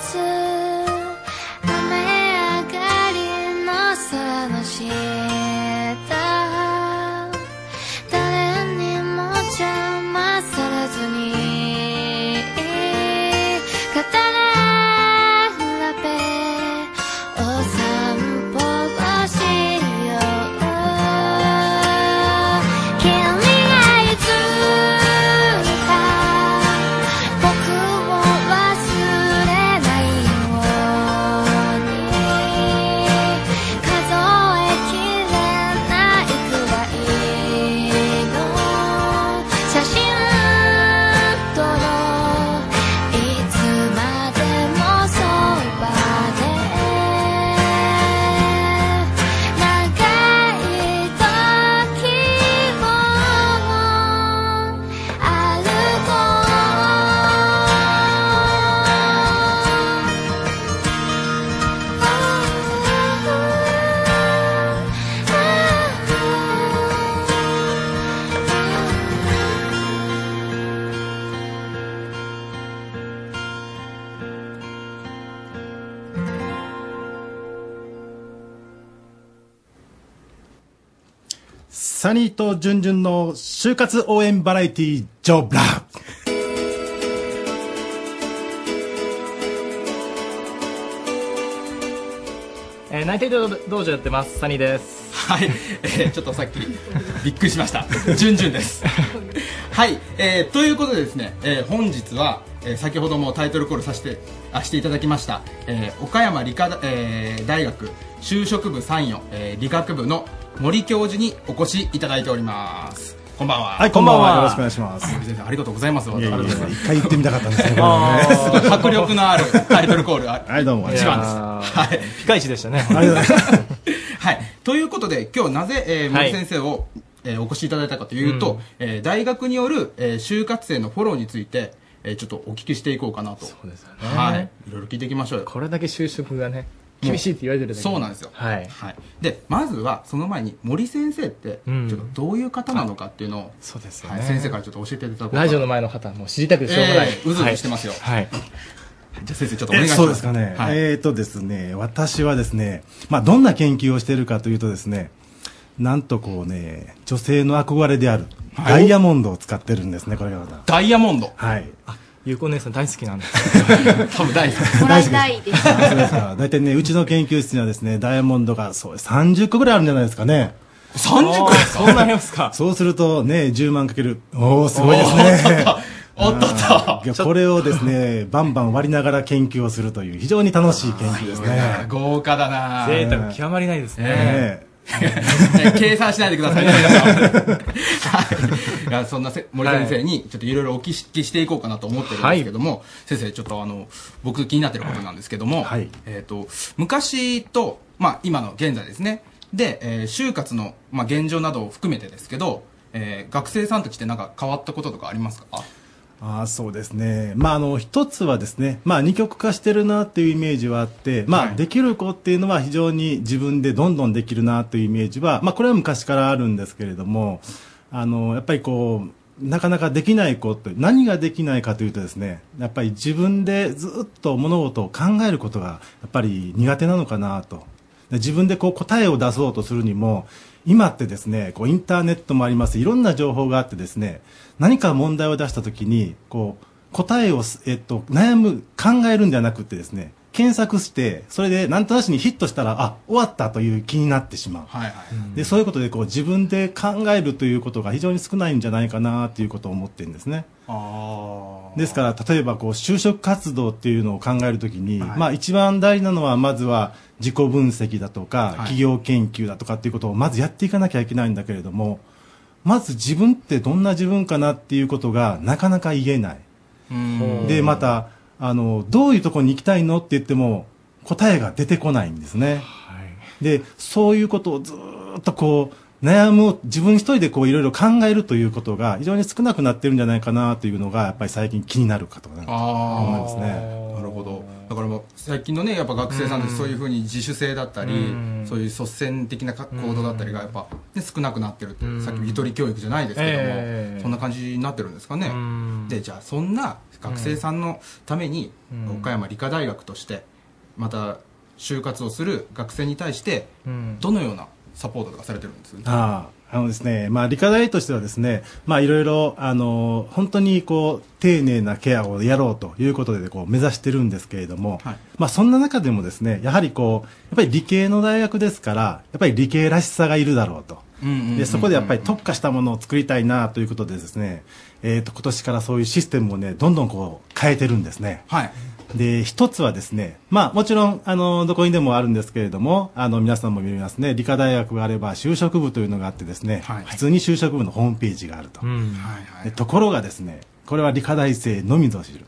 [SPEAKER 7] つ雨上がりのさの下誰にも邪魔されずに肩並べお散歩をしよう君がいつか僕を忘れないように数えきれないくらいの写真とのいつまでもそばで長い時を歩こう
[SPEAKER 27] サニーとジュンジュンの就活応援バラエティジョブラ
[SPEAKER 28] えー、内定道場やってますサニーですはい、えー、ちょっとさっきびっくりしましたジュンジュンですはい、えー、ということでですね、えー、本日は
[SPEAKER 29] えー先ほどもタイトルコールさせてあしていただきました、えー岡山理科大、えー大学就職部参与、えー理学部の森教授にお越しいただいておりますこんばんは
[SPEAKER 27] はいこんばんはよろしくお願いします
[SPEAKER 29] 森先生ありがとうございます
[SPEAKER 27] いやいやいや
[SPEAKER 29] ありがとうございます
[SPEAKER 27] 一回言ってみたかったんですねこれね
[SPEAKER 29] あーすごい迫力のあるタイトルコールはいどう
[SPEAKER 27] も
[SPEAKER 29] 一番ですはい
[SPEAKER 15] ピカイチでしたね
[SPEAKER 29] ありがとうございます はいということで今日なぜ、えー森先生を、えーお越しいただいたかというと、
[SPEAKER 15] うん
[SPEAKER 29] えー大学による、えー就活生のフォローについて、えーちょっとお聞きしていこうかなとそうですねはいいろいろ聞いていきましょうよ
[SPEAKER 15] これだけ就職がね厳しいって言われてるだけで
[SPEAKER 29] そうなんですよ
[SPEAKER 15] はい、
[SPEAKER 29] はい、でまずはその前に森先生ってちょっとどういう方なのかっていうのを、そうです
[SPEAKER 15] よね
[SPEAKER 29] はい、先生からちょっと教えていただこうかな
[SPEAKER 15] ラジオの前の方はもう知りたくてしょうがない、
[SPEAKER 29] えーうずうずしてますよ
[SPEAKER 15] はい、
[SPEAKER 29] じゃあ先生ちょっとお願い
[SPEAKER 27] え
[SPEAKER 29] します
[SPEAKER 27] そうですかね、
[SPEAKER 29] はい
[SPEAKER 27] えっ、とですね私はですね、まあ、どんな研究をしているかというとですねなんとこうね女性の憧れであるダイヤモンドを使ってるんですねこれがまた
[SPEAKER 29] ダイヤモンド
[SPEAKER 27] はい
[SPEAKER 15] ゆうこ姉さん大好きなんです
[SPEAKER 29] 多分大好
[SPEAKER 15] き
[SPEAKER 27] もらい
[SPEAKER 3] たいです
[SPEAKER 27] あそうですか大体ねうちの研究室にはですねダイヤモンドがそう30個ぐらいあるんじゃないですかね
[SPEAKER 29] 30個ですかそんなありますか
[SPEAKER 27] そうするとね10万かけるおおすごいですね
[SPEAKER 29] おっとっ
[SPEAKER 27] いやこれをですねバンバン割りながら研究をするという非常に楽しい研究ですね
[SPEAKER 29] 豪華だな
[SPEAKER 15] 贅沢極まりないですね、
[SPEAKER 27] ね
[SPEAKER 29] 計算しないでくださ いね皆さんはいいやそんなせ森先生にちょっといろいろお聞きしていこうかなと思ってるんですけども、先生ちょっとあの僕気になってることなんですけども、えっと昔と、まあ、今の現在ですねで、えー就活の、まあ、現状などを含めてですけど、えー学生さんたちってなんか変わったこととかありますか
[SPEAKER 27] ああそうですね、まあ、あの一つはですね、まあ、二極化してるなっていうイメージはあって、まあ、できる子っていうのは非常に自分でどんどんできるなというイメージは、まあ、これは昔からあるんですけれどもあのやっぱりこうなかなかできない子って何ができないかというとですねやっぱり自分でずっと物事を考えることがやっぱり苦手なのかなとで自分でこう答えを出そうとするにも今ってですねこうインターネットもありますいろんな情報があってですね何か問題を出した時にこう答えをす、えっと、悩む考えるんではなくてですね検索してそれで何となしにヒットしたらあ終わったという気になってしまう、
[SPEAKER 29] はいはい
[SPEAKER 27] でそういうことでこう自分で考えるということが非常に少ないんじゃないかなということを思ってるんですね。ですから例えばこう就職活動っていうのを考えるときに、まあ、一番大事なのはまずは自己分析だとか、企業研究だとかっていうことをまずやっていかなきゃいけないんだけれどもまず自分ってどんな自分かなっていうことがなかなか言えない。でまたあのどういうところに行きたいのって言っても答えが出てこないんですね、でそういうことをずーっとこう悩む自分一人でこういろいろ考えるということが非常に少なくなってるんじゃないかなというのがやっぱり最近気になるかとなと思いますね。
[SPEAKER 29] なるほどだからもう最近のねやっぱ学生さんってそういうふうに自主性だったり
[SPEAKER 15] うん
[SPEAKER 29] そういう率先的なか行動だったりがやっぱ、ね、少なくなってるってさっきのゆとり教育じゃないですけども、
[SPEAKER 15] ええ
[SPEAKER 29] そんな感じになってるんですかねでじゃあそんな学生さんのために
[SPEAKER 15] うん
[SPEAKER 29] 岡山理科大学としてまた就活をする学生に対して
[SPEAKER 15] うん
[SPEAKER 29] どのようなサポートとかされてるんです
[SPEAKER 27] あああのですね、まあ、理科大としてはですね、まあ、いろいろ、あの、本当に、こう、丁寧なケアをやろうということで、こう、目指してるんですけれども、まあ、そんな中でもですね、やはりこう、やっぱり理系の大学ですから、やっぱり理系らしさがいるだろうと。でそこでやっぱり特化したものを作りたいなということでですね、えー、と今年からそういうシステムをねどんどんこう変えてるんですね、
[SPEAKER 29] はい、
[SPEAKER 27] で一つはですね、まあ、もちろんあのどこにでもあるんですけれどもあの皆さんも見れますね理科大学があれば就職部というのがあってですね、普通に就職部のホームページがあると、でところがですねこれは理科大生のみぞ知る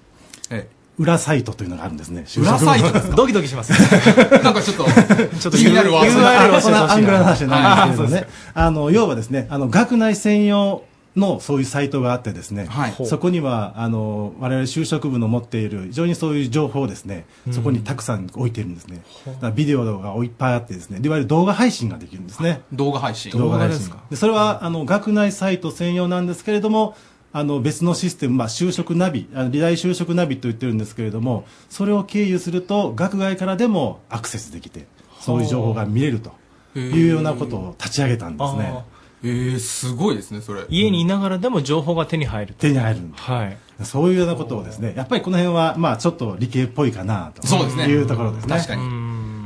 [SPEAKER 29] え
[SPEAKER 27] 裏サイトというのがあるんですね
[SPEAKER 15] 裏サイトですかドキドキします なん
[SPEAKER 29] かちょっと
[SPEAKER 27] ちょっと
[SPEAKER 15] 気になるワード
[SPEAKER 27] URL をそんなアングラの話じゃないんですけれど
[SPEAKER 15] は
[SPEAKER 27] ね。あの、要はですね、あの、学内専用のそういうサイトがあってですね、そこには、あの、我々就職部の持っている非常にそういう情報をですね、そこにたくさん置いてるんですね。だからビデオがいっぱいあってですね、いわゆる動画配信ができるんですね。
[SPEAKER 29] 動画配信
[SPEAKER 27] 動画配信でそれはあの学内サイト専用なんですけれどもあの別のシステム、まあ、就職ナビあの理大就職ナビと言ってるんですけれどもそれを経由すると学外からでもアクセスできてそういう情報が見れるというようなことを立ち上げたんですね。
[SPEAKER 29] えー、すごいですねそれ
[SPEAKER 15] 家にいながらでも情報が手に入る
[SPEAKER 27] 手に入るんでそういうようなことをですねやっぱりこの辺はまあちょっと理系っぽいかなと
[SPEAKER 29] そうですね
[SPEAKER 27] いうところですね
[SPEAKER 29] 確かに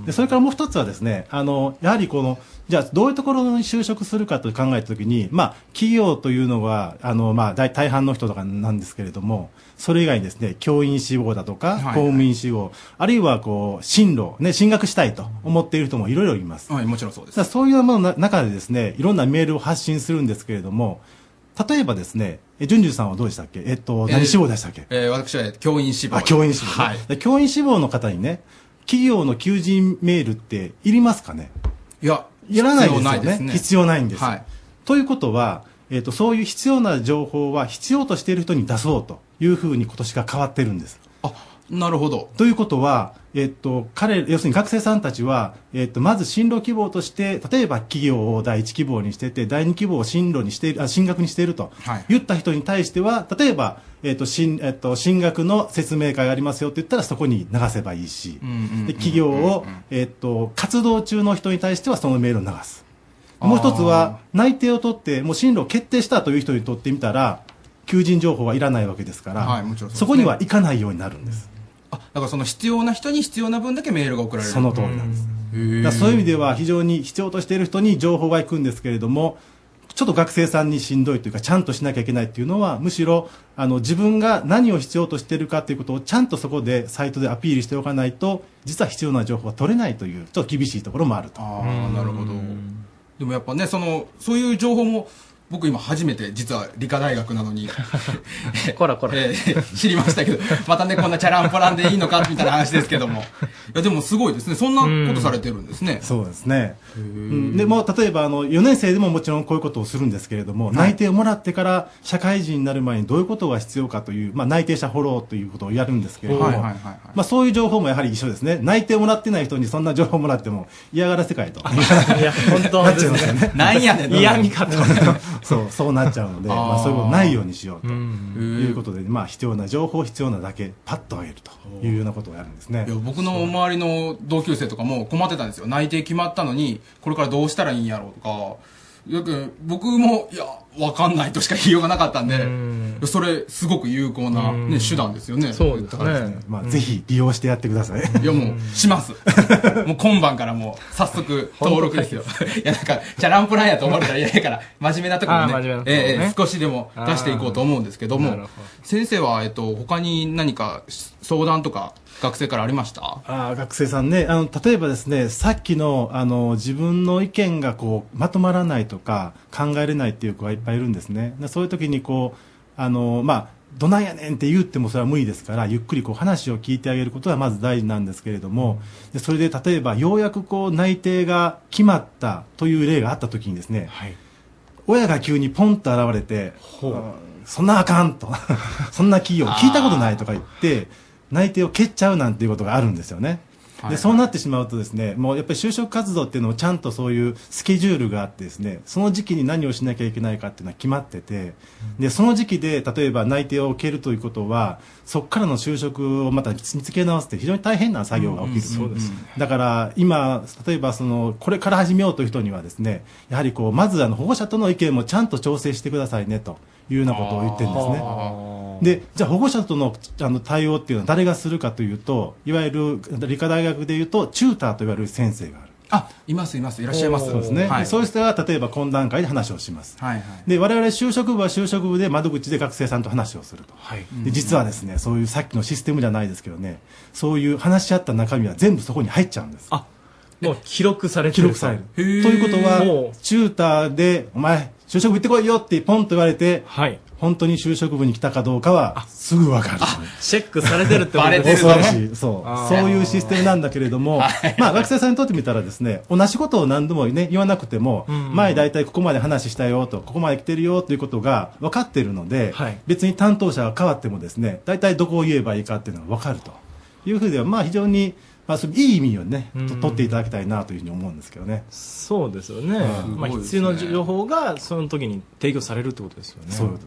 [SPEAKER 27] ででそれからもう一つはですねあのやはりこのじゃあどういうところに就職するかと考えた時に、まあ、企業というのはあの、まあ、大大半の人とかなんですけれどもそれ以外にですね教員志望だとか
[SPEAKER 29] い
[SPEAKER 27] 公務員志望あるいはこう進路、ね、進学したいと思っている人もいろいろいます、
[SPEAKER 29] はい、もちろんそうです。
[SPEAKER 27] さあそういうものの中でですね、いろんなメールを発信するんですけれども、例えばですね、え、じゅんじゅんさんはどうでしたっけえっと、
[SPEAKER 29] えー
[SPEAKER 27] 何志望でしたっけ、
[SPEAKER 29] えー私は教員志望。
[SPEAKER 27] あ、教員志望、
[SPEAKER 29] はい。
[SPEAKER 27] で教員志望の方にね、企業の求人メールっていりますかね
[SPEAKER 29] いや、
[SPEAKER 27] いらないですよね。
[SPEAKER 29] 必要ないですね
[SPEAKER 27] 必要ないんです。ということは、えっと、そういう必要な情報は必要としている人に出そうというふうに今年が変わってるんです。
[SPEAKER 29] なるほど。
[SPEAKER 27] ということは、えっと、彼、要するに学生さんたちは、えっと、まず進路希望として、例えば企業を第一希望にしてて、第二希望を進路にしている、あ、進学にしていると、
[SPEAKER 29] はい
[SPEAKER 27] 言った人に対しては、例えば、えっと、進、えっと、進学の説明会がありますよって言ったら、そこに流せばいいし、で企業を、えっと、活動中の人に対してはそのメールを流す。もう一つは、内定を取って、もう進路を決定したという人にとってみたら、求人情報はいらないわけですから、
[SPEAKER 29] はいもちろんそうですね
[SPEAKER 27] そこには行かないようになるんです。
[SPEAKER 29] だからその必要な人に必要な分だけメールが送られる。
[SPEAKER 27] その通りなんです。
[SPEAKER 29] へえ
[SPEAKER 27] だからそういう意味では非常に必要としている人に情報が行くんですけれどもちょっと学生さんにしんどいというかちゃんとしなきゃいけないっていうのはむしろあの自分が何を必要としているかということをちゃんとそこでサイトでアピールしておかないと実は必要な情報が取れないというちょっと厳しいところもあると。
[SPEAKER 29] ああ、なるほど。でもやっぱね、その、そういう情報も、僕今初めて、実は理科大学 なのに、こらこら、 えー知りましたけど、またね、こんなチャランポランでいいのか、みたいな話ですけども。いや、でもすごいですね。そんなことされてるんですね。
[SPEAKER 27] そうですね。うんでもう例えばあの4年生でももちろんこういうことをするんですけれども、内定をもらってから社会人になる前にどういうことが必要かという、まあ、内定者フォローということをやるんですけれども、
[SPEAKER 29] はいはいはいはい
[SPEAKER 27] まあ、そういう情報もやはり一緒ですね内定をもらってない人にそんな情報もらっても嫌がらせか いといや本当なっちゃいますよね
[SPEAKER 29] なんやねん
[SPEAKER 15] 嫌味かと
[SPEAKER 27] そうそうなっちゃうので
[SPEAKER 15] あー
[SPEAKER 27] まあ、そういうことないようにしようと
[SPEAKER 15] うん
[SPEAKER 27] いうことで、まあ、必要な情報必要なだけパッと上げるというようなことをやるんですね
[SPEAKER 29] いや僕の周りの同級生とかも困ってたんですよ内定決まったのにこれからどうしたらいいんやろうとかよく僕もいやわかんないとしか言いようがなかったんでそれすごく有効な、ね、手段ですよねそうです
[SPEAKER 27] まあ、ぜひ利用してやってください。
[SPEAKER 29] いやもうします もう今晩からもう早速登録ですよいやなんかチャランポランやと思われたら嫌やから真面目なところ
[SPEAKER 15] あー
[SPEAKER 29] ね
[SPEAKER 15] 真面目なところね
[SPEAKER 29] ええええ少しでも出していこうと思うんですけど
[SPEAKER 15] あーな
[SPEAKER 29] も
[SPEAKER 15] るほ
[SPEAKER 29] 先生は、えっと、他に何か相談とか学生からありました
[SPEAKER 27] あー学生さんねあの例えばですねさっきのあの自分の意見がこうまとまらないとか考えれないっていう子がいっぱいいるんですねでそういう時にこうあの、まあ、どないやねんって言ってもそれは無理ですからゆっくりこう話を聞いてあげることはまず大事なんですけれどもでそれで例えばようやくこう内定が決まったという例があった時にですね、親が急にポンと現れてあそんなあかんと そんな企業聞いたことないとか言って内定を蹴っちゃうなんていうことがあるんですよね。
[SPEAKER 29] はい
[SPEAKER 27] でそうなってしまうとですねもうやっぱり就職活動っていうのもちゃんとそういうスケジュールがあってですねその時期に何をしなきゃいけないかっていうのは決まっててでその時期で例えば内定を受けるということはそこからの就職をまた見つけ直すって非常に大変な作業が起きる
[SPEAKER 15] うんうんそうですね
[SPEAKER 27] だから今例えばそのこれから始めようという人にはですねやはりこうまずあの保護者との意見もちゃんと調整してくださいねというようなことを言ってるんですね。でじゃあ保護者とのあの対応っていうのは誰がするかというといわゆる理科大学でいうとチューターと言われる先生がある
[SPEAKER 29] いますいますいらっしゃいます
[SPEAKER 27] そうですね、
[SPEAKER 29] はい、
[SPEAKER 27] でそういう人が例えば懇談会で話をします
[SPEAKER 29] はいはい
[SPEAKER 27] で我々就職部は就職部で窓口で学生さんと話をすると、で実はですねそういうさっきのシステムじゃないですけどねそういう話し合った中身は全部そこに入っちゃうんですあ
[SPEAKER 15] もう記録されて
[SPEAKER 27] 記
[SPEAKER 15] る。
[SPEAKER 27] 録されるということはチューターで「お前就職部行ってこいよ」ってポンと言われて、本当に就職部に来たかどうかはすぐ分かる
[SPEAKER 15] チェックされてるってこと
[SPEAKER 27] 恐
[SPEAKER 15] です
[SPEAKER 27] ろしいそ
[SPEAKER 15] あー
[SPEAKER 27] うそういうシステムなんだけれども、まあ、学生さんにとってみたらですね同じことを何度も、ね、言わなくても、
[SPEAKER 15] うん
[SPEAKER 27] 前大体ここまで話したよとここまで来てるよということが分かっているので、別に担当者が変わってもですね大体どこを言えばいいかっていうのが分かるというふうでは、まあ、非常に、まあ、そういい意味をね、と取っていただきたいなというふうに思うんですけどね。
[SPEAKER 15] そうですよね。まあ、必要な情報がその時に提供されるってことですよね。
[SPEAKER 27] そう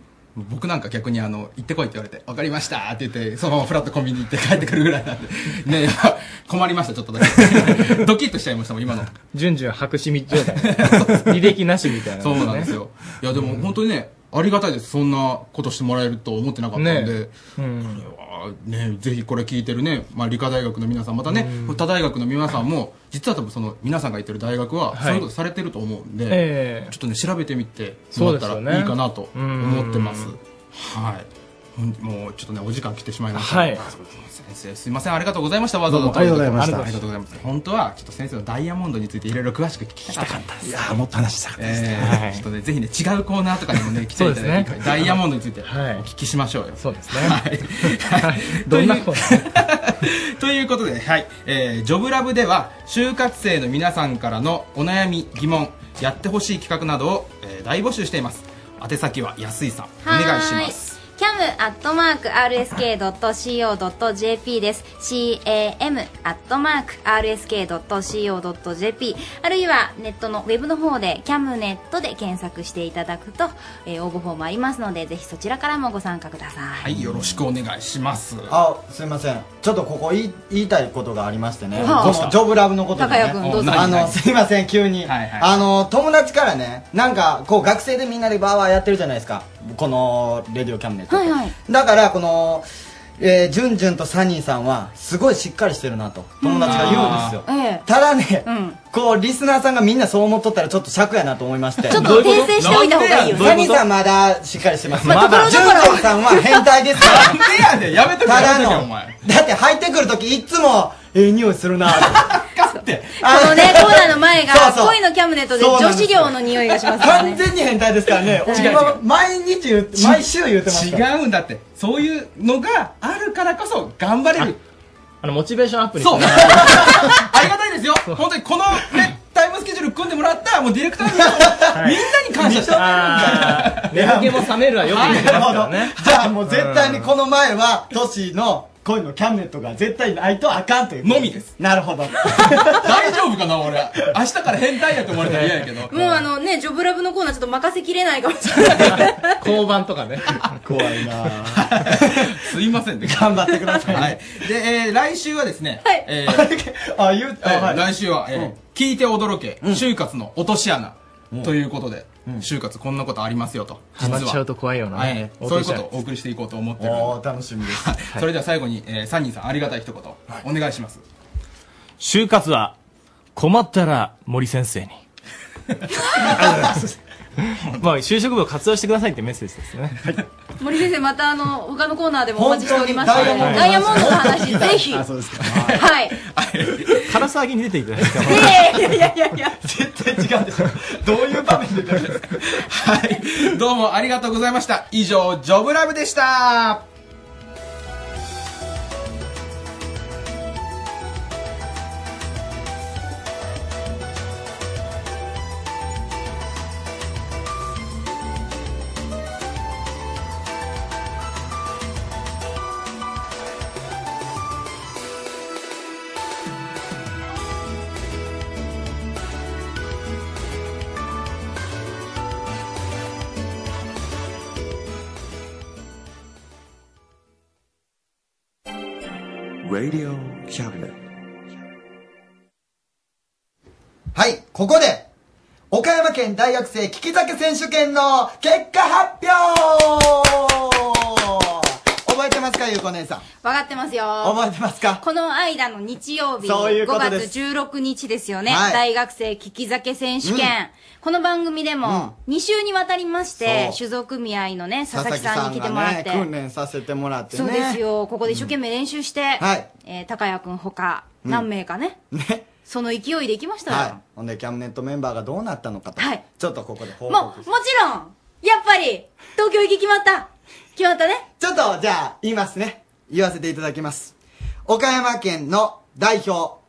[SPEAKER 29] 僕なんか逆にあの行ってこいって言われて分かりましたって言ってそのままフラッとコンビニ行って帰ってくるぐらいなんで ねやっぱ困りましたちょっとだけ ドキッとしちゃいましたもん今の
[SPEAKER 15] 順々白紙み状態。履歴なしみたいな、
[SPEAKER 29] そうなんですよ。いやでも本当にねありがたいです。そんなことしてもらえると思ってなかったんで。あね、ぜひこれ聞いてるね、まあ、理科大学の皆さんまたね、他大学の皆さんも実は多分その皆さんが行ってる大学は
[SPEAKER 27] はい
[SPEAKER 29] そういうことされてると思うんで、
[SPEAKER 27] ええ
[SPEAKER 29] ちょっとね調べてみて
[SPEAKER 27] そ
[SPEAKER 29] も
[SPEAKER 27] う
[SPEAKER 29] らっ
[SPEAKER 27] です
[SPEAKER 29] た
[SPEAKER 27] よね
[SPEAKER 29] らいいかなと思ってます
[SPEAKER 27] うん
[SPEAKER 29] はいほんもうちょっとねお時間来てしまいました、
[SPEAKER 27] はい
[SPEAKER 29] 先生すいませんありがとうございましたわざわざ
[SPEAKER 17] どうもありがとうございました
[SPEAKER 29] ありがとうございます本当はちょっと先生のダイヤモンドについていろいろ詳しく聞きたかったです
[SPEAKER 17] いやーもっと話したかったですね
[SPEAKER 29] えーちょっとねぜひね違うコーナーとかにもね来ていただいて、
[SPEAKER 27] そうですね
[SPEAKER 29] ダイヤモンドについてお聞きしましょうよそうですね はい
[SPEAKER 27] どんな
[SPEAKER 29] コーナーということで、はいえージョブラブでは就活生の皆さんからのお悩み疑問やってほしい企画などを、えー大募集しています宛先は安井さんお願いします
[SPEAKER 3] キャムアットマーク RSK.CO.JP です。CAM アットマーク RSK.CO.JP あるいはネットのウェブの方でキャムネットで検索していただくと、えー応募フォームありますのでぜひそちらからもご参加ください。
[SPEAKER 29] はいよろしくお願いします
[SPEAKER 2] あすいませんちょっとここ言い言いたいことがありましてね、
[SPEAKER 29] はあ
[SPEAKER 2] このジョブラブのことで、ね、
[SPEAKER 29] 高谷君どうぞ
[SPEAKER 2] あ
[SPEAKER 29] 何
[SPEAKER 2] のすいません急に、あの友達からねなんかこう学生でみんなでバーバーやってるじゃないですかこのレディオキャンネット、だからこのえー、ジュンジュンとサニーさんはすごいしっかりしてるなと友達が言うんですよ、
[SPEAKER 3] え
[SPEAKER 2] ただね、こうリスナーさんがみんなそう思っとったらちょっと尺やなと思いまして
[SPEAKER 3] ちょっと訂正しておいた方がいいよね
[SPEAKER 2] サニーさんまだしっかりしてます
[SPEAKER 3] まあところ
[SPEAKER 2] ジ
[SPEAKER 3] どころ
[SPEAKER 2] ュンジュンさんは変態ですから
[SPEAKER 29] なんでやねんやめとけ
[SPEAKER 2] ただ
[SPEAKER 29] やめとけ
[SPEAKER 2] の
[SPEAKER 29] お前
[SPEAKER 2] だって入ってくるときいつもええ匂いするなって
[SPEAKER 3] このね、コーナーの前が
[SPEAKER 2] そうそう
[SPEAKER 3] 恋のキャムネットで
[SPEAKER 2] そうな
[SPEAKER 3] 女
[SPEAKER 2] んです
[SPEAKER 3] 子
[SPEAKER 2] よ
[SPEAKER 3] 寮の匂いがしますから
[SPEAKER 2] 完
[SPEAKER 3] ね。
[SPEAKER 2] 全に変態ですからね
[SPEAKER 29] 違う
[SPEAKER 2] 俺は毎日言って毎週言ってますから
[SPEAKER 29] 違うんだってそういうのがあるからこそ頑張れる
[SPEAKER 27] あのモチベーションアップに
[SPEAKER 29] そう ありがたいですよ本当にこのねタイムスケジュール組んでもらったもうディレクターに もみんなに感謝して
[SPEAKER 27] 眠気も覚めるはよく言いますからね
[SPEAKER 2] じゃあもう絶対にこの前はトシの恋のキャンネットが絶対ないとあかんというのみですなる ほど
[SPEAKER 29] 大丈夫かな俺明日から変態やって思われたら嫌やけど
[SPEAKER 3] もうあのね、ジョブラブのコーナーちょっと任せきれないかもしれない。
[SPEAKER 29] 交番とかね
[SPEAKER 2] 怖いな
[SPEAKER 29] すいませんね
[SPEAKER 2] 頑張ってください、
[SPEAKER 29] はい、で、えー来週はですね、えー
[SPEAKER 2] あ言った
[SPEAKER 29] えー
[SPEAKER 2] はい
[SPEAKER 29] 来週は、えー聞いて驚け、就活の落とし穴、ということで、就活こんなことありますよと
[SPEAKER 27] ハマっちゃうと怖いよな
[SPEAKER 29] えーそういうことをお送りしていこうと思ってる
[SPEAKER 2] お楽しみです、
[SPEAKER 29] はいそれでは最後に、えー、サニーさんありがたい一言、お願いします
[SPEAKER 27] 就活は困ったら森先生に まあ就職部を活用してくださいってメッセージですね
[SPEAKER 3] 森先生、またあの、他のコーナーでもお待ちしておりますの
[SPEAKER 27] 本
[SPEAKER 3] で、
[SPEAKER 27] 当に
[SPEAKER 3] ダイヤモンドの話、ぜひ。
[SPEAKER 27] あ
[SPEAKER 3] は
[SPEAKER 27] そうですか
[SPEAKER 3] い。
[SPEAKER 27] 唐沢木に出ていただいて
[SPEAKER 3] いやいやいやいや。
[SPEAKER 29] どういう場面ではいどうもありがとうございました以上ジョブラブでした
[SPEAKER 12] Radio Cabinet.
[SPEAKER 2] はいここで岡山県大学生聞き酒選手権の結果発表覚えてますかゆうこ姉さん
[SPEAKER 3] わかってますよ。
[SPEAKER 2] 覚えてますか
[SPEAKER 3] この間の日曜日、
[SPEAKER 2] そういう
[SPEAKER 3] 5
[SPEAKER 2] こと
[SPEAKER 3] 月
[SPEAKER 2] です
[SPEAKER 3] 16日ですよね。
[SPEAKER 2] はい
[SPEAKER 3] 大学生聞き酒選手権。
[SPEAKER 2] うん
[SPEAKER 3] この番組でも、2週にわたりまして、
[SPEAKER 2] そう
[SPEAKER 3] 酒造組合のね、佐々木
[SPEAKER 2] 佐々
[SPEAKER 3] さん
[SPEAKER 2] 木
[SPEAKER 3] に来
[SPEAKER 2] さ
[SPEAKER 3] て
[SPEAKER 2] ん
[SPEAKER 3] もらっ
[SPEAKER 2] が
[SPEAKER 3] て。
[SPEAKER 2] ね訓練させてもらってね
[SPEAKER 3] そうですよ。ここで一生懸命練習して、
[SPEAKER 2] はい
[SPEAKER 3] えー高谷くん他、
[SPEAKER 2] うん
[SPEAKER 3] 何名かね。その勢いでいきましたよ。
[SPEAKER 2] はいほんでキャムネットメンバーがどうなったのかと、ちょっとここで報
[SPEAKER 3] もう、
[SPEAKER 2] 告
[SPEAKER 3] もちろん、やっぱり、東京行き決まった。決まったね。
[SPEAKER 2] ちょっと、じゃあ、言いますね。言わせていただきます。岡山県の代表、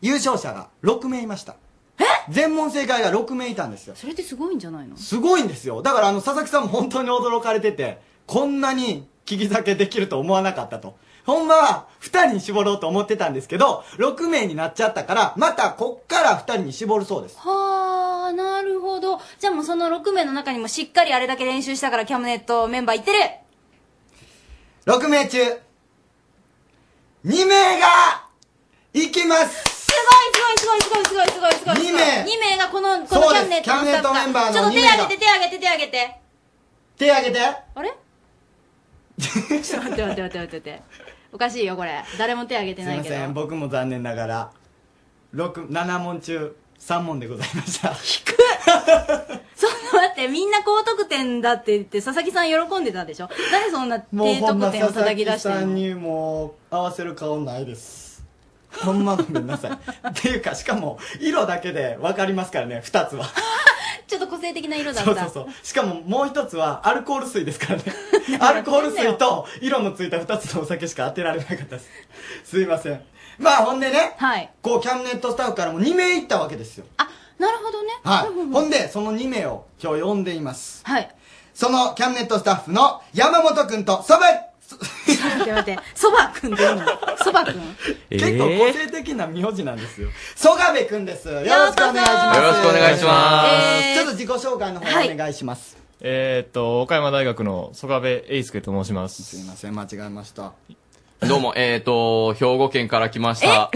[SPEAKER 2] 優勝者が6名いました。え全問正解が6名いたんですよ。
[SPEAKER 3] それってすごいんじゃないの
[SPEAKER 2] すごいんですよ。だから、あの、佐々木さんも本当に驚かれてて、こんなに聞き酒できると思わなかったと。ほんまは、2人に絞ろうと思ってたんですけど、6名になっちゃったから、またこっから2人に絞るそうです。
[SPEAKER 3] はあ、なるほど。じゃあもうその6名の中にもしっかりあれだけ練習したからキャムネットメンバーいってる
[SPEAKER 2] 6名中、2名が、行きます
[SPEAKER 3] すごいすごいすごいすごいすごいすごいすごい
[SPEAKER 2] 二名
[SPEAKER 3] 2名がこの、この
[SPEAKER 2] そう
[SPEAKER 3] キ
[SPEAKER 2] です
[SPEAKER 3] ャムネットのスタッフ
[SPEAKER 2] キャムネットメンバーの
[SPEAKER 3] ちょっと手
[SPEAKER 2] 二名が
[SPEAKER 3] 挙げて手挙げて手挙げて。
[SPEAKER 2] 手あげて
[SPEAKER 3] あれ ちょっと待って待って待って待って待っておかしいよこれ誰も手挙げて
[SPEAKER 2] すい
[SPEAKER 3] ない
[SPEAKER 2] ま
[SPEAKER 3] け
[SPEAKER 2] せん
[SPEAKER 3] ど
[SPEAKER 2] 僕も残念ながら六7問中3問でございました
[SPEAKER 3] そんな 待ってみんな高得点だって言って佐々木さん喜んでたでしょなんでそんな
[SPEAKER 2] もう
[SPEAKER 3] 低
[SPEAKER 2] ほんま
[SPEAKER 3] 得点を
[SPEAKER 2] 佐々
[SPEAKER 3] 叩き
[SPEAKER 2] 木
[SPEAKER 3] 出して
[SPEAKER 2] さ
[SPEAKER 3] ん
[SPEAKER 2] ん
[SPEAKER 3] の
[SPEAKER 2] にもう合わせる顔ないですほんまごめんなさい っていうかしかも色だけで分かりますからね2つは
[SPEAKER 3] ちょっと個性的な色だった
[SPEAKER 2] そうそうそうしかももう1つはアルコール水です からねアルコール水と色のついた2つのお酒しか当てられなかったですすいませんまあほんでね、こうキャンネットスタッフからも2名いったわけですよ
[SPEAKER 3] なるほどね
[SPEAKER 2] はい。ほんで、その2名を今日呼んでいます。はい。そのキャンネットスタッフの山本くんとそば、
[SPEAKER 3] 待って待ってそばくんでいいのそばくん
[SPEAKER 2] 結構個性的な名字なんですよ。曽我部くんです。よろしくお願いします。
[SPEAKER 17] よろしくお願いします
[SPEAKER 2] ちょっと自己紹介の方お願いします。
[SPEAKER 17] えー、っと、岡山大学の曽我部英介と申します。す
[SPEAKER 2] いません、間違えました。
[SPEAKER 17] どうも、えー、っと、兵庫県から来ました。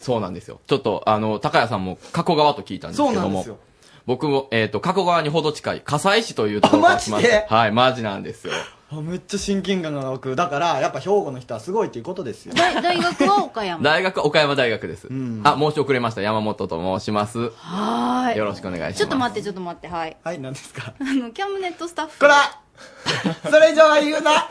[SPEAKER 17] そうなんですよ。ちょっと、あの、高谷さんも加古川と聞いたんですけ
[SPEAKER 2] そうな
[SPEAKER 17] ど
[SPEAKER 2] んです
[SPEAKER 17] も
[SPEAKER 2] よ。
[SPEAKER 17] 僕も、えー、っと、加古川にほど近い、葛西市というところから来
[SPEAKER 2] あ
[SPEAKER 17] まし
[SPEAKER 2] マジ
[SPEAKER 17] た。はい、マジなんですよ。
[SPEAKER 2] あめっちゃ親近感が湧く。だから、やっぱ兵庫の人はすごいということですよ。
[SPEAKER 3] 大大学は岡山
[SPEAKER 17] 大学は岡山大学です。あ、申し遅れました。山本と申します。
[SPEAKER 3] はーい
[SPEAKER 17] よろしくお願いします。
[SPEAKER 3] ちょっと待ってちょっと待ってはい
[SPEAKER 2] はい何ですか
[SPEAKER 3] あのキャムネットスタッフ
[SPEAKER 2] こらそれ以上は言う なな
[SPEAKER 3] っ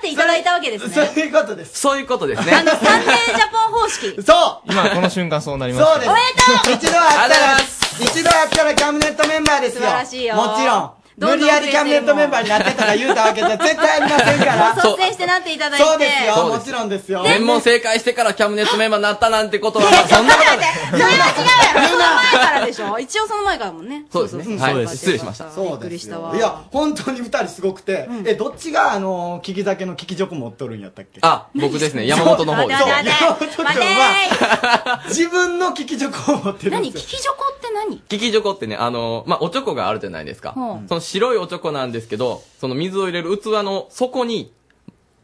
[SPEAKER 3] ていただいたわけですね
[SPEAKER 2] そういうことです。
[SPEAKER 17] そういうことですね。
[SPEAKER 3] あのサンデージャポン方式
[SPEAKER 2] そう
[SPEAKER 17] 今、この瞬間そうなりました。
[SPEAKER 2] そうです。一度はあったら、一度あったらキャムネットメンバーですよ。
[SPEAKER 3] 素晴らしいよ
[SPEAKER 2] もちろん。
[SPEAKER 3] どんどん
[SPEAKER 2] 無理やりキャムネットメンバーになってたら言うたわけじゃ絶対ありませんから。
[SPEAKER 3] 率先してなっていただいて
[SPEAKER 2] そうですよ。もちろんですよ。
[SPEAKER 17] 全問正解してからキャムネットメンバーになったなんてことは、まあそんなことない。
[SPEAKER 3] その前からでしょ 一応その前からもんね
[SPEAKER 17] そうですね。はい。失礼しました。
[SPEAKER 2] そう
[SPEAKER 3] びっく
[SPEAKER 2] で
[SPEAKER 3] り
[SPEAKER 2] す
[SPEAKER 3] した
[SPEAKER 2] よ
[SPEAKER 3] わ
[SPEAKER 2] いや、本当に二人すごくて、え、どっちが、あの、聞き酒の聞きョコ持っとるんやったっけ
[SPEAKER 17] あ、僕ですね。山本の方です。
[SPEAKER 2] そう、山本君は、自分の聞きョコを持ってるん
[SPEAKER 3] 何
[SPEAKER 2] で
[SPEAKER 3] 聞
[SPEAKER 2] すよ。
[SPEAKER 3] きジョコって何
[SPEAKER 17] キキジョコってね、あの、まあ、おチョコがあるじゃないですか。
[SPEAKER 3] ほう
[SPEAKER 17] その白いおチョコなんですけど、その水を入れる器の底に、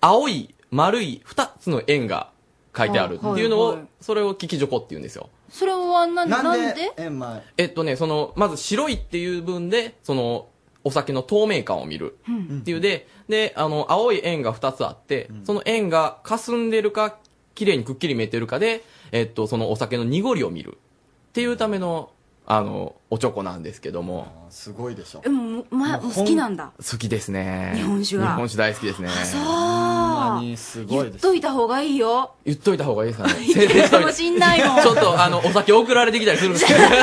[SPEAKER 17] 青い、丸い二つの円が書いてあるっていうの
[SPEAKER 3] はい
[SPEAKER 17] を
[SPEAKER 3] はい、
[SPEAKER 17] それをキキジョコって言うんですよ。
[SPEAKER 3] それはなんで
[SPEAKER 2] な
[SPEAKER 3] なん
[SPEAKER 2] で
[SPEAKER 3] んで
[SPEAKER 2] え、まあ、
[SPEAKER 17] えっとね、その、まず白いっていう分で、その、お酒の透明感を見る
[SPEAKER 3] うん
[SPEAKER 17] っていうで、で、あの、青い円が2つあって、その円が霞んでるか、綺麗にくっきり見えてるかで、えっと、そのお酒の濁りを見るっていうための、あの、おチョコなんですけども。
[SPEAKER 2] すごいでしょ
[SPEAKER 3] えもう、ま、好きなんだ
[SPEAKER 17] 好きですね。
[SPEAKER 3] 日本酒が
[SPEAKER 17] 日本酒大好きですね。
[SPEAKER 3] あそう
[SPEAKER 17] すごい
[SPEAKER 3] 言っ。といた方がいいよ
[SPEAKER 17] 言っといた方がいいですかね。
[SPEAKER 3] 言ってるかもしん ないもん
[SPEAKER 17] ちょっと、あの、お酒送られてきたりするんですけど。
[SPEAKER 2] 有名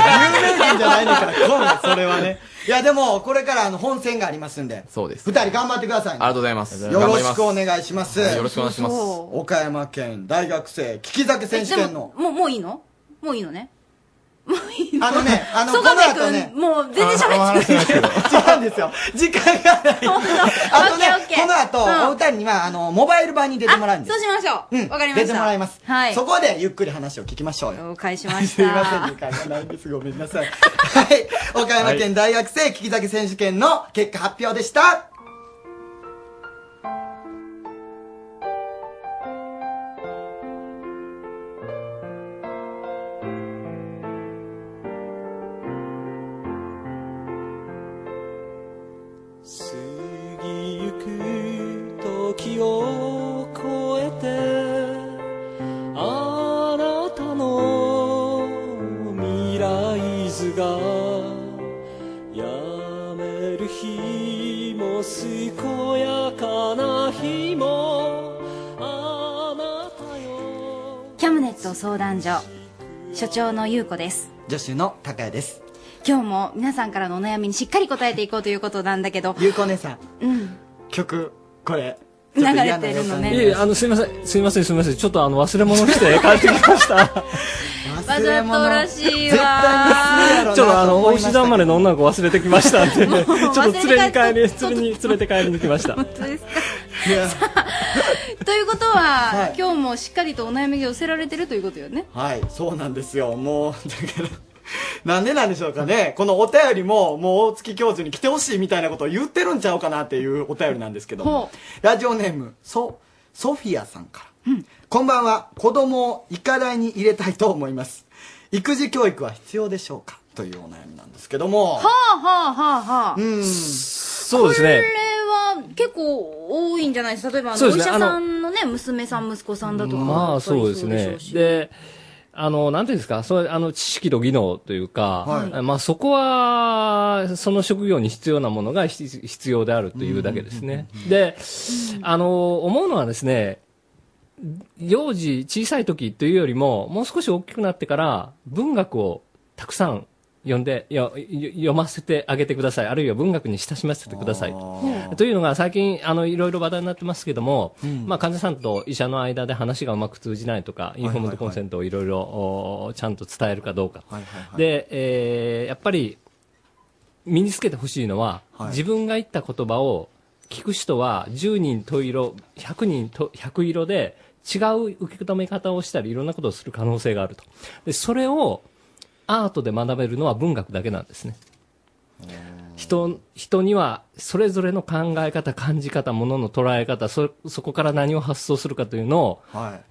[SPEAKER 2] 人じゃないんだから、今度それはね。いや、でも、これから、あの、本戦がありますんで、
[SPEAKER 17] そうです。
[SPEAKER 2] 二人頑張ってくださいね
[SPEAKER 17] ありがとうございます。
[SPEAKER 2] よろ
[SPEAKER 17] 頑張りま
[SPEAKER 2] し
[SPEAKER 17] す
[SPEAKER 2] くお願いします。
[SPEAKER 17] よろしくお願いします
[SPEAKER 2] 岡山県大学生聞き酒選手権の。
[SPEAKER 3] もうもういいのもういいのねもういいの
[SPEAKER 2] あのね、あの、
[SPEAKER 3] 曽
[SPEAKER 2] こ
[SPEAKER 3] 我
[SPEAKER 2] の
[SPEAKER 3] 部
[SPEAKER 2] 後
[SPEAKER 3] 君、
[SPEAKER 2] ね。
[SPEAKER 3] もう全然喋って
[SPEAKER 2] 違うんですよ。時間がない。あとね、この後、お二人には、あの、モバイル版に出てもらうんです
[SPEAKER 3] そう。しましょうわ、かりました
[SPEAKER 2] 出てもらいます。
[SPEAKER 3] はい
[SPEAKER 2] そこでゆっくり話を聞きましょうよ。
[SPEAKER 3] 了解しました
[SPEAKER 2] すいません、時間がないんです。ごめんなさい。はい。岡山県大学生聞き酒選手権の結果発表でした。
[SPEAKER 20] 過ぎゆく時を越えてあなたの未来図がやめる日も健やかな日もあなた
[SPEAKER 30] キャムネット相談所所長の優子です
[SPEAKER 2] 助手の高谷です。
[SPEAKER 3] 今日も皆さんからのお悩みにしっかり答えていこうということなんだけど
[SPEAKER 2] ゆうこ姉さん
[SPEAKER 3] うん
[SPEAKER 2] 曲、これ。
[SPEAKER 3] 流れてるの
[SPEAKER 16] い
[SPEAKER 3] ね
[SPEAKER 16] えいえ、あの、すいません、すいません、すいません。ちょっとあの、忘れ物して帰ってきました。
[SPEAKER 3] わざとらしいわ
[SPEAKER 16] ちょっとあの、大石段までの女の子忘れてきました んで、ちょっと連れに帰り、連れに、連れて帰りに来ました。
[SPEAKER 3] ということは、今日もしっかりとお悩みが寄せられてるということよね
[SPEAKER 2] はい、そうなんですよ。もう、だから、なんでなんでしょうかね。このお便りも、もう大月教授に来てほしいみたいなことを言ってるんちゃうかなっていうお便りなんですけども
[SPEAKER 31] ほ。
[SPEAKER 2] ラジオネーム、ソ、ソフィアさんから。こんばんは、子供をイカ大に入れたいと思います。育児教育は必要でしょうかというお悩みなんですけども。
[SPEAKER 3] はあはあはあはあ、
[SPEAKER 2] うん。
[SPEAKER 16] そうです
[SPEAKER 32] こ
[SPEAKER 16] ね。
[SPEAKER 32] れは結構多いんじゃないですか例えばあの、
[SPEAKER 16] そう
[SPEAKER 32] お
[SPEAKER 16] で
[SPEAKER 32] 医
[SPEAKER 16] すね
[SPEAKER 32] 者さんのね娘さん息子さんだとか
[SPEAKER 16] まあそうです
[SPEAKER 32] やっぱ
[SPEAKER 16] ね
[SPEAKER 32] りそうでしょうし。
[SPEAKER 16] で、あの、なんていうんですか、それ、あの、知識と技能というか、
[SPEAKER 32] はい
[SPEAKER 16] まあそこは、その職業に必要なものが必必要であるというだけですね。で、あの、思うのはですね、幼児、小さい時というよりも、もう少し大きくなってから、文学をたくさん読んで、よよ読ませてあげてください。あるいは文学に親しませてくださいと。というのが最近、あの、いろいろ話題になってますけども、まあ、患者さんと医者の間で話がうまく通じないとか、インフォームドコンセントをいろいろおちゃんと伝えるかどうか。で、えーやっぱり、身につけてほしいのは、自分が言った言葉を聞く人は10人十色、100人と100色で違う受け止め方をしたりいろんなことをする可能性があると。で、それをアートで学べるのは文学だけなんですね。人人にはそれぞれの考え方、感じ方、ものの捉え方そ、そこから何を発想するかというのを、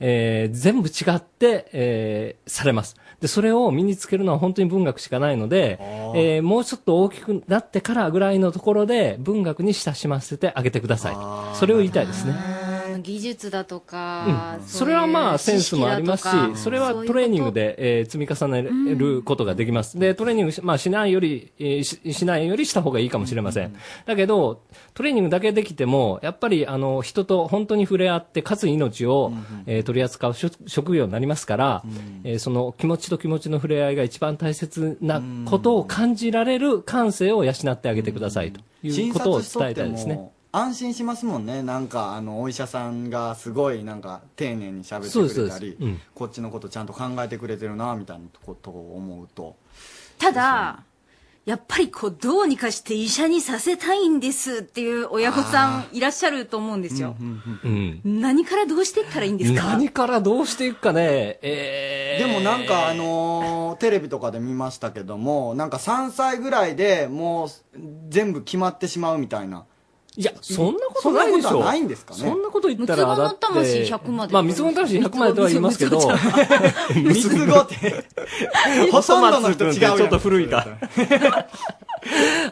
[SPEAKER 16] えー全部違って、えーされますで。それを身につけるのは本当に文学しかないので、えーもうちょっと大きくなってからぐらいのところで文学に親しませてあげてくださいと。それを言いたいですね。
[SPEAKER 32] あの技術だとか、
[SPEAKER 16] それはまあセンスもありますし
[SPEAKER 32] 知識だと、か
[SPEAKER 16] それはトレーニングで、えー積み重ねることができます。で、トレーニングし,、まあ、しないより、えーし、しないよりした方がいいかもしれません。だけど、トレーニングだけできても、やっぱり、あの、人と本当に触れ合って、かつ命を、えー取り扱う職職業になりますから、えーその気持ちと気持ちの触れ合いが一番大切なことを感じられる感性を養ってあげてくださいという
[SPEAKER 2] 診
[SPEAKER 16] ことを
[SPEAKER 2] 察しと
[SPEAKER 16] 伝
[SPEAKER 2] っ
[SPEAKER 16] え
[SPEAKER 2] て
[SPEAKER 16] たいですね。
[SPEAKER 2] も安心しますもんねなんかあのお医者さんがすごいなんか丁寧に喋ってくれた
[SPEAKER 16] そうで
[SPEAKER 2] り
[SPEAKER 16] す、そうですうん
[SPEAKER 2] こっちのことちゃんと考えてくれてるなみたいなことを思うと
[SPEAKER 3] ただ、やっぱりこう、どうにかして医者にさせたいんですっていう親御さんいらっしゃると思うんですよ。
[SPEAKER 16] うん
[SPEAKER 3] 何からどうしていったらいいんですか
[SPEAKER 16] 何からどうしていくかね、え
[SPEAKER 2] でもなんかあのーテレビとかで見ましたけどもなんか3歳ぐらいでもう全部決まってしまうみたいない
[SPEAKER 16] やそんなことないでしょ
[SPEAKER 2] そんなことはないんですかね
[SPEAKER 16] そんなこと言ったらだってまあ、三つ子の魂100までとは言いますけど、
[SPEAKER 2] 三つ子って、ほとんどの人違うやん
[SPEAKER 16] ちょっと古いか。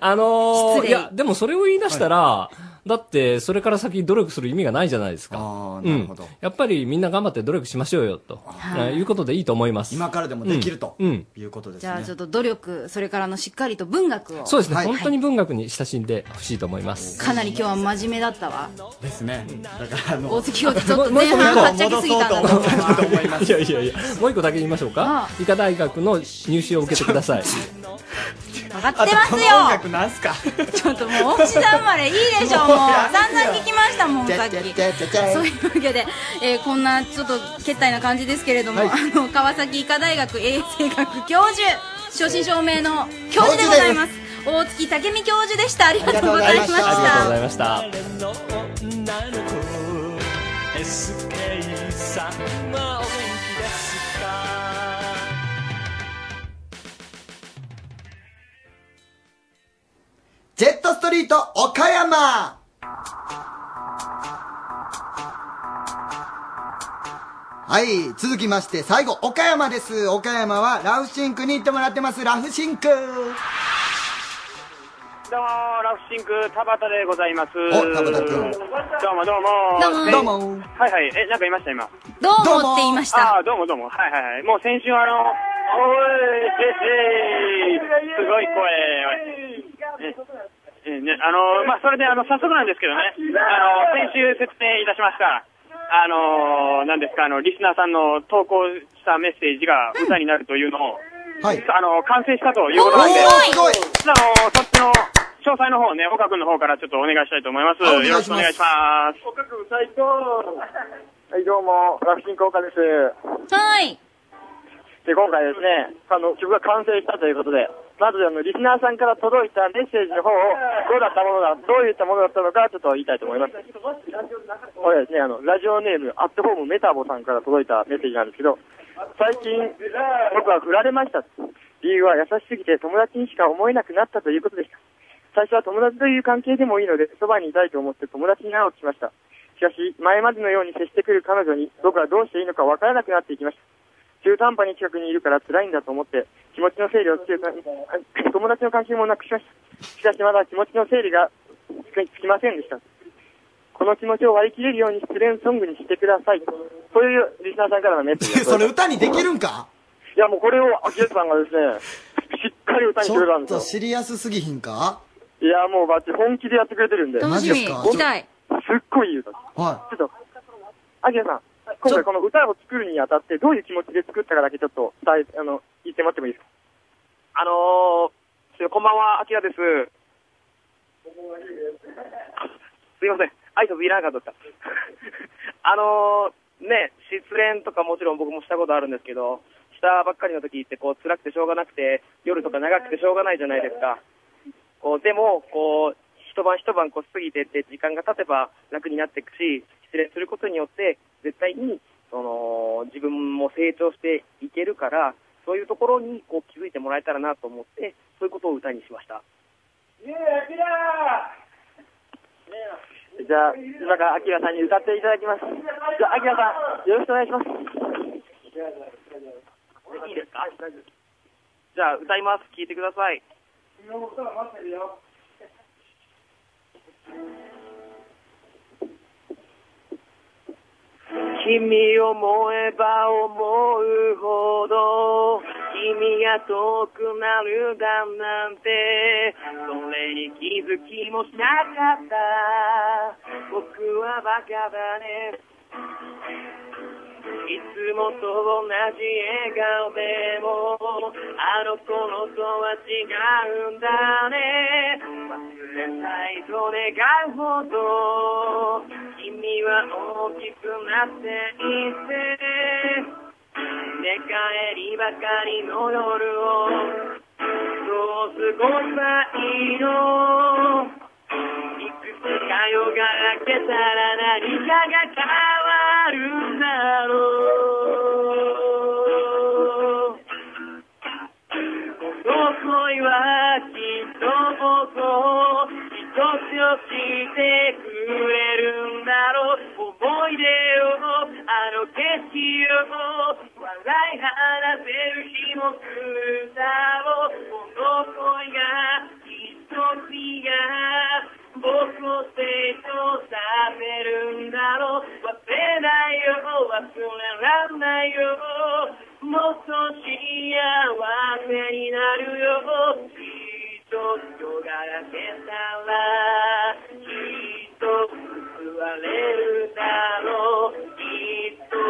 [SPEAKER 16] あの
[SPEAKER 2] 失
[SPEAKER 16] ー、
[SPEAKER 2] 礼
[SPEAKER 16] いや、でもそれを言い出したら、だって、それから先努力する意味がないじゃないですか。
[SPEAKER 2] なるほど
[SPEAKER 16] うんやっぱりみんな頑張って努力しましょうよ、と、
[SPEAKER 3] はい
[SPEAKER 16] い、うことでいいと思います。今
[SPEAKER 2] からでも
[SPEAKER 3] できる
[SPEAKER 2] ということで
[SPEAKER 3] じゃあちょっと努力、それからあのしっかりと文学を。
[SPEAKER 16] そうですね、
[SPEAKER 3] はい
[SPEAKER 16] 本当に文学に親しんでほしいと思います。
[SPEAKER 3] かなり今日は真面目だったわ。
[SPEAKER 2] ですね。だからあの
[SPEAKER 3] 大関教授ちょっと前半はっちゃけすぎたんだと思うわ
[SPEAKER 16] いやいやいや、もう一個だけ言いましょうか。理科大学の入試を受けてく ださい。
[SPEAKER 3] 分かってますよ
[SPEAKER 2] 音楽なんすか
[SPEAKER 3] ちょっともう、岸田生まれいいでしょ、もう。
[SPEAKER 2] もうや
[SPEAKER 3] 散
[SPEAKER 2] めてよ
[SPEAKER 3] 々聞きましたもん、
[SPEAKER 2] ち
[SPEAKER 3] さ
[SPEAKER 2] ゃ
[SPEAKER 3] っ
[SPEAKER 2] ちゃ
[SPEAKER 3] き。
[SPEAKER 2] ちゃちゃちゃ
[SPEAKER 3] そういうわけで、えーこんなちょっと、けったいな感じですけれども、
[SPEAKER 2] はい
[SPEAKER 3] あの、川崎医科大学衛生学教授、正真正銘の教授でございます。大月武美教授でした。ありがとうございまし
[SPEAKER 16] ありがとう
[SPEAKER 3] た
[SPEAKER 16] ご。ざいました。
[SPEAKER 20] 女の子 SK さんはお元気ですか
[SPEAKER 2] ジェットストリート岡山はい、続きまして最後、岡山です。岡山はラフシンクに行ってもらってます。ラフシンク
[SPEAKER 11] どうも、ラフシンク、田畑でございます。
[SPEAKER 2] お田畑君
[SPEAKER 11] どうも、どうも。
[SPEAKER 3] どうも
[SPEAKER 11] ね
[SPEAKER 3] どう
[SPEAKER 11] はいはい。え、なんかいました、今。
[SPEAKER 3] どうもって言いました。
[SPEAKER 11] あーどうも、どうも。はいはいはい。もう先週、あの、おい、えい、えい、すごい声、おい。ええね、あの、まあ、それで、あの、早速なんですけどね、あの、先週説明いたしました、あの、なんですか、あの、リスナーさんの投稿したメッセージが歌になるというのを、
[SPEAKER 2] はい。
[SPEAKER 11] あの、完成したということなんで、
[SPEAKER 2] おーすごい
[SPEAKER 11] あの、そっちの、詳細の方をね、岡君の方からちょっとお願いしたいと思います。
[SPEAKER 2] あお願いします
[SPEAKER 11] よろしくお願いします。
[SPEAKER 28] 岡君最高はい、どうも、ラフシン岡です。
[SPEAKER 3] はい。
[SPEAKER 28] で、今回ですね、あの、曲が完成したということで、まず、あの、リスナーさんから届いたメッセージの方を、どうだったものだ、どういったものだったのか、ちょっと言いたいと思います。これはですね、あの、ラジオネーム、アットホームメタボさんから届いたメッセージなんですけど、最近、僕は振られました。理由は優しすぎて友達にしか思えなくなったということでした。最初は友達という関係でもいいので、そばにいたいと思って友達になろうとしました。しかし、前までのように接してくる彼女に、僕はどうしていいのかわからなくなっていきました。中途半端に近くにいるから辛いんだと思って、気持ちの整理をつけるために、友達の関係もなくしました。しかしまだ気持ちの整理がつきませんでした。この気持ちを割り切れるように失恋ソングにしてください。そういうリスナーさんからのメッセージ
[SPEAKER 2] それ歌にできるんか
[SPEAKER 28] いや、もうこれを秋吉さんがですね、しっかり歌に
[SPEAKER 2] ち
[SPEAKER 28] してくれた
[SPEAKER 2] ょ
[SPEAKER 28] ん
[SPEAKER 2] っ
[SPEAKER 28] です
[SPEAKER 2] と
[SPEAKER 28] よ。
[SPEAKER 2] シリアスすぎひんか
[SPEAKER 28] いや、もうバッチリ本気でやってくれてるんで。
[SPEAKER 2] 楽しみマジですか聞きた
[SPEAKER 28] い。すっごいいい歌です。
[SPEAKER 2] は
[SPEAKER 28] ちょっと、アキラさん、今回この歌を作るにあたって、どういう気持ちで作ったかだけちょっと伝え、あの、言ってもらってもいいですか
[SPEAKER 8] あのー、こんばんは、あきらです。すいません、挨拶いらなかった。 あのー、ね、失恋とかもちろん僕もしたことあるんですけど、したばっかりの時ってこう辛くてしょうがなくて、夜とか長くてしょうがないじゃないですか。こうでも、こう、一晩一晩こう過ぎてって時間が経てば楽になっていくし、失恋することによって絶対に、その、自分も成長していけるから、そういうところにこう気づいてもらえたらなと思って、そういうことを歌にしました。
[SPEAKER 28] ねえ、アキラじゃあ、今からアキラさんに歌っていただきます。じゃあ、アキラさん、よろしくお願いします。
[SPEAKER 8] いいですかじゃあ歌います。聞いてください。君を思えば思うほど君が遠くなるだなんてそれに気づきもしなかった僕はバカだねいつもと同じ笑顔でもあの頃とは違うんだね忘れたいと願うほど君は大きくなっていって寝返りばかりの夜をどう過ごせばいいのいくつか夜が明けたら何かが変わるんだろうこの恋はきっと僕を一つよしてくれるんだろう思い出をあの景色を笑い話せる日も来るだろうこの恋がきっと違う僕を成長させるんだろう忘れないよ忘れらんないよもっと幸せになるよきっと夜が明けたらきっと救われるだろうきっと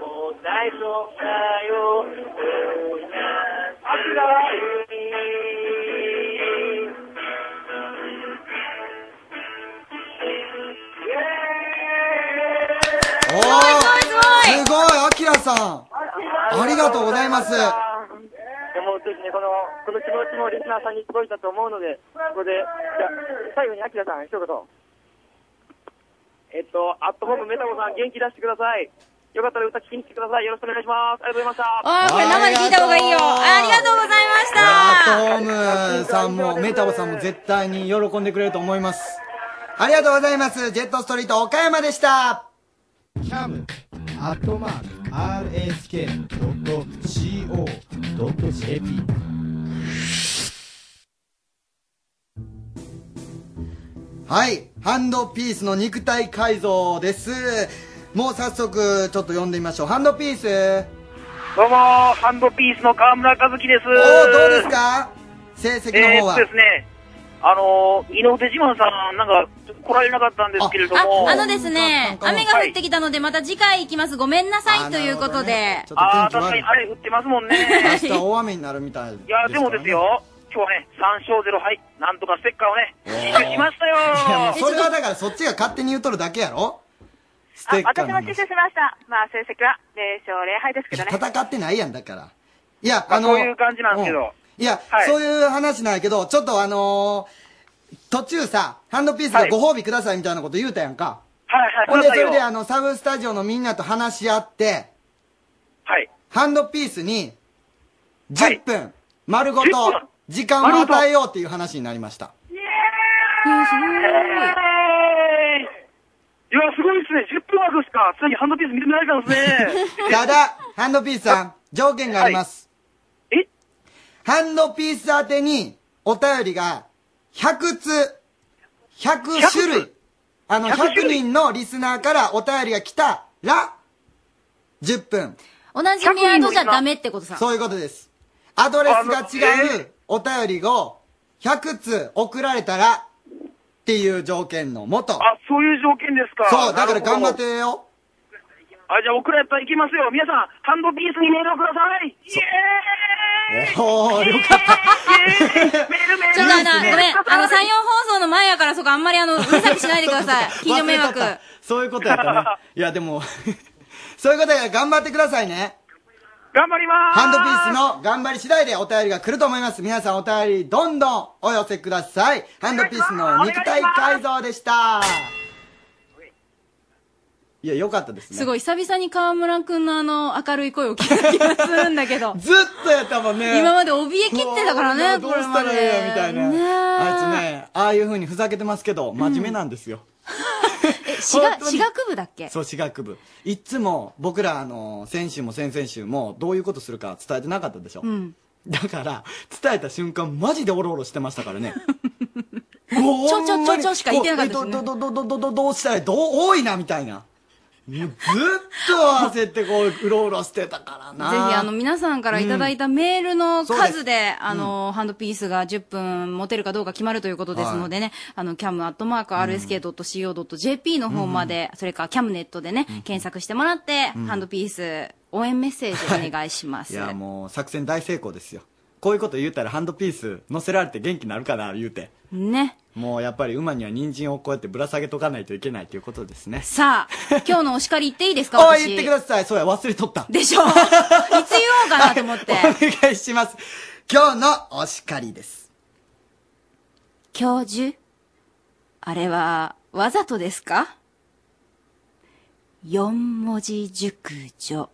[SPEAKER 8] もう大丈夫だよありが
[SPEAKER 2] い。おーすごいアキラさんありがとうございます。
[SPEAKER 28] でもぜひね、この、この気持ちもリスナーさんに届いたと思うので、ここで、じゃあ最後にアキラさん、一言。
[SPEAKER 8] えっと、アットホームメタボさん、元気出してください。よかったら歌聴きに来てください。よろしくお願いします。ありがとうございました。
[SPEAKER 1] あーこれ生で聞いた方がいいよありがとうございました
[SPEAKER 2] アットホームさんもメタボさんも絶対に喜んでくれると思います。ありがとうございます。ジェットストリート岡山でした。
[SPEAKER 29] アットマーク RSK.CO.JP
[SPEAKER 2] はい。ハンドピースの肉体改造です。もう早速、ちょっと呼んでみましょう。ハンドピース。
[SPEAKER 4] どうも、ハンドピースの河村和樹です。お
[SPEAKER 2] おどうですか成績の方は
[SPEAKER 4] えーっとですね、あのー、井上ジマンさん、なんか、ちょっと来られなかったんですけれども。
[SPEAKER 3] ああのですね、雨が降ってきたので、また次回行きます。ごめんなさい、ということで。
[SPEAKER 4] あー、確かにあれ降ってますもんね。
[SPEAKER 2] 明日大雨になるみたい。
[SPEAKER 4] いや、でもですよ、今日はね、3勝0敗、なんとかステッカーをね、寄付しましたよ
[SPEAKER 2] いや、もうそれはだからそっちが勝手に言うとるだけやろステッカー
[SPEAKER 25] 私も
[SPEAKER 2] なん
[SPEAKER 25] 出
[SPEAKER 2] で
[SPEAKER 25] 世しました。まあ成績は0勝0敗ですけどね。
[SPEAKER 2] 戦ってないやんだから。いや、
[SPEAKER 4] まあ
[SPEAKER 2] あの、
[SPEAKER 4] そういう感じなんですけど
[SPEAKER 2] ういや、そういう話なんやけど、ちょっとあのー途中さ、ハンドピースがご褒美くださいみたいなこと言うたやんか。
[SPEAKER 4] はいはい
[SPEAKER 2] ほん
[SPEAKER 4] く
[SPEAKER 2] で、
[SPEAKER 4] だ
[SPEAKER 2] そ
[SPEAKER 4] さいよ
[SPEAKER 2] れであの、サブスタジオのみんなと話し合って、
[SPEAKER 4] はい。
[SPEAKER 2] ハンドピースに、10分、丸ごと
[SPEAKER 4] 10分、
[SPEAKER 2] 時間を与えようっていう話になりました。
[SPEAKER 4] えーいや、すごいですね。10分枠ですか。ついにハンドピース認められたんですね。
[SPEAKER 2] ただ、ハンドピースさん、条件があります。
[SPEAKER 4] え
[SPEAKER 2] ハンドピース宛てに、お便りが、100通100種類。あの、100人のリスナーからお便りが来たら、10分。
[SPEAKER 3] 同じメアドじゃダメってことさ。
[SPEAKER 2] そういうことです。アドレスが違うお便りを100通送られたらっていう条件のもと。あ、
[SPEAKER 11] そういう条件ですか。
[SPEAKER 2] そう、だから頑張っ
[SPEAKER 11] な
[SPEAKER 2] てよ。
[SPEAKER 11] あ、じゃあ、送られたら行きますよ。皆さん、ハンドピースにメールをください。
[SPEAKER 2] おー、よかった。
[SPEAKER 3] ちょっとあの、ごめん。あの、山陽放送の前やからそこあんまりあの、うるさくしないでください。 近所迷惑。
[SPEAKER 2] 忘れとったそういうこと やったね。いや、でも、 そういうことや、頑張ってくださいね。
[SPEAKER 11] 頑張りま
[SPEAKER 2] ハンドピースの頑張り次第でお便りが来ると思います。皆さんお便りどんどんお寄せください。ハンドピースの肉体改造でした。いや、よかったですね。
[SPEAKER 3] すごい、久々に河村くんのあの、明るい声を聞いた気がするんだけど。
[SPEAKER 2] ずっとやったもんね。
[SPEAKER 3] 今まで怯えきってたからね、
[SPEAKER 2] どう
[SPEAKER 3] これ
[SPEAKER 2] した
[SPEAKER 3] ま
[SPEAKER 2] らええや、み
[SPEAKER 3] で。
[SPEAKER 2] たいな。あいつね、ああいう風にふざけてますけど、真面目なんですよ。
[SPEAKER 3] え、私
[SPEAKER 2] 本当
[SPEAKER 3] 学、
[SPEAKER 2] に
[SPEAKER 3] 私学部だっけ
[SPEAKER 2] そう、私学部。いっつも、僕ら、あの、先週も先々週も、どういうことするか伝えてなかったでしょ。
[SPEAKER 3] うん。
[SPEAKER 2] だから、伝えた瞬間、マジでオロオロしてましたか らね。ち
[SPEAKER 3] ょちょちょちょしか言ってなかったですね
[SPEAKER 2] ど、ど、ど、ど、ど、ど、どうしたら、どう、多いな、みたいな。もうずっと焦って、こう、うろうろしてたから
[SPEAKER 3] ぜ
[SPEAKER 2] な。
[SPEAKER 3] ひ、あの、皆さんからいただいたメールの数で、あの、ハンドピースが10分持てるかどうか決まるということですのでね、あの、cam.rsk.co.jp の方まで、それから cam ネットでね、検索してもらって、
[SPEAKER 2] うん
[SPEAKER 3] ハンドピース応援メッセージお願いします。
[SPEAKER 2] いや、もう、作戦大成功ですよ。こういうこと言ったら、ハンドピース乗せられて元気になるかな、言うて。
[SPEAKER 3] ね。
[SPEAKER 2] もう、やっぱり、馬には人参をこうやってぶら下げとかないといけないということですね。
[SPEAKER 3] さ あ、今日のお叱り言っていいですか
[SPEAKER 2] ああ、
[SPEAKER 3] 私。
[SPEAKER 2] 言ってください。そうや、忘れとった。
[SPEAKER 3] でしょいつ言おうかなと思って。
[SPEAKER 2] お願いします。今日のお叱りです。
[SPEAKER 3] 教授あれは、わざとですか四文字熟女。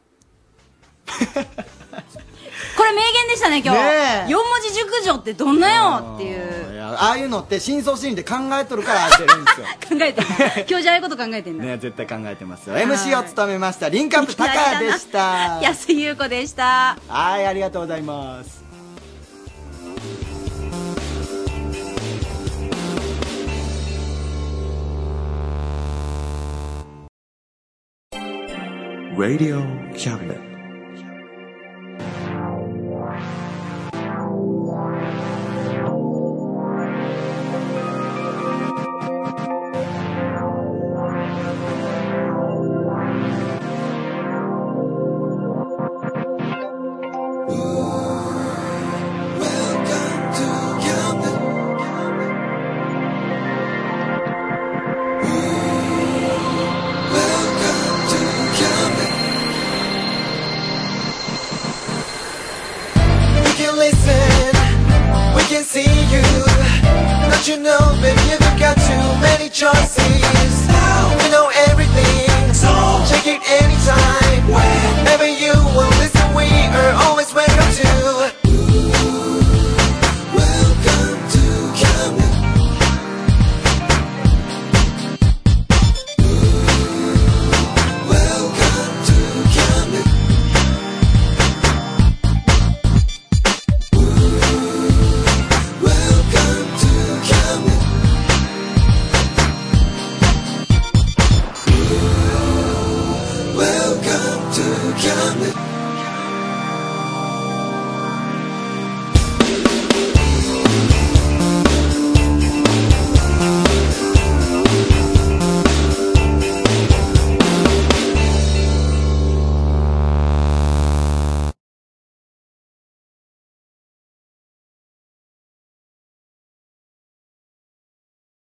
[SPEAKER 3] これ名言でしたね、今日。
[SPEAKER 2] ねえ
[SPEAKER 3] 四文字熟女ってどんなよっていう。
[SPEAKER 2] いやああいうのって深層心理で考えとるからあえてるん ですよ
[SPEAKER 3] 考えてんだ。教授ああいうこと考えてんだ。
[SPEAKER 2] ね絶対考えてますよ
[SPEAKER 3] はい
[SPEAKER 2] MC を務めましたリンカップタカでした
[SPEAKER 3] 安井優子でした。
[SPEAKER 2] はいありがとうございます
[SPEAKER 6] Radio Cabinet.
[SPEAKER 5] We can listen, we can see you. Don't you know, baby, you've got too many choices. Now we know everything, so check it anytime.